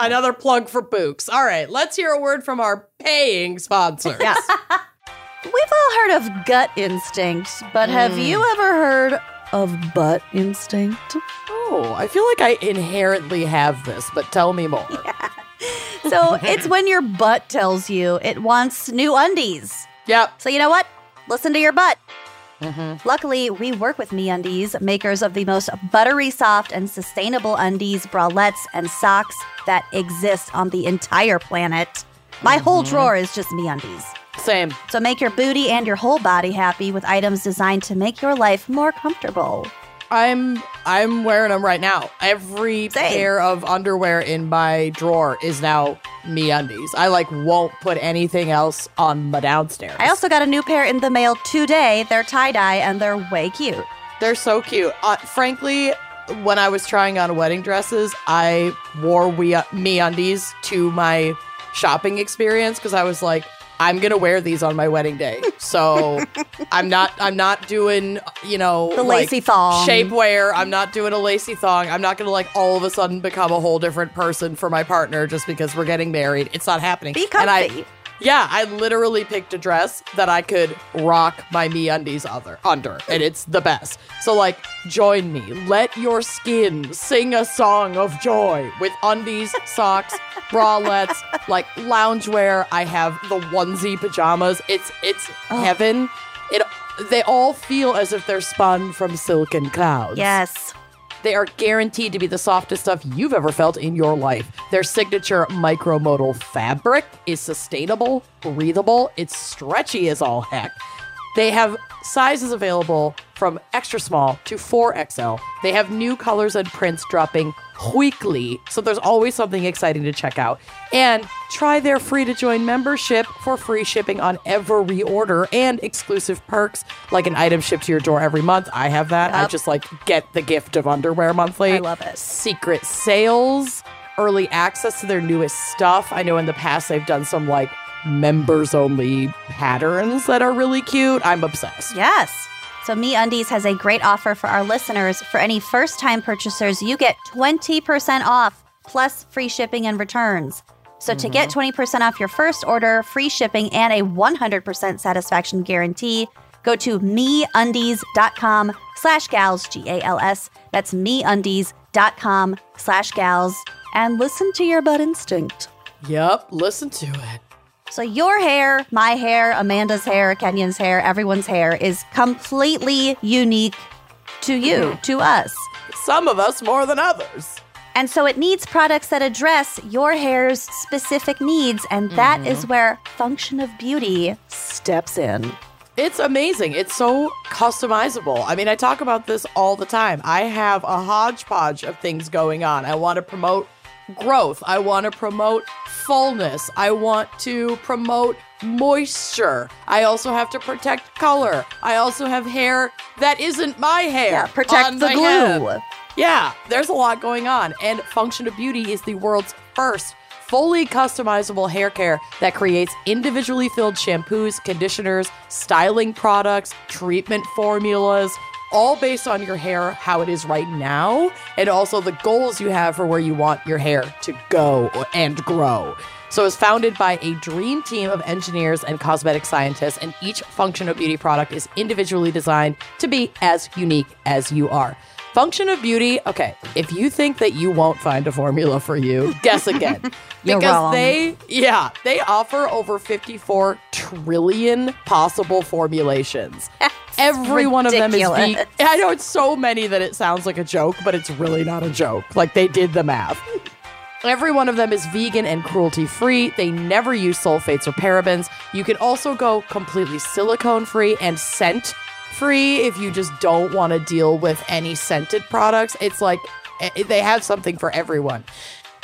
C: Another plug for Books. All right. Let's hear a word from our paying sponsors.
A: Yeah.
B: We've all heard of gut instinct, but have you ever heard of butt instinct?
C: Oh, I feel like I inherently have this, but tell me more.
B: So it's when your butt tells you it wants new undies.
C: Yep.
B: So you know what? Listen to your butt. Luckily, we work with MeUndies, makers of the most buttery soft and sustainable undies, bralettes, and socks that exist on the entire planet. My whole drawer is just MeUndies.
C: Same.
B: So make your booty and your whole body happy with items designed to make your life more comfortable.
C: I'm I'm wearing them right now. Every
B: Same.
C: pair of underwear in my drawer is now me undies. I like won't put anything else on the downstairs.
B: I also got a new pair in the mail today. They're tie dye and they're way cute.
C: They're so cute. Uh, frankly, when I was trying on wedding dresses, I wore we uh, me undies to my shopping experience because I was like, I'm gonna wear these on my wedding day. So I'm not I'm not doing you know
B: The
C: like,
B: lacy thong.
C: shapewear. I'm not doing a lacy thong. I'm not gonna like all of a sudden become a whole different person for my partner just because we're getting married. It's not happening.
B: Be
C: And I-
B: comfy.
C: yeah, I literally picked a dress that I could rock my me undies other under, and it's the best. So like, join me. Let your skin sing a song of joy with undies, socks, bralettes, like loungewear. I have the onesie pajamas. It's it's heaven. It they all feel as if they're spun from silken clouds.
B: Yes.
C: They are guaranteed to be the softest stuff you've ever felt in your life. Their signature micromodal fabric is sustainable, breathable, it's stretchy as all heck. They have sizes available from extra small to 4XL. They have new colors and prints dropping weekly, so there's always something exciting to check out. And try their free to join membership for free shipping on every order and exclusive perks like an item shipped to your door every month. I have that. I just like get the gift of underwear monthly.
A: I love it.
C: Secret sales, early access to their newest stuff. I know in the past they've done some like members only patterns that are really cute. I'm obsessed.
B: Yes. So Me Undies has a great offer for our listeners. For any first-time purchasers, you get 20% off plus free shipping and returns. So to get 20% off your first order, free shipping and a 100% satisfaction guarantee, go to meundies.com slash gals, G-A-L-S. That's meundies.com slash gals. And listen to your butt instinct.
C: Yep, listen to it.
B: So your hair, my hair, Amanda's hair, Kenyan's hair, everyone's hair is completely unique to you,
C: Mm-hmm.
B: to us.
C: Some of us more than others.
B: And so it needs products that address your hair's specific needs and that is
C: Mm-hmm.
B: where function of beauty steps in.
C: It's amazing. It's so customizable. I mean, I talk about this all the time. I have a hodgepodge of things going on. I want to promote growth. I want to promote fullness. I want to promote moisture. I also have to protect color. I also have hair that isn't my hair.
B: Yeah, protect
C: on
B: the
C: my head.
B: glue.
C: Yeah, there's a lot going on. And Function of Beauty is the world's first fully customizable hair care that creates individually filled shampoos, conditioners, styling products, treatment formulas, all based on your hair, how it is right now, and also the goals you have for where you want your hair to go and grow. So it's founded by a dream team of engineers and cosmetic scientists, and each function of beauty product is individually designed to be as unique as you are. Function of beauty. Okay, if you think that you won't find a formula for you, guess again.
B: You're
C: because
B: wrong.
C: they, yeah, they offer over 54 trillion possible formulations. Every one of them is the.
B: ridiculous.
C: I know it's so many that it sounds like a joke, but it's really not a joke. Like they did the math. Every one of them is vegan and cruelty free. They never use sulfates or parabens. You can also go completely silicone free and scent free if you just don't want to deal with any scented products. It's like eh, they have something for everyone.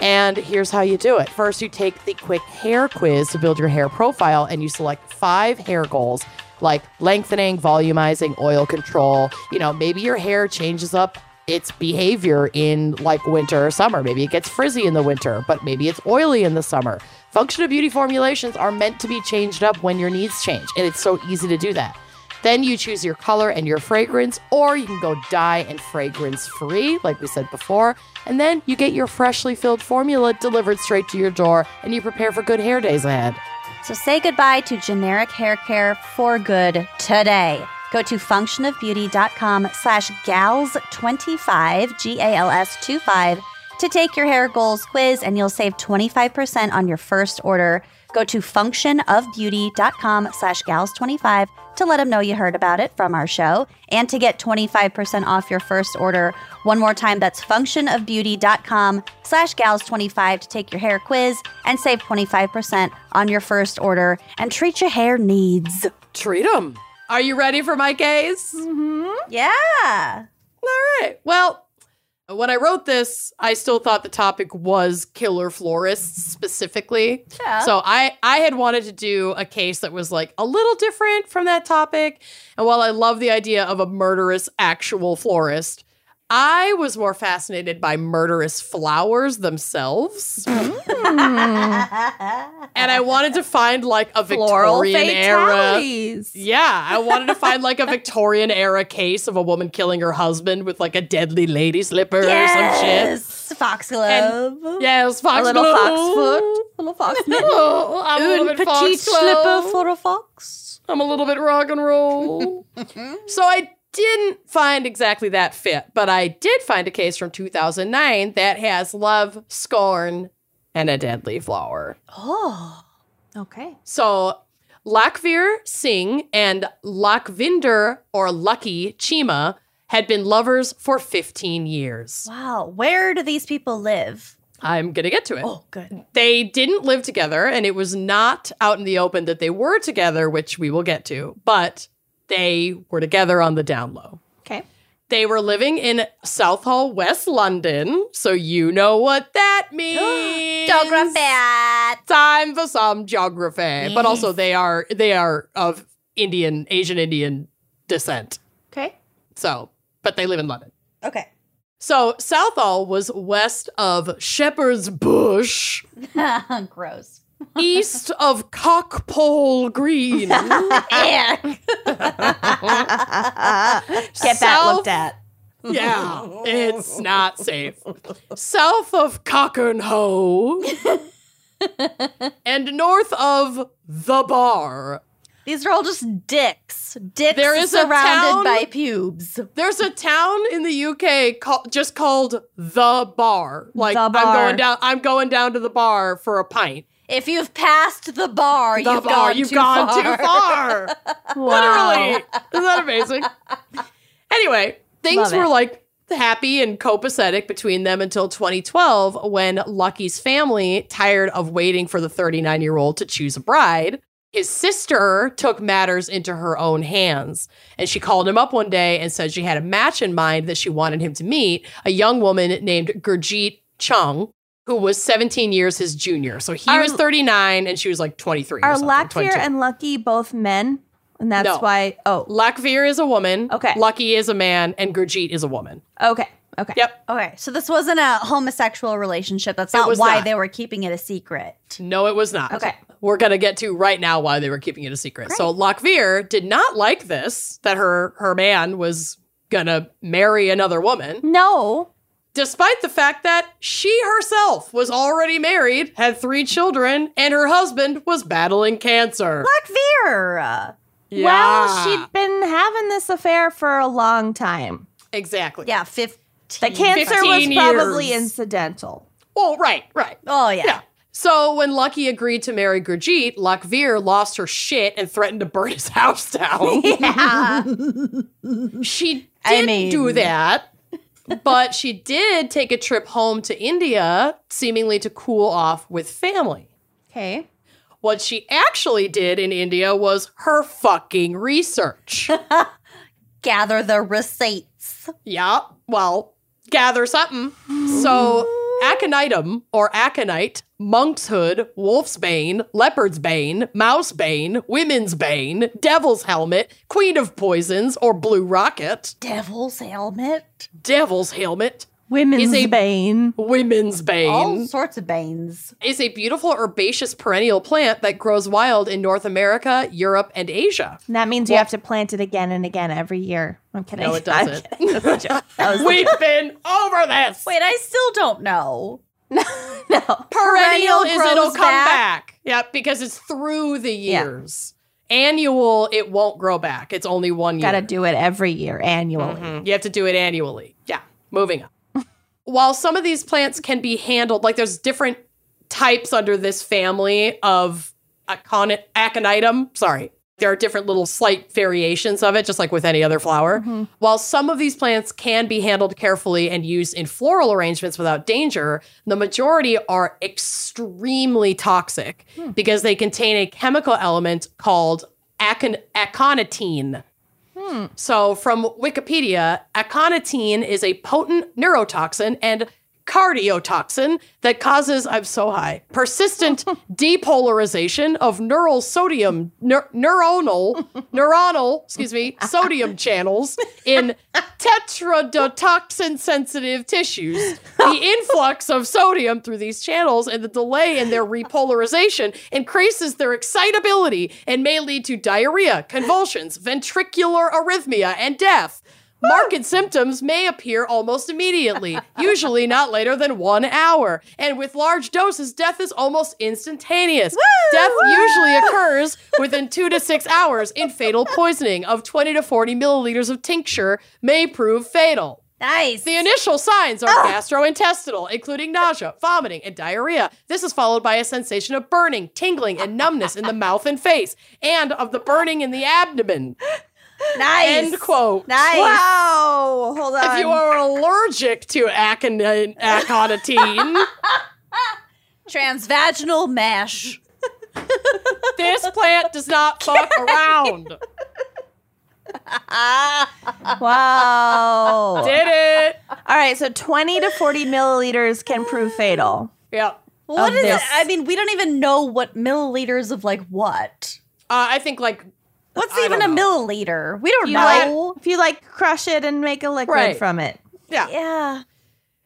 C: And here's how you do it. First, you take the quick hair quiz to build your hair profile and you select five hair goals like lengthening, volumizing, oil control. You know, maybe your hair changes up its behavior in like winter or summer. Maybe it gets frizzy in the winter, but maybe it's oily in the summer. Function of beauty formulations are meant to be changed up when your needs change, and it's so easy to do that. Then you choose your color and your fragrance, or you can go dye and fragrance free, like we said before. And then you get your freshly filled formula delivered straight to your door, and you prepare for good hair days ahead.
B: So say goodbye to generic hair care for good today. Go to functionofbeauty.com slash gals25, G-A-L-S 25, to take your hair goals quiz and you'll save 25% on your first order. Go to functionofbeauty.com slash gals25 to let them know you heard about it from our show and to get 25% off your first order. One more time, that's functionofbeauty.com slash gals25 to take your hair quiz and save 25% on your first order and treat your hair needs.
C: Treat them. Are you ready for my case?
B: Yeah.
C: All right. Well, when I wrote this, I still thought the topic was killer florists specifically.
B: Yeah.
C: So I I had wanted to do a case that was like a little different from that topic. And while I love the idea of a murderous actual florist, I was more fascinated by murderous flowers themselves. and I wanted to find like a
A: Floral
C: Victorian era.
A: fatalities.
C: Uh, Yeah, I wanted to find like a Victorian era case of a woman killing her husband with like a deadly lady slipper or some shit.
B: Foxglove.
C: Yeah, it was fox
A: A little fox
C: glove.
A: foot. Little fox foot.
C: Oh, I'm a little bit fox glove.
B: for a fox.
C: I'm a little bit rock and roll. so I didn't find exactly that fit, but I did find a case from 2009 that has love, scorn, and a deadly flower.
B: Oh.
A: Okay.
C: So Lakvir Singh and Lakvinder or Lucky Chima had been lovers for 15 years.
B: Wow. Where do these people live?
C: I'm going to get to it.
B: good.
C: They didn't live together, and it was not out in the open that they were together, which we will get to, but they were together on the down low. They were living in Southall, West London, so you know what that means.
B: Geographat.
C: Time for some geography. But also, they are they are of Indian, Asian Indian descent.
A: Okay.
C: So, but they live in London.
B: Okay.
C: So Southall was west of Shepherd's Bush,
B: Gross.
C: east of Cockpole Green.
B: Ew.
A: Get that
C: Self-
A: looked at.
C: Yeah, it's not safe. South of Cockernhoe and north of the bar.
B: These are all just dicks. Dicks
C: There is a town-
B: surrounded by pubes.
C: There's a town in the UK call, just called the bar. Like
A: The
C: I'm
A: Bar.
C: going down. I'm going down to the bar for a pint.
B: If you've passed the bar,
C: The
B: you've
C: bar.
B: gone
C: You've
B: too
C: gone
B: far.
C: too far. Literally. Isn't that amazing? Anyway,
A: Love
C: things were
A: it.
C: like happy and copacetic between them until 2012 when Lucky's family, tired of waiting for the 39 year old to choose a bride, his sister took matters into her own hands. And she called him up one day and said she had a match in mind that she wanted him to meet a young woman named Gurjeet Chung. Who was 17 years his junior. So he
A: Our-
C: was 39 and she was like 23. or
A: Are
C: something,
A: Lackfear
C: 22.
A: and Lucky both men? And that's
C: No.
A: why. Oh,
C: Lakvir is a woman.
A: Okay.
C: Lucky is a man, and Gurjeet is a woman.
A: okay. Okay.
C: Yep.
B: Okay, so this wasn't a homosexual relationship. That's
C: It
B: not
C: was
B: why
C: not.
B: they were keeping it a secret.
C: No, it was not.
A: Okay.
C: We're gonna get to right now why they were keeping it a secret. So Lakvir did not like this that her her man was gonna marry another woman,
A: No.
C: despite the fact that she herself was already married, had three children, and her husband was battling cancer.
B: Fuck Vera.
A: Well, she'd been having this affair for a long time.
C: exactly.
B: Yeah, fifteen.
A: The cancer
C: 15
A: was
C: years.
A: probably incidental.
C: Oh, right, right.
B: Oh yeah.
C: Yeah. So when Lucky agreed to marry Gurjeet, Lakvir lost her shit and threatened to burn his house down. she
B: I
C: did
B: mean-
C: do that, but she did take a trip home to India, seemingly to cool off with family.
A: Okay.
C: What she actually did in India was her fucking research.
B: Gather the receipts.
C: yeah, well, gather something. So aconitum or aconite, monk's hood, wolf's bane, leopard's bane, mouse bane, women's bane, devil's helmet, queen of poisons or blue rocket,
B: Devil's helmet.
C: devil's helmet,
A: Women's
C: a-
A: bane.
C: women's bane.
B: All sorts of banes.
C: is a beautiful herbaceous perennial plant that grows wild in North America, Europe, and Asia.
A: And that means you have to plant it again and again every year. I'm kidding.
C: No, it
A: I'm
C: doesn't.
A: kidding.
C: We've been over this.
B: Wait, I still don't know.
A: No.
C: perennial,
B: perennial
C: is it'll
B: grows
C: come back.
B: back.
C: Yep, because it's through the
A: Yeah.
C: years. Annual, it won't grow back. It's only one year.
A: Got to do it every year, annually.
C: Mhm. You have to do it annually. Yeah. Moving on. While some of these plants can be handled, like there's different types under this family of acon- aconitum. Sorry. There are different little slight variations of it, just like with any other flower. While some of these plants can be handled carefully and used in floral arrangements without danger, the majority are extremely toxic because they contain a chemical element called acon- aconitine. So, from Wikipedia, aconitine is a potent neurotoxin and cardiotoxin that causes, I'm so high, persistent depolarization of neural sodium, neur- neuronal, neuronal, excuse me, sodium channels in tetrodotoxin sensitive tissues. The influx of sodium through these channels and the delay in their repolarization increases their excitability and may lead to diarrhea, convulsions, ventricular arrhythmia, and death. Marked symptoms may appear almost immediately, usually not later than one hour. And with large doses, death is almost instantaneous. Death usually occurs within two to six hours in fatal poisoning of 20 to 40 milliliters of tincture may prove fatal.
B: Nice.
C: The initial signs are gastrointestinal, including nausea, vomiting, and diarrhea. This is followed by a sensation of burning, tingling, and numbness in the mouth and face, and of the burning in the abdomen.
B: nice.
C: End quote.
B: Nice.
A: Wow. Hold on.
C: If you are allergic to acon- aconitine,
B: Transvaginal mesh.
C: this plant does not fuck around.
B: Oh.
A: Wow.
C: Did it?
A: All right, so 20 to 40 milliliters can prove fatal.
C: Yep.
B: What
A: Of
B: is it?
A: this.
B: I mean, we don't even know what milliliters of like what.
C: Uh, I think like
B: What's
C: I
B: even a
C: don't know.
B: milliliter? We don't
A: If you,
B: know.
A: like, if you like crush it and make a liquid
C: Right.
A: from it.
C: yeah.
B: yeah.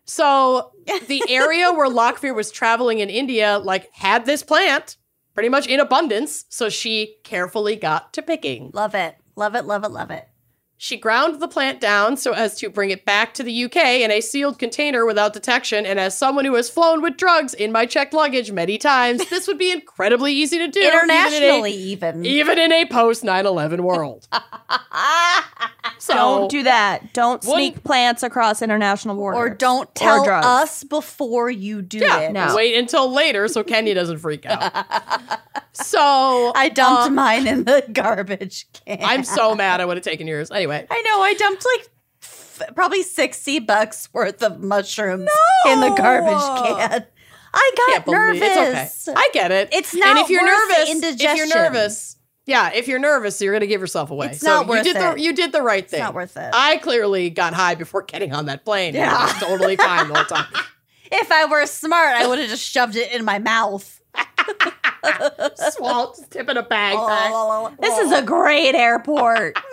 C: So the area where Lockfear was traveling in India, like, had this plant pretty much in abundance. So she carefully got to picking.
B: Love it. Love it. Love it. Love it.
C: She ground the plant down so as to bring it back to the UK in a sealed container without detection. And as someone who has flown with drugs in my checked luggage many times, this would be incredibly easy to do even in a-
B: Internationally, even.
C: even in a post 9 11 world. so,
A: Don't do that. Don't
C: One-
A: sneak plants across international borders.
B: Or don't tell
A: drugs.
B: us before you do
C: yeah,
B: it.
A: No.
C: wait until later so Kenya doesn't freak out. so,
B: I dumped mine in the garbage can.
C: I'm so mad I would have taken yours. Anyway.
B: I know. I dumped like f- probably 60 bucks worth of mushrooms in the garbage can. I got
C: can't believe
B: nervous.
C: it's okay. I get it.
B: It's
C: And
B: not
C: if you're
B: worth the
C: nervous, if you're
B: indigestion.
C: nervous, yeah, if you're nervous, you're gonna give yourself away.
B: It's not worth
C: you did
B: it.
C: The, you did the right thing.
B: not worth it.
C: I clearly got high before getting on that plane.
B: Yeah.
C: Yeah, totally fine the whole time.
B: if I were smart, I would have just shoved it in my mouth.
C: Swalt, just tip in a bag.
B: Oh.
C: Oh,
A: This is a great airport.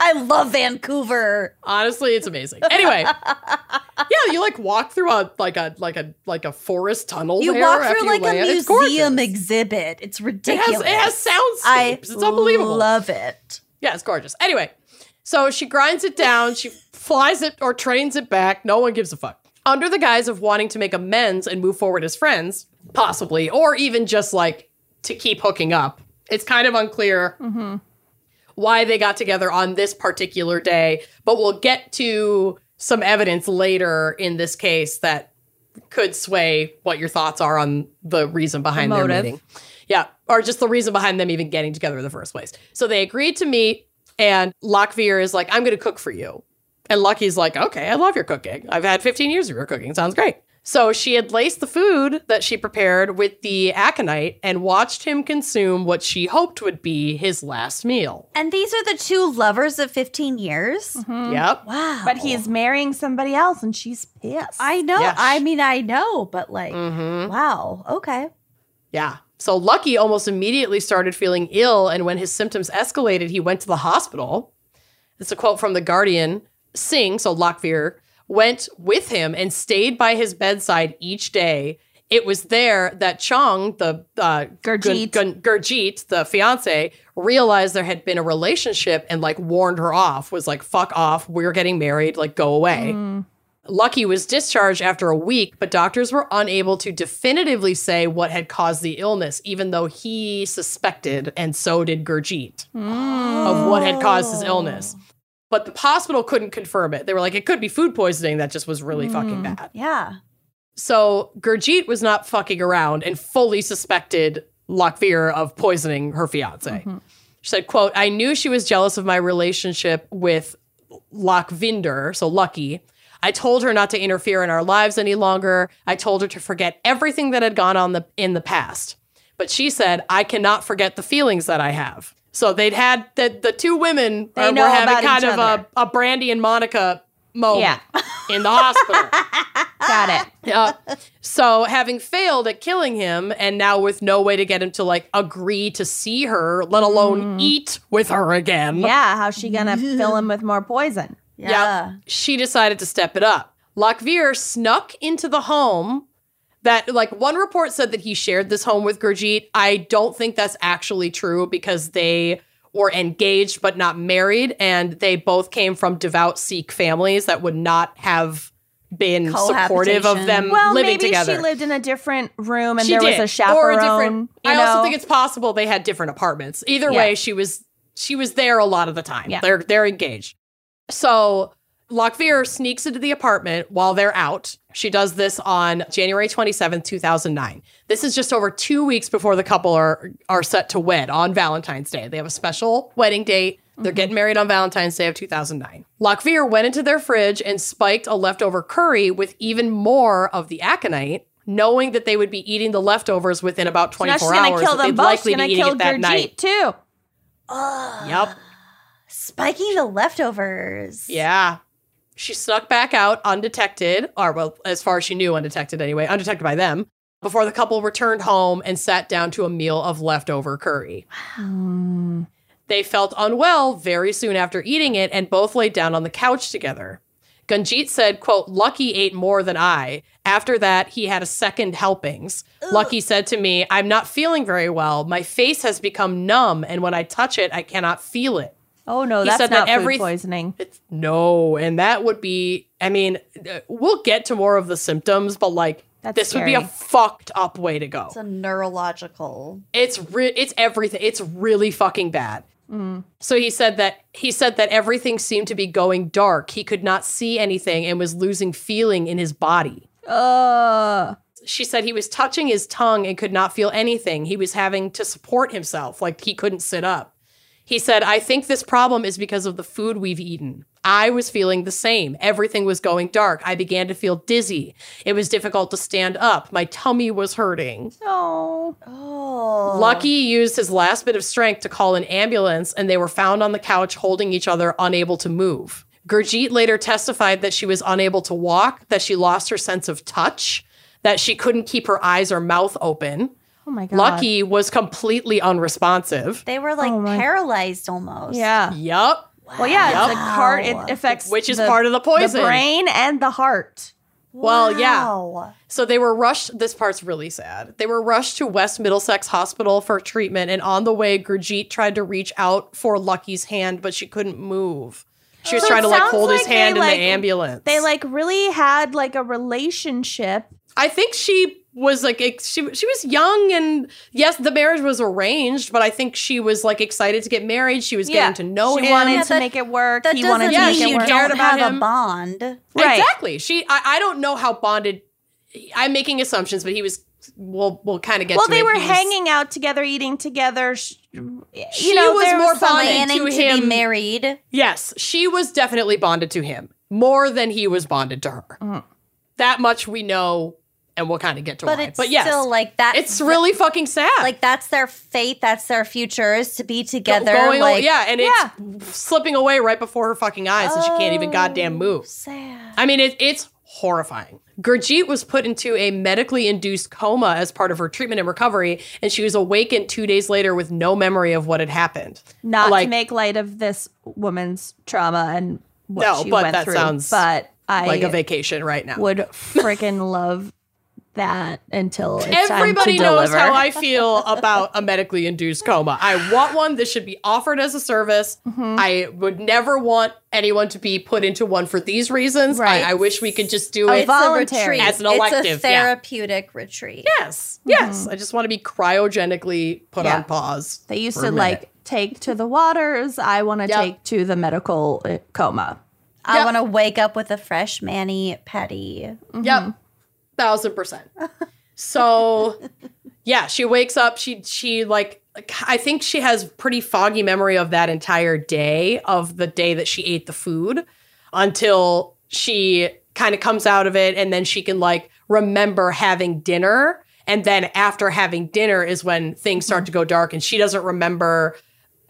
B: I love Vancouver.
C: Honestly, it's amazing. Anyway, yeah, you like walk through a like a like a like a forest tunnel.
B: You
C: there
B: walk
C: after
B: through
C: you
B: like a
C: land. It's
B: museum
C: gorgeous.
B: exhibit.
C: It has
B: It's ridiculous.
C: it has
B: I
C: soundscapes. It's unbelievable.
B: Love it.
C: Yeah, it's gorgeous. Anyway, so she grinds it down, she flies it or trains it back. No one gives a fuck. Under the guise of wanting to make amends and move forward as friends, possibly, or even just like to keep hooking up. It's kind of unclear why they got together on this particular day, but we'll get to some evidence later in this case that could sway what your thoughts are on the reason behind their
A: motive.
C: meeting. Yeah, or just the reason behind them even getting together in the first place. So they agreed to meet, and Lockveer is like, I'm going to cook for you. And Lucky's like, okay, I love your cooking. I've had 15 years of your cooking. Sounds great. So she had laced the food that she prepared with the aconite and watched him consume what she hoped would be his last meal.
B: And these are the two lovers of 15 years.
C: Yep.
B: Wow.
A: But he's marrying somebody else and she's pissed.
B: I know.
C: Yes. Mm-hmm.
B: I mean, I know, but like, wow. Okay.
C: Yeah. So Lucky almost immediately started feeling ill, and when his symptoms escalated, he went to the hospital. It's a quote from The Guardian. Singh, so Lockveer, went with him and stayed by his bedside each day. It was there that Chong, the uh,
A: Gurjeet.
C: Gun- Gun- Gurjeet, the fiance, realized there had been a relationship and like warned her off, was like, fuck off, we're getting married, like go away. Lucky was discharged after a week, but doctors were unable to definitively say what had caused the illness, even though he suspected, and so did Gurjeet, of what had caused his illness. But the hospital couldn't confirm it. They were like, it could be food poisoning that just was really fucking bad.
B: Yeah.
C: So Gurjeet was not fucking around and fully suspected Lockveer of poisoning her fiance.
A: Mm-hmm.
C: She said, quote, I knew she was jealous of my relationship with Lockvinder, so Lucky. I told her not to interfere in our lives any longer. I told her to forget everything that had gone on the, in the past. But she said, I cannot forget the feelings that I have. So they'd had that the two women
A: They
C: uh,
A: know
C: were having
A: about
C: kind
A: each
C: of
A: other.
C: a, a Brandy and Monica moment
A: Yeah.
C: in the hospital.
A: Got it.
C: Yeah. Uh, So having failed at killing him and now with no way to get him to like agree to see her, let alone eat with her again.
A: Mm. Yeah, how's she gonna fill him with more poison?
B: Yeah.
C: Yep. She decided to step it up. Lockveer snuck into the home that like one report said that he shared this home with Gurjeet. I don't think that's actually true because they were engaged but not married and they both came from devout Sikh families that would not have been supportive of them
B: Cohabitation.
E: Mm,
A: Well,
C: living
A: maybe
C: together.
A: she lived in a different room and
C: She
A: there
C: did.
A: was a chaperone.
C: Or a different,
A: you
C: I also
A: know?
C: think it's possible they had different apartments. Either
A: Yeah.
C: way, she was she was there a lot of the time.
A: Yeah.
C: They're they're engaged. So Lockveer sneaks into the apartment while they're out. She does this on January 27th, 2009. This is just over two weeks before the couple are are set to wed on Valentine's Day. They have a special wedding date. They're getting married on Valentine's Day of 2009. Lockveer went into their fridge and spiked a leftover curry with even more of the aconite, knowing that they would be eating the leftovers within about
A: now she's
C: 24
A: gonna
C: hours.
A: kill
C: that
A: them
C: they'd
A: both.
C: likely
A: She's
C: be
A: gonna
C: eating
A: kill
C: it that night.
A: Gurjeet too.
C: Yep.
B: Spiking the leftovers.
E: Yeah. She snuck back out undetected, or well, as far as she knew, undetected anyway, undetected by them, before the couple returned home and sat down to a meal of leftover curry. They felt unwell very soon after eating it and both laid down on the couch together. Gunjeet said, quote, Lucky ate more than I. After that, he had a second helpings. Lucky said to me, I'm not feeling very well. My face has become numb, and when I touch it, I cannot feel it.
A: Oh no,
E: He
A: that's
E: said that
A: not
E: every-
A: food poisoning.
E: It's no, and that would be. I mean, uh, we'll get to more of the symptoms, but like
A: That's
E: this would be
A: scary.
E: a fucked up way to go.
B: It's a neurological.
E: It's re- it's everything. It's really fucking bad.
A: Mm.
E: So he said that he said that everything seemed to be going dark. He could not see anything and was losing feeling in his body.
A: Uh,
E: She said he was touching his tongue and could not feel anything. He was having to support himself, like he couldn't sit up. He said, I think this problem is because of the food we've eaten. I was feeling the same. Everything was going dark. I began to feel dizzy. It was difficult to stand up. My tummy was hurting.
A: oh,
B: Oh.
E: Lucky used his last bit of strength to call an ambulance, and they were found on the couch holding each other, unable to move. Gurjeet later testified that she was unable to walk, that she lost her sense of touch, that she couldn't keep her eyes or mouth open.
A: oh my god.
E: Lucky was completely unresponsive.
B: They were like
A: Oh my-
B: paralyzed almost.
A: Yeah.
E: Yup.
A: Well, yeah,
E: Wow.
A: it's the heart. It affects
E: Which is
A: the-
E: part of the poison.
A: the brain and the heart.
E: Well, yeah.
B: Wow.
E: So they were rushed. This part's really sad. They were rushed to West Middlesex Hospital for treatment, and on the way, Gurjeet tried to reach out for Lucky's hand, but she couldn't move. She was
A: So it
E: trying to like
A: sounds
E: hold his
A: like they,
E: hand in
A: like-
E: the ambulance.
A: They like really had like a relationship.
E: I think she was like ex- she she was young, and yes, the marriage was arranged, but I think she was like excited to get married. She was
A: Yeah.
E: getting to know
A: she
E: him.
A: wanted
B: Yeah,
A: to
B: that-
A: make it work.
B: That
A: he
B: doesn't
A: wanted
B: mean
A: to make it
B: you
A: work.
B: don't
E: about
B: have
E: him.
B: a bond.
A: Right.
E: Exactly. She. I, I don't know how bonded. I'm making assumptions, but he was. We'll we'll kind of get.
A: Well,
E: to
A: they
E: it.
A: were
E: He was-
A: hanging out together, eating together. Sh- You
E: She
A: know,
E: was
A: there
E: more
A: some-
E: bonded
B: Planning
E: to
B: to, be
E: him.
B: married.
E: Yes, she was definitely bonded to him more than he was bonded to her. That much we know, and we'll kind of get to
B: But
E: why.
B: it's
E: But yes,
B: still like that.
E: it's really fucking sad.
B: like that's their fate. That's their future is to be
E: Go-
B: together.
E: going, oh,
B: like,
E: yeah, and
A: yeah.
E: it's slipping away right before her fucking eyes, and she can't even goddamn move.
B: Oh, Sad.
E: I mean, it, it's horrifying. Gurjeet was put into a medically induced coma as part of her treatment and recovery, and she was awakened two days later with no memory of what had happened.
A: Not
E: like-
A: to make light of this woman's trauma and what
E: No,
A: she
E: but
A: went
E: that
A: through.
E: sounds
A: but I
E: Like a vacation right now.
A: would freaking love that until it's time to
E: Everybody knows
A: deliver.
E: how I feel about a medically induced coma. I want one. This should be offered as a service.
A: Mm-hmm.
E: I would never want anyone to be put into one for these reasons.
A: Right.
E: I, I wish we could just do
A: A
E: it.
A: vol-
B: It's a
A: Voluntary.
B: retreat.
E: As an
B: It's a
E: elective, yeah.
B: therapeutic retreat.
E: yes. Yes. I just want to be cryogenically put
A: Mm-hmm. Yeah.
E: on pause.
A: They used
E: for a
A: to
E: minute.
A: like take to the waters. I want to
E: Yep.
A: take to the medical uh, coma.
B: I
E: Yep.
B: want to wake up with a fresh Manny Petty.
A: Mm-hmm.
E: Yep. Thousand percent. So yeah, she wakes up, she she like I think she has pretty foggy memory of that entire day of the day that she ate the food until she kind of comes out of it and then she can like remember having dinner and then after having dinner is when things start to go dark and she doesn't remember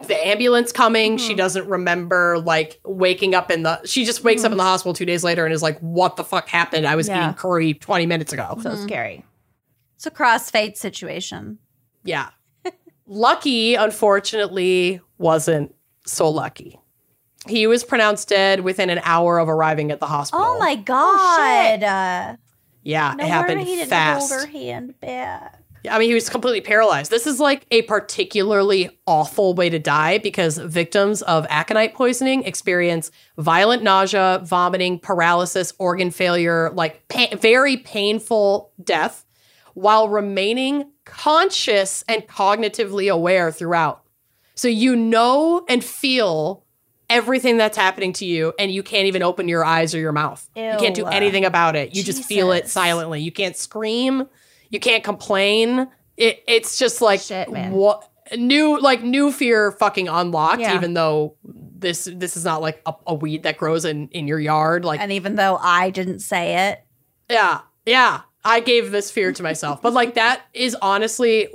E: the ambulance coming. She doesn't remember like waking up in the. She just wakes up in the hospital two days later and is like, "What the fuck happened? I was
A: Yeah.
E: eating curry twenty minutes ago."
A: So
B: Mm-hmm.
A: scary.
B: It's a crossfade situation.
E: Yeah. lucky, unfortunately, wasn't so lucky. He was pronounced dead within an hour of arriving at the hospital.
B: Oh my god! uh,
E: Yeah,
B: no
E: it
B: wonder
E: happened
B: he didn't
E: fast.
B: hold her hand back.
E: I mean, he was completely paralyzed. This is like a particularly awful way to die because victims of aconite poisoning experience violent nausea, vomiting, paralysis, organ failure, like pa- very painful death while remaining conscious and cognitively aware throughout. So you know and feel everything that's happening to you, and you can't even open your eyes or your mouth. You can't do
B: Ew.
E: anything about it. You just feel it
B: Jesus.
E: silently. You can't scream. You can't complain. It, it's just like
A: Shit, man.
E: wha- new like new fear fucking unlocked.
A: Yeah.
E: Even though this this is not like a, a weed that grows in in your yard. Like
B: And even though I didn't say it,
E: yeah, yeah. I gave this fear to myself. But like that is honestly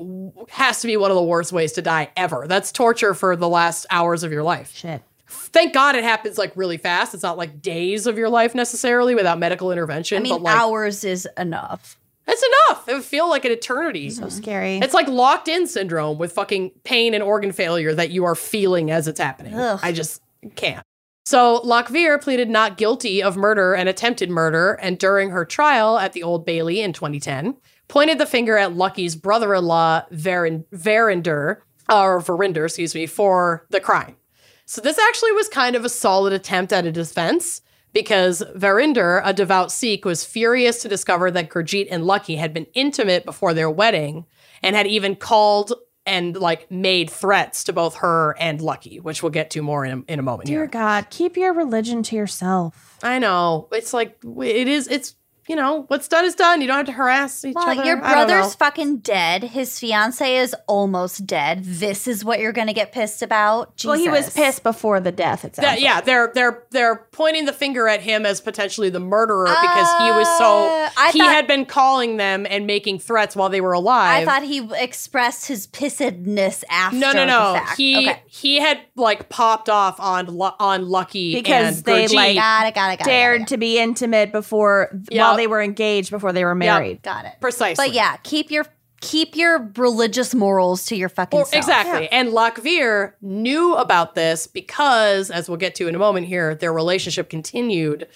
E: has to be one of the worst ways to die ever. That's torture for the last hours of your life.
A: Shit.
E: Thank God it happens like really fast. It's not like days of your life necessarily without medical intervention.
B: I mean,
E: but like
B: hours is enough.
E: it's enough. It would feel like an eternity.
A: So scary.
E: It's like locked in syndrome with fucking pain and organ failure that you are feeling as it's happening.
B: Ugh.
E: I just can't. So Lockveer pleaded not guilty of murder and attempted murder, and during her trial at the Old Bailey in 2010, pointed the finger at Lucky's brother-in-law Verin- Verinder, or Verinder, excuse me, for the crime. So this actually was kind of a solid attempt at a defense because Verinder, a devout Sikh, was furious to discover that Gurjeet and Lucky had been intimate before their wedding and had even called and like made threats to both her and Lucky, which we'll get to more in a, in a moment
A: Dear
E: here.
A: God, keep your religion to yourself.
E: I know. It's like it is it's you know, what's done is done. You don't have to harass each
B: Well,
E: other.
B: your
E: I don't know.
B: brother's fucking dead. His fiance is almost dead. This is what you're going to get pissed about. Jesus.
A: Well, he was pissed before the death. It's
E: That- Uh, yeah, they're they're they're pointing the finger at him as potentially the murderer because he was
B: Uh,
E: so
B: I
E: he
B: thought-
E: had been calling them and making threats while they were alive.
B: I thought he expressed his pissedness after.
E: no, no, no.
B: The fact.
E: He
B: okay.
E: he had like popped off on Lu- on Lucky
A: Because
E: and
A: they,
E: Gurjeet.
A: like,
B: got it, got it, got it,
A: dared
B: got it.
A: to be intimate before while they were engaged before they were married.
B: Got it.
E: precisely.
B: But yeah, keep your keep your religious morals to your fucking
E: Or-
B: self.
E: exactly. And Lockveer knew about this because, as we'll get to in a moment here, their relationship continued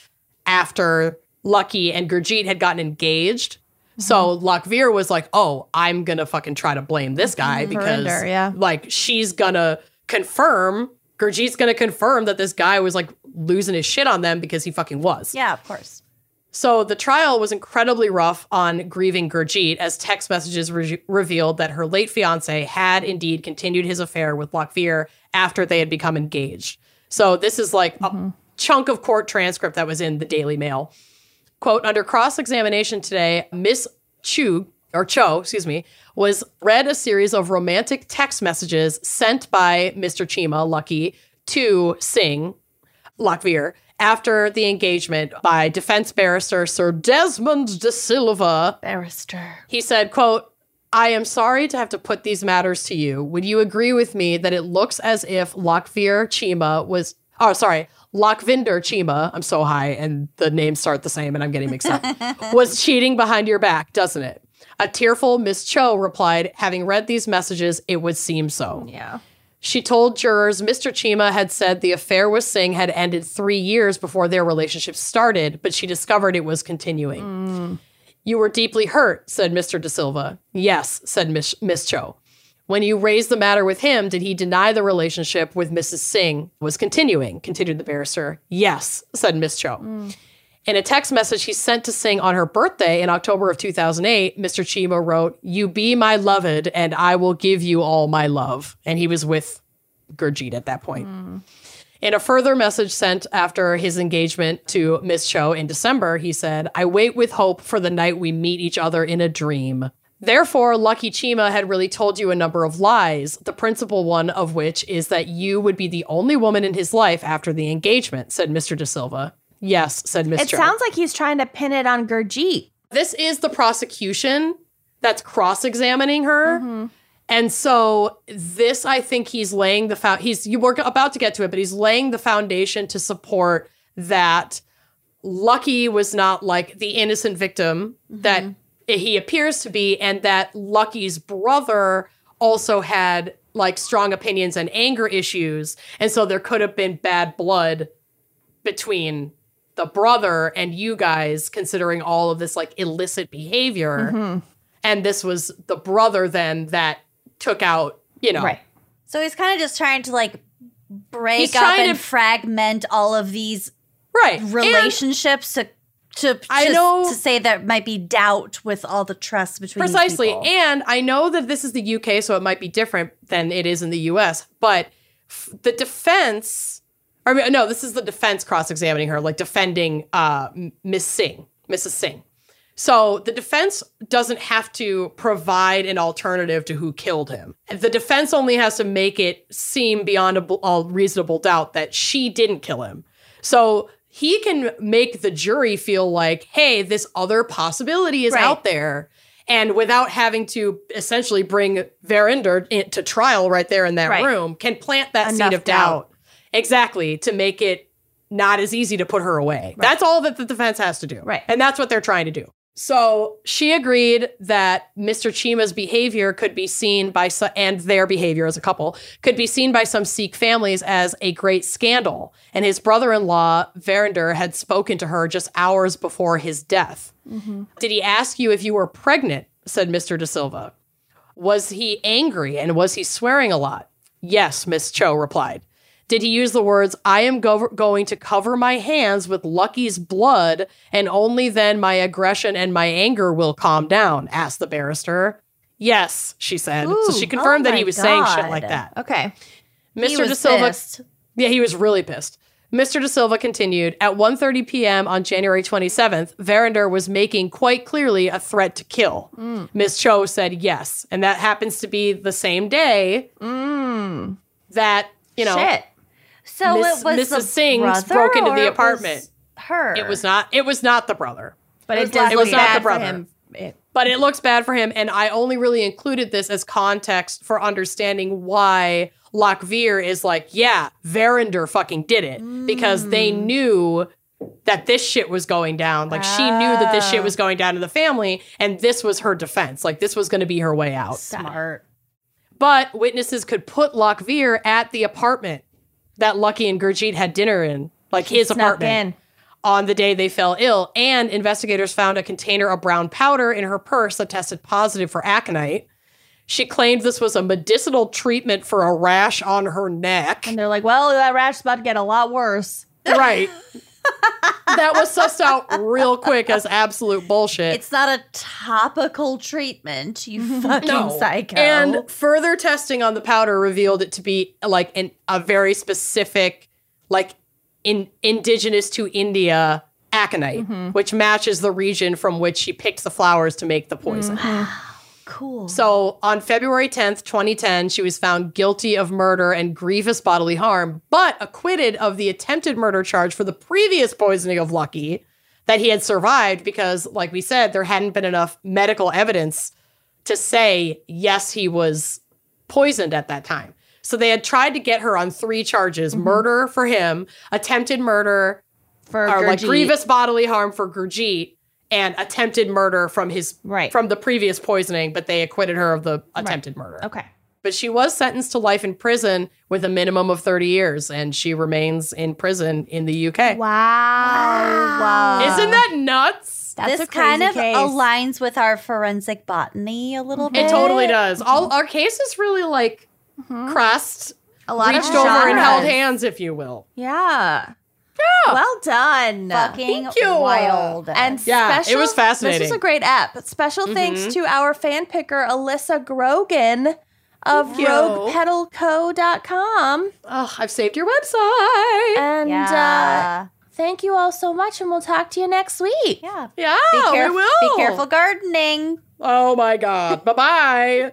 E: after Lucky and Gurjeet had gotten engaged. So Lockveer was like, oh, I'm going to fucking try to blame this guy because,
A: Verinder, yeah.
E: like, she's going to confirm, Gurjeet's going to confirm that this guy was, like, losing his shit on them because he fucking was.
B: Yeah, of course.
E: So the trial was incredibly rough on grieving Gurjeet as text messages re- revealed that her late fiance had indeed continued his affair with Lockveer after they had become engaged. So this is like a chunk of court transcript that was in the Daily Mail. Quote, under cross-examination today, Miss Chu or Cho, excuse me, was read a series of romantic text messages sent by Mr. Chima Lucky to Singh, Lockveer after the engagement by defense barrister Sir Desmond De Silva.
B: Barrister.
E: He said, quote, I am sorry to have to put these matters to you. Would you agree with me that it looks as if Lockveer Chima was oh sorry, Lockvinder Chima, I'm so high and the names start the same and I'm getting mixed up. was cheating behind your back, doesn't it? A tearful Miss Cho replied, having read these messages, it would seem so.
A: Yeah.
E: She told jurors Mr. Chima had said the affair with Singh had ended three years before their relationship started, but she discovered it was continuing. You were deeply hurt, said Mr. De Silva. Yes, said Miss, Miss Cho. When you raised the matter with him, did he deny the relationship with Mrs. Singh was continuing? Continued the barrister. Yes, said Miss Cho. In a text message he sent to Singh on her birthday in October of 2008, Mr. Chima wrote, You be my loved, and I will give you all my love. And he was with Gurjeet at that point. Mm. In a further message sent after his engagement to Miss Cho in December, he said, I wait with hope for the night we meet each other in a dream. Therefore, Lucky Chima had really told you a number of lies, the principal one of which is that you would be the only woman in his life after the engagement, said Mr. De Silva. Yes, said Miss
A: It
E: Cho.
A: sounds like he's trying to pin it on Gurjeet.
E: this is the prosecution that's cross-examining her. And so this, I think he's laying the found. He's you were about to get to it, but he's laying the foundation to support that Lucky was not like the innocent victim that he appears to be, and that Lucky's brother also had like strong opinions and anger issues, and so there could have been bad blood between the brother and you guys, considering all of this like illicit behavior and this was the brother then that took out you know
A: Right.
B: So he's kind of just trying to like break
E: He's
B: up
E: trying
B: and
E: to-
B: fragment all of these
E: right And-
B: relationships to to
E: I
B: to,
E: know-
B: to say there might be doubt with all the trust between these
E: precisely
B: people.
E: and i know that this is the uk so it might be different than it is in the us but f- the defense or I mean, no this is the defense cross-examining her like defending uh M- miss singh mrs singh so the defense doesn't have to provide an alternative to who killed him. The defense only has to make it seem beyond a, all reasonable doubt that she didn't kill him. So he can make the jury feel like, hey, this other possibility is
B: Right.
E: out there. And without having to essentially bring Verinder in- to trial right there in that
A: Right.
E: room, can plant that
A: Enough
E: seed of
A: doubt.
E: doubt. Exactly. To make it not as easy to put her away. That's all that the defense has to do.
A: Right.
E: And that's what they're trying to do. So she agreed that Mr. Chima's behavior could be seen by so- and their behavior as a couple could be seen by some Sikh families as a great scandal. And his brother-in-law Verinder had spoken to her just hours before his death. Did he ask you if you were pregnant? said Mr. De Silva. Was he angry and was he swearing a lot? Yes, Miss Cho replied. Did he use the words, I am gov- going to cover my hands with Lucky's blood, and only then my aggression and my anger will calm down? asked the barrister. Yes, she said. so she
B: oh
E: confirmed that
B: my
E: he was saying shit
B: God.
E: like that.
A: Okay.
E: Mr.
B: He
E: De
B: was
E: Silva
B: pissed.
E: yeah, he was really pissed. Mr. De Silva continued, at 1:30 p.m. on January 27th, Verinder was making quite clearly a threat to kill.
B: Mm.
E: Ms. Cho said yes, and that happens to be the same day
B: Mm.
E: that, you know,
A: Shit.
B: So
E: Miss-
B: it was
E: Mrs.
B: the
E: Sings
B: brother
E: broke into
B: or
E: the
B: it was
E: apartment.
B: Her.
E: it was not it was not the brother.
A: But it,
B: was like-
A: does
B: It was
A: look
B: not
A: bad
B: the
A: for
E: brother.
A: him. It-
E: But it looks bad for him. And I only really included this as context for understanding why Lockveer is like, yeah, Verinder fucking did it because they
A: Mm.
E: knew that this shit was going down. Like she knew that this shit was going down in the family and this was her defense. Like this was going to be her way out.
B: smart.
E: But witnesses could put Lockveer at the apartment that Lucky and Gurjeet had dinner in, like his
A: snuck in.
E: apartment on the day they fell ill, and investigators found a container of brown powder in her purse that tested positive for aconite. She claimed this was a medicinal treatment for a rash on her neck.
A: And they're like, well, that rash about to get a lot worse.
E: Right. that was sussed out real quick as absolute bullshit.
B: It's not a topical treatment,
E: Mm-hmm.
B: you fucking psycho.
E: And further testing on the powder revealed it to be like an, a very specific, like in indigenous to India aconite,
B: Mm-hmm.
E: which matches the region from which she picked the flowers to make the poison.
B: cool.
E: So on February 10th, 2010, she was found guilty of murder and grievous bodily harm, but acquitted of the attempted murder charge for the previous poisoning of Lucky that he had survived because, like we said, there hadn't been enough medical evidence to say, yes, he was poisoned at that time. So they had tried to get her on three charges murder for him, attempted murder,
A: For
E: or like
A: Gurjeet.
E: grievous bodily harm for Gurjeet and attempted murder from his
A: Right.
E: from the previous poisoning, but they acquitted her of the attempted murder.
A: Okay.
E: But she was sentenced to life in prison with a minimum of 30 years, and she remains in prison in the UK.
B: wow.
E: Isn't that nuts?
A: That's
B: Ah, this
A: a crazy
B: kind of
A: case.
B: aligns with our forensic botany a little bit.
E: It totally does. All our cases really like crossed,
B: A lot
E: reached
B: Mm-hmm. of
E: over and held
B: genres.
E: hands, if you will.
A: Yeah. Well done.
B: Fucking
E: Thank you.
B: wild.
A: And
E: Yeah, it
A: special,
E: was fascinating. Mm-hmm.
A: This was a great app. Special thanks to our fan picker, Alyssa Grogan of
E: you.
A: roguepedalco.com.
E: Oh, I've saved your website.
A: And uh,
B: yeah.
A: thank you all so much, and we'll talk to you next week.
B: yeah.
E: yeah,
B: Be caref-
E: we will.
B: Be careful gardening.
E: Oh my God. bye bye.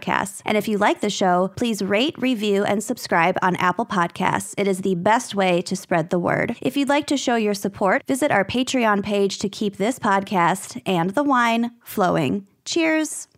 B: And if you like the show, please rate, review, and subscribe on Apple Podcasts. It is the best way to spread the word. If you'd like to show your support, visit our Patreon page to keep this podcast and the wine flowing. Cheers!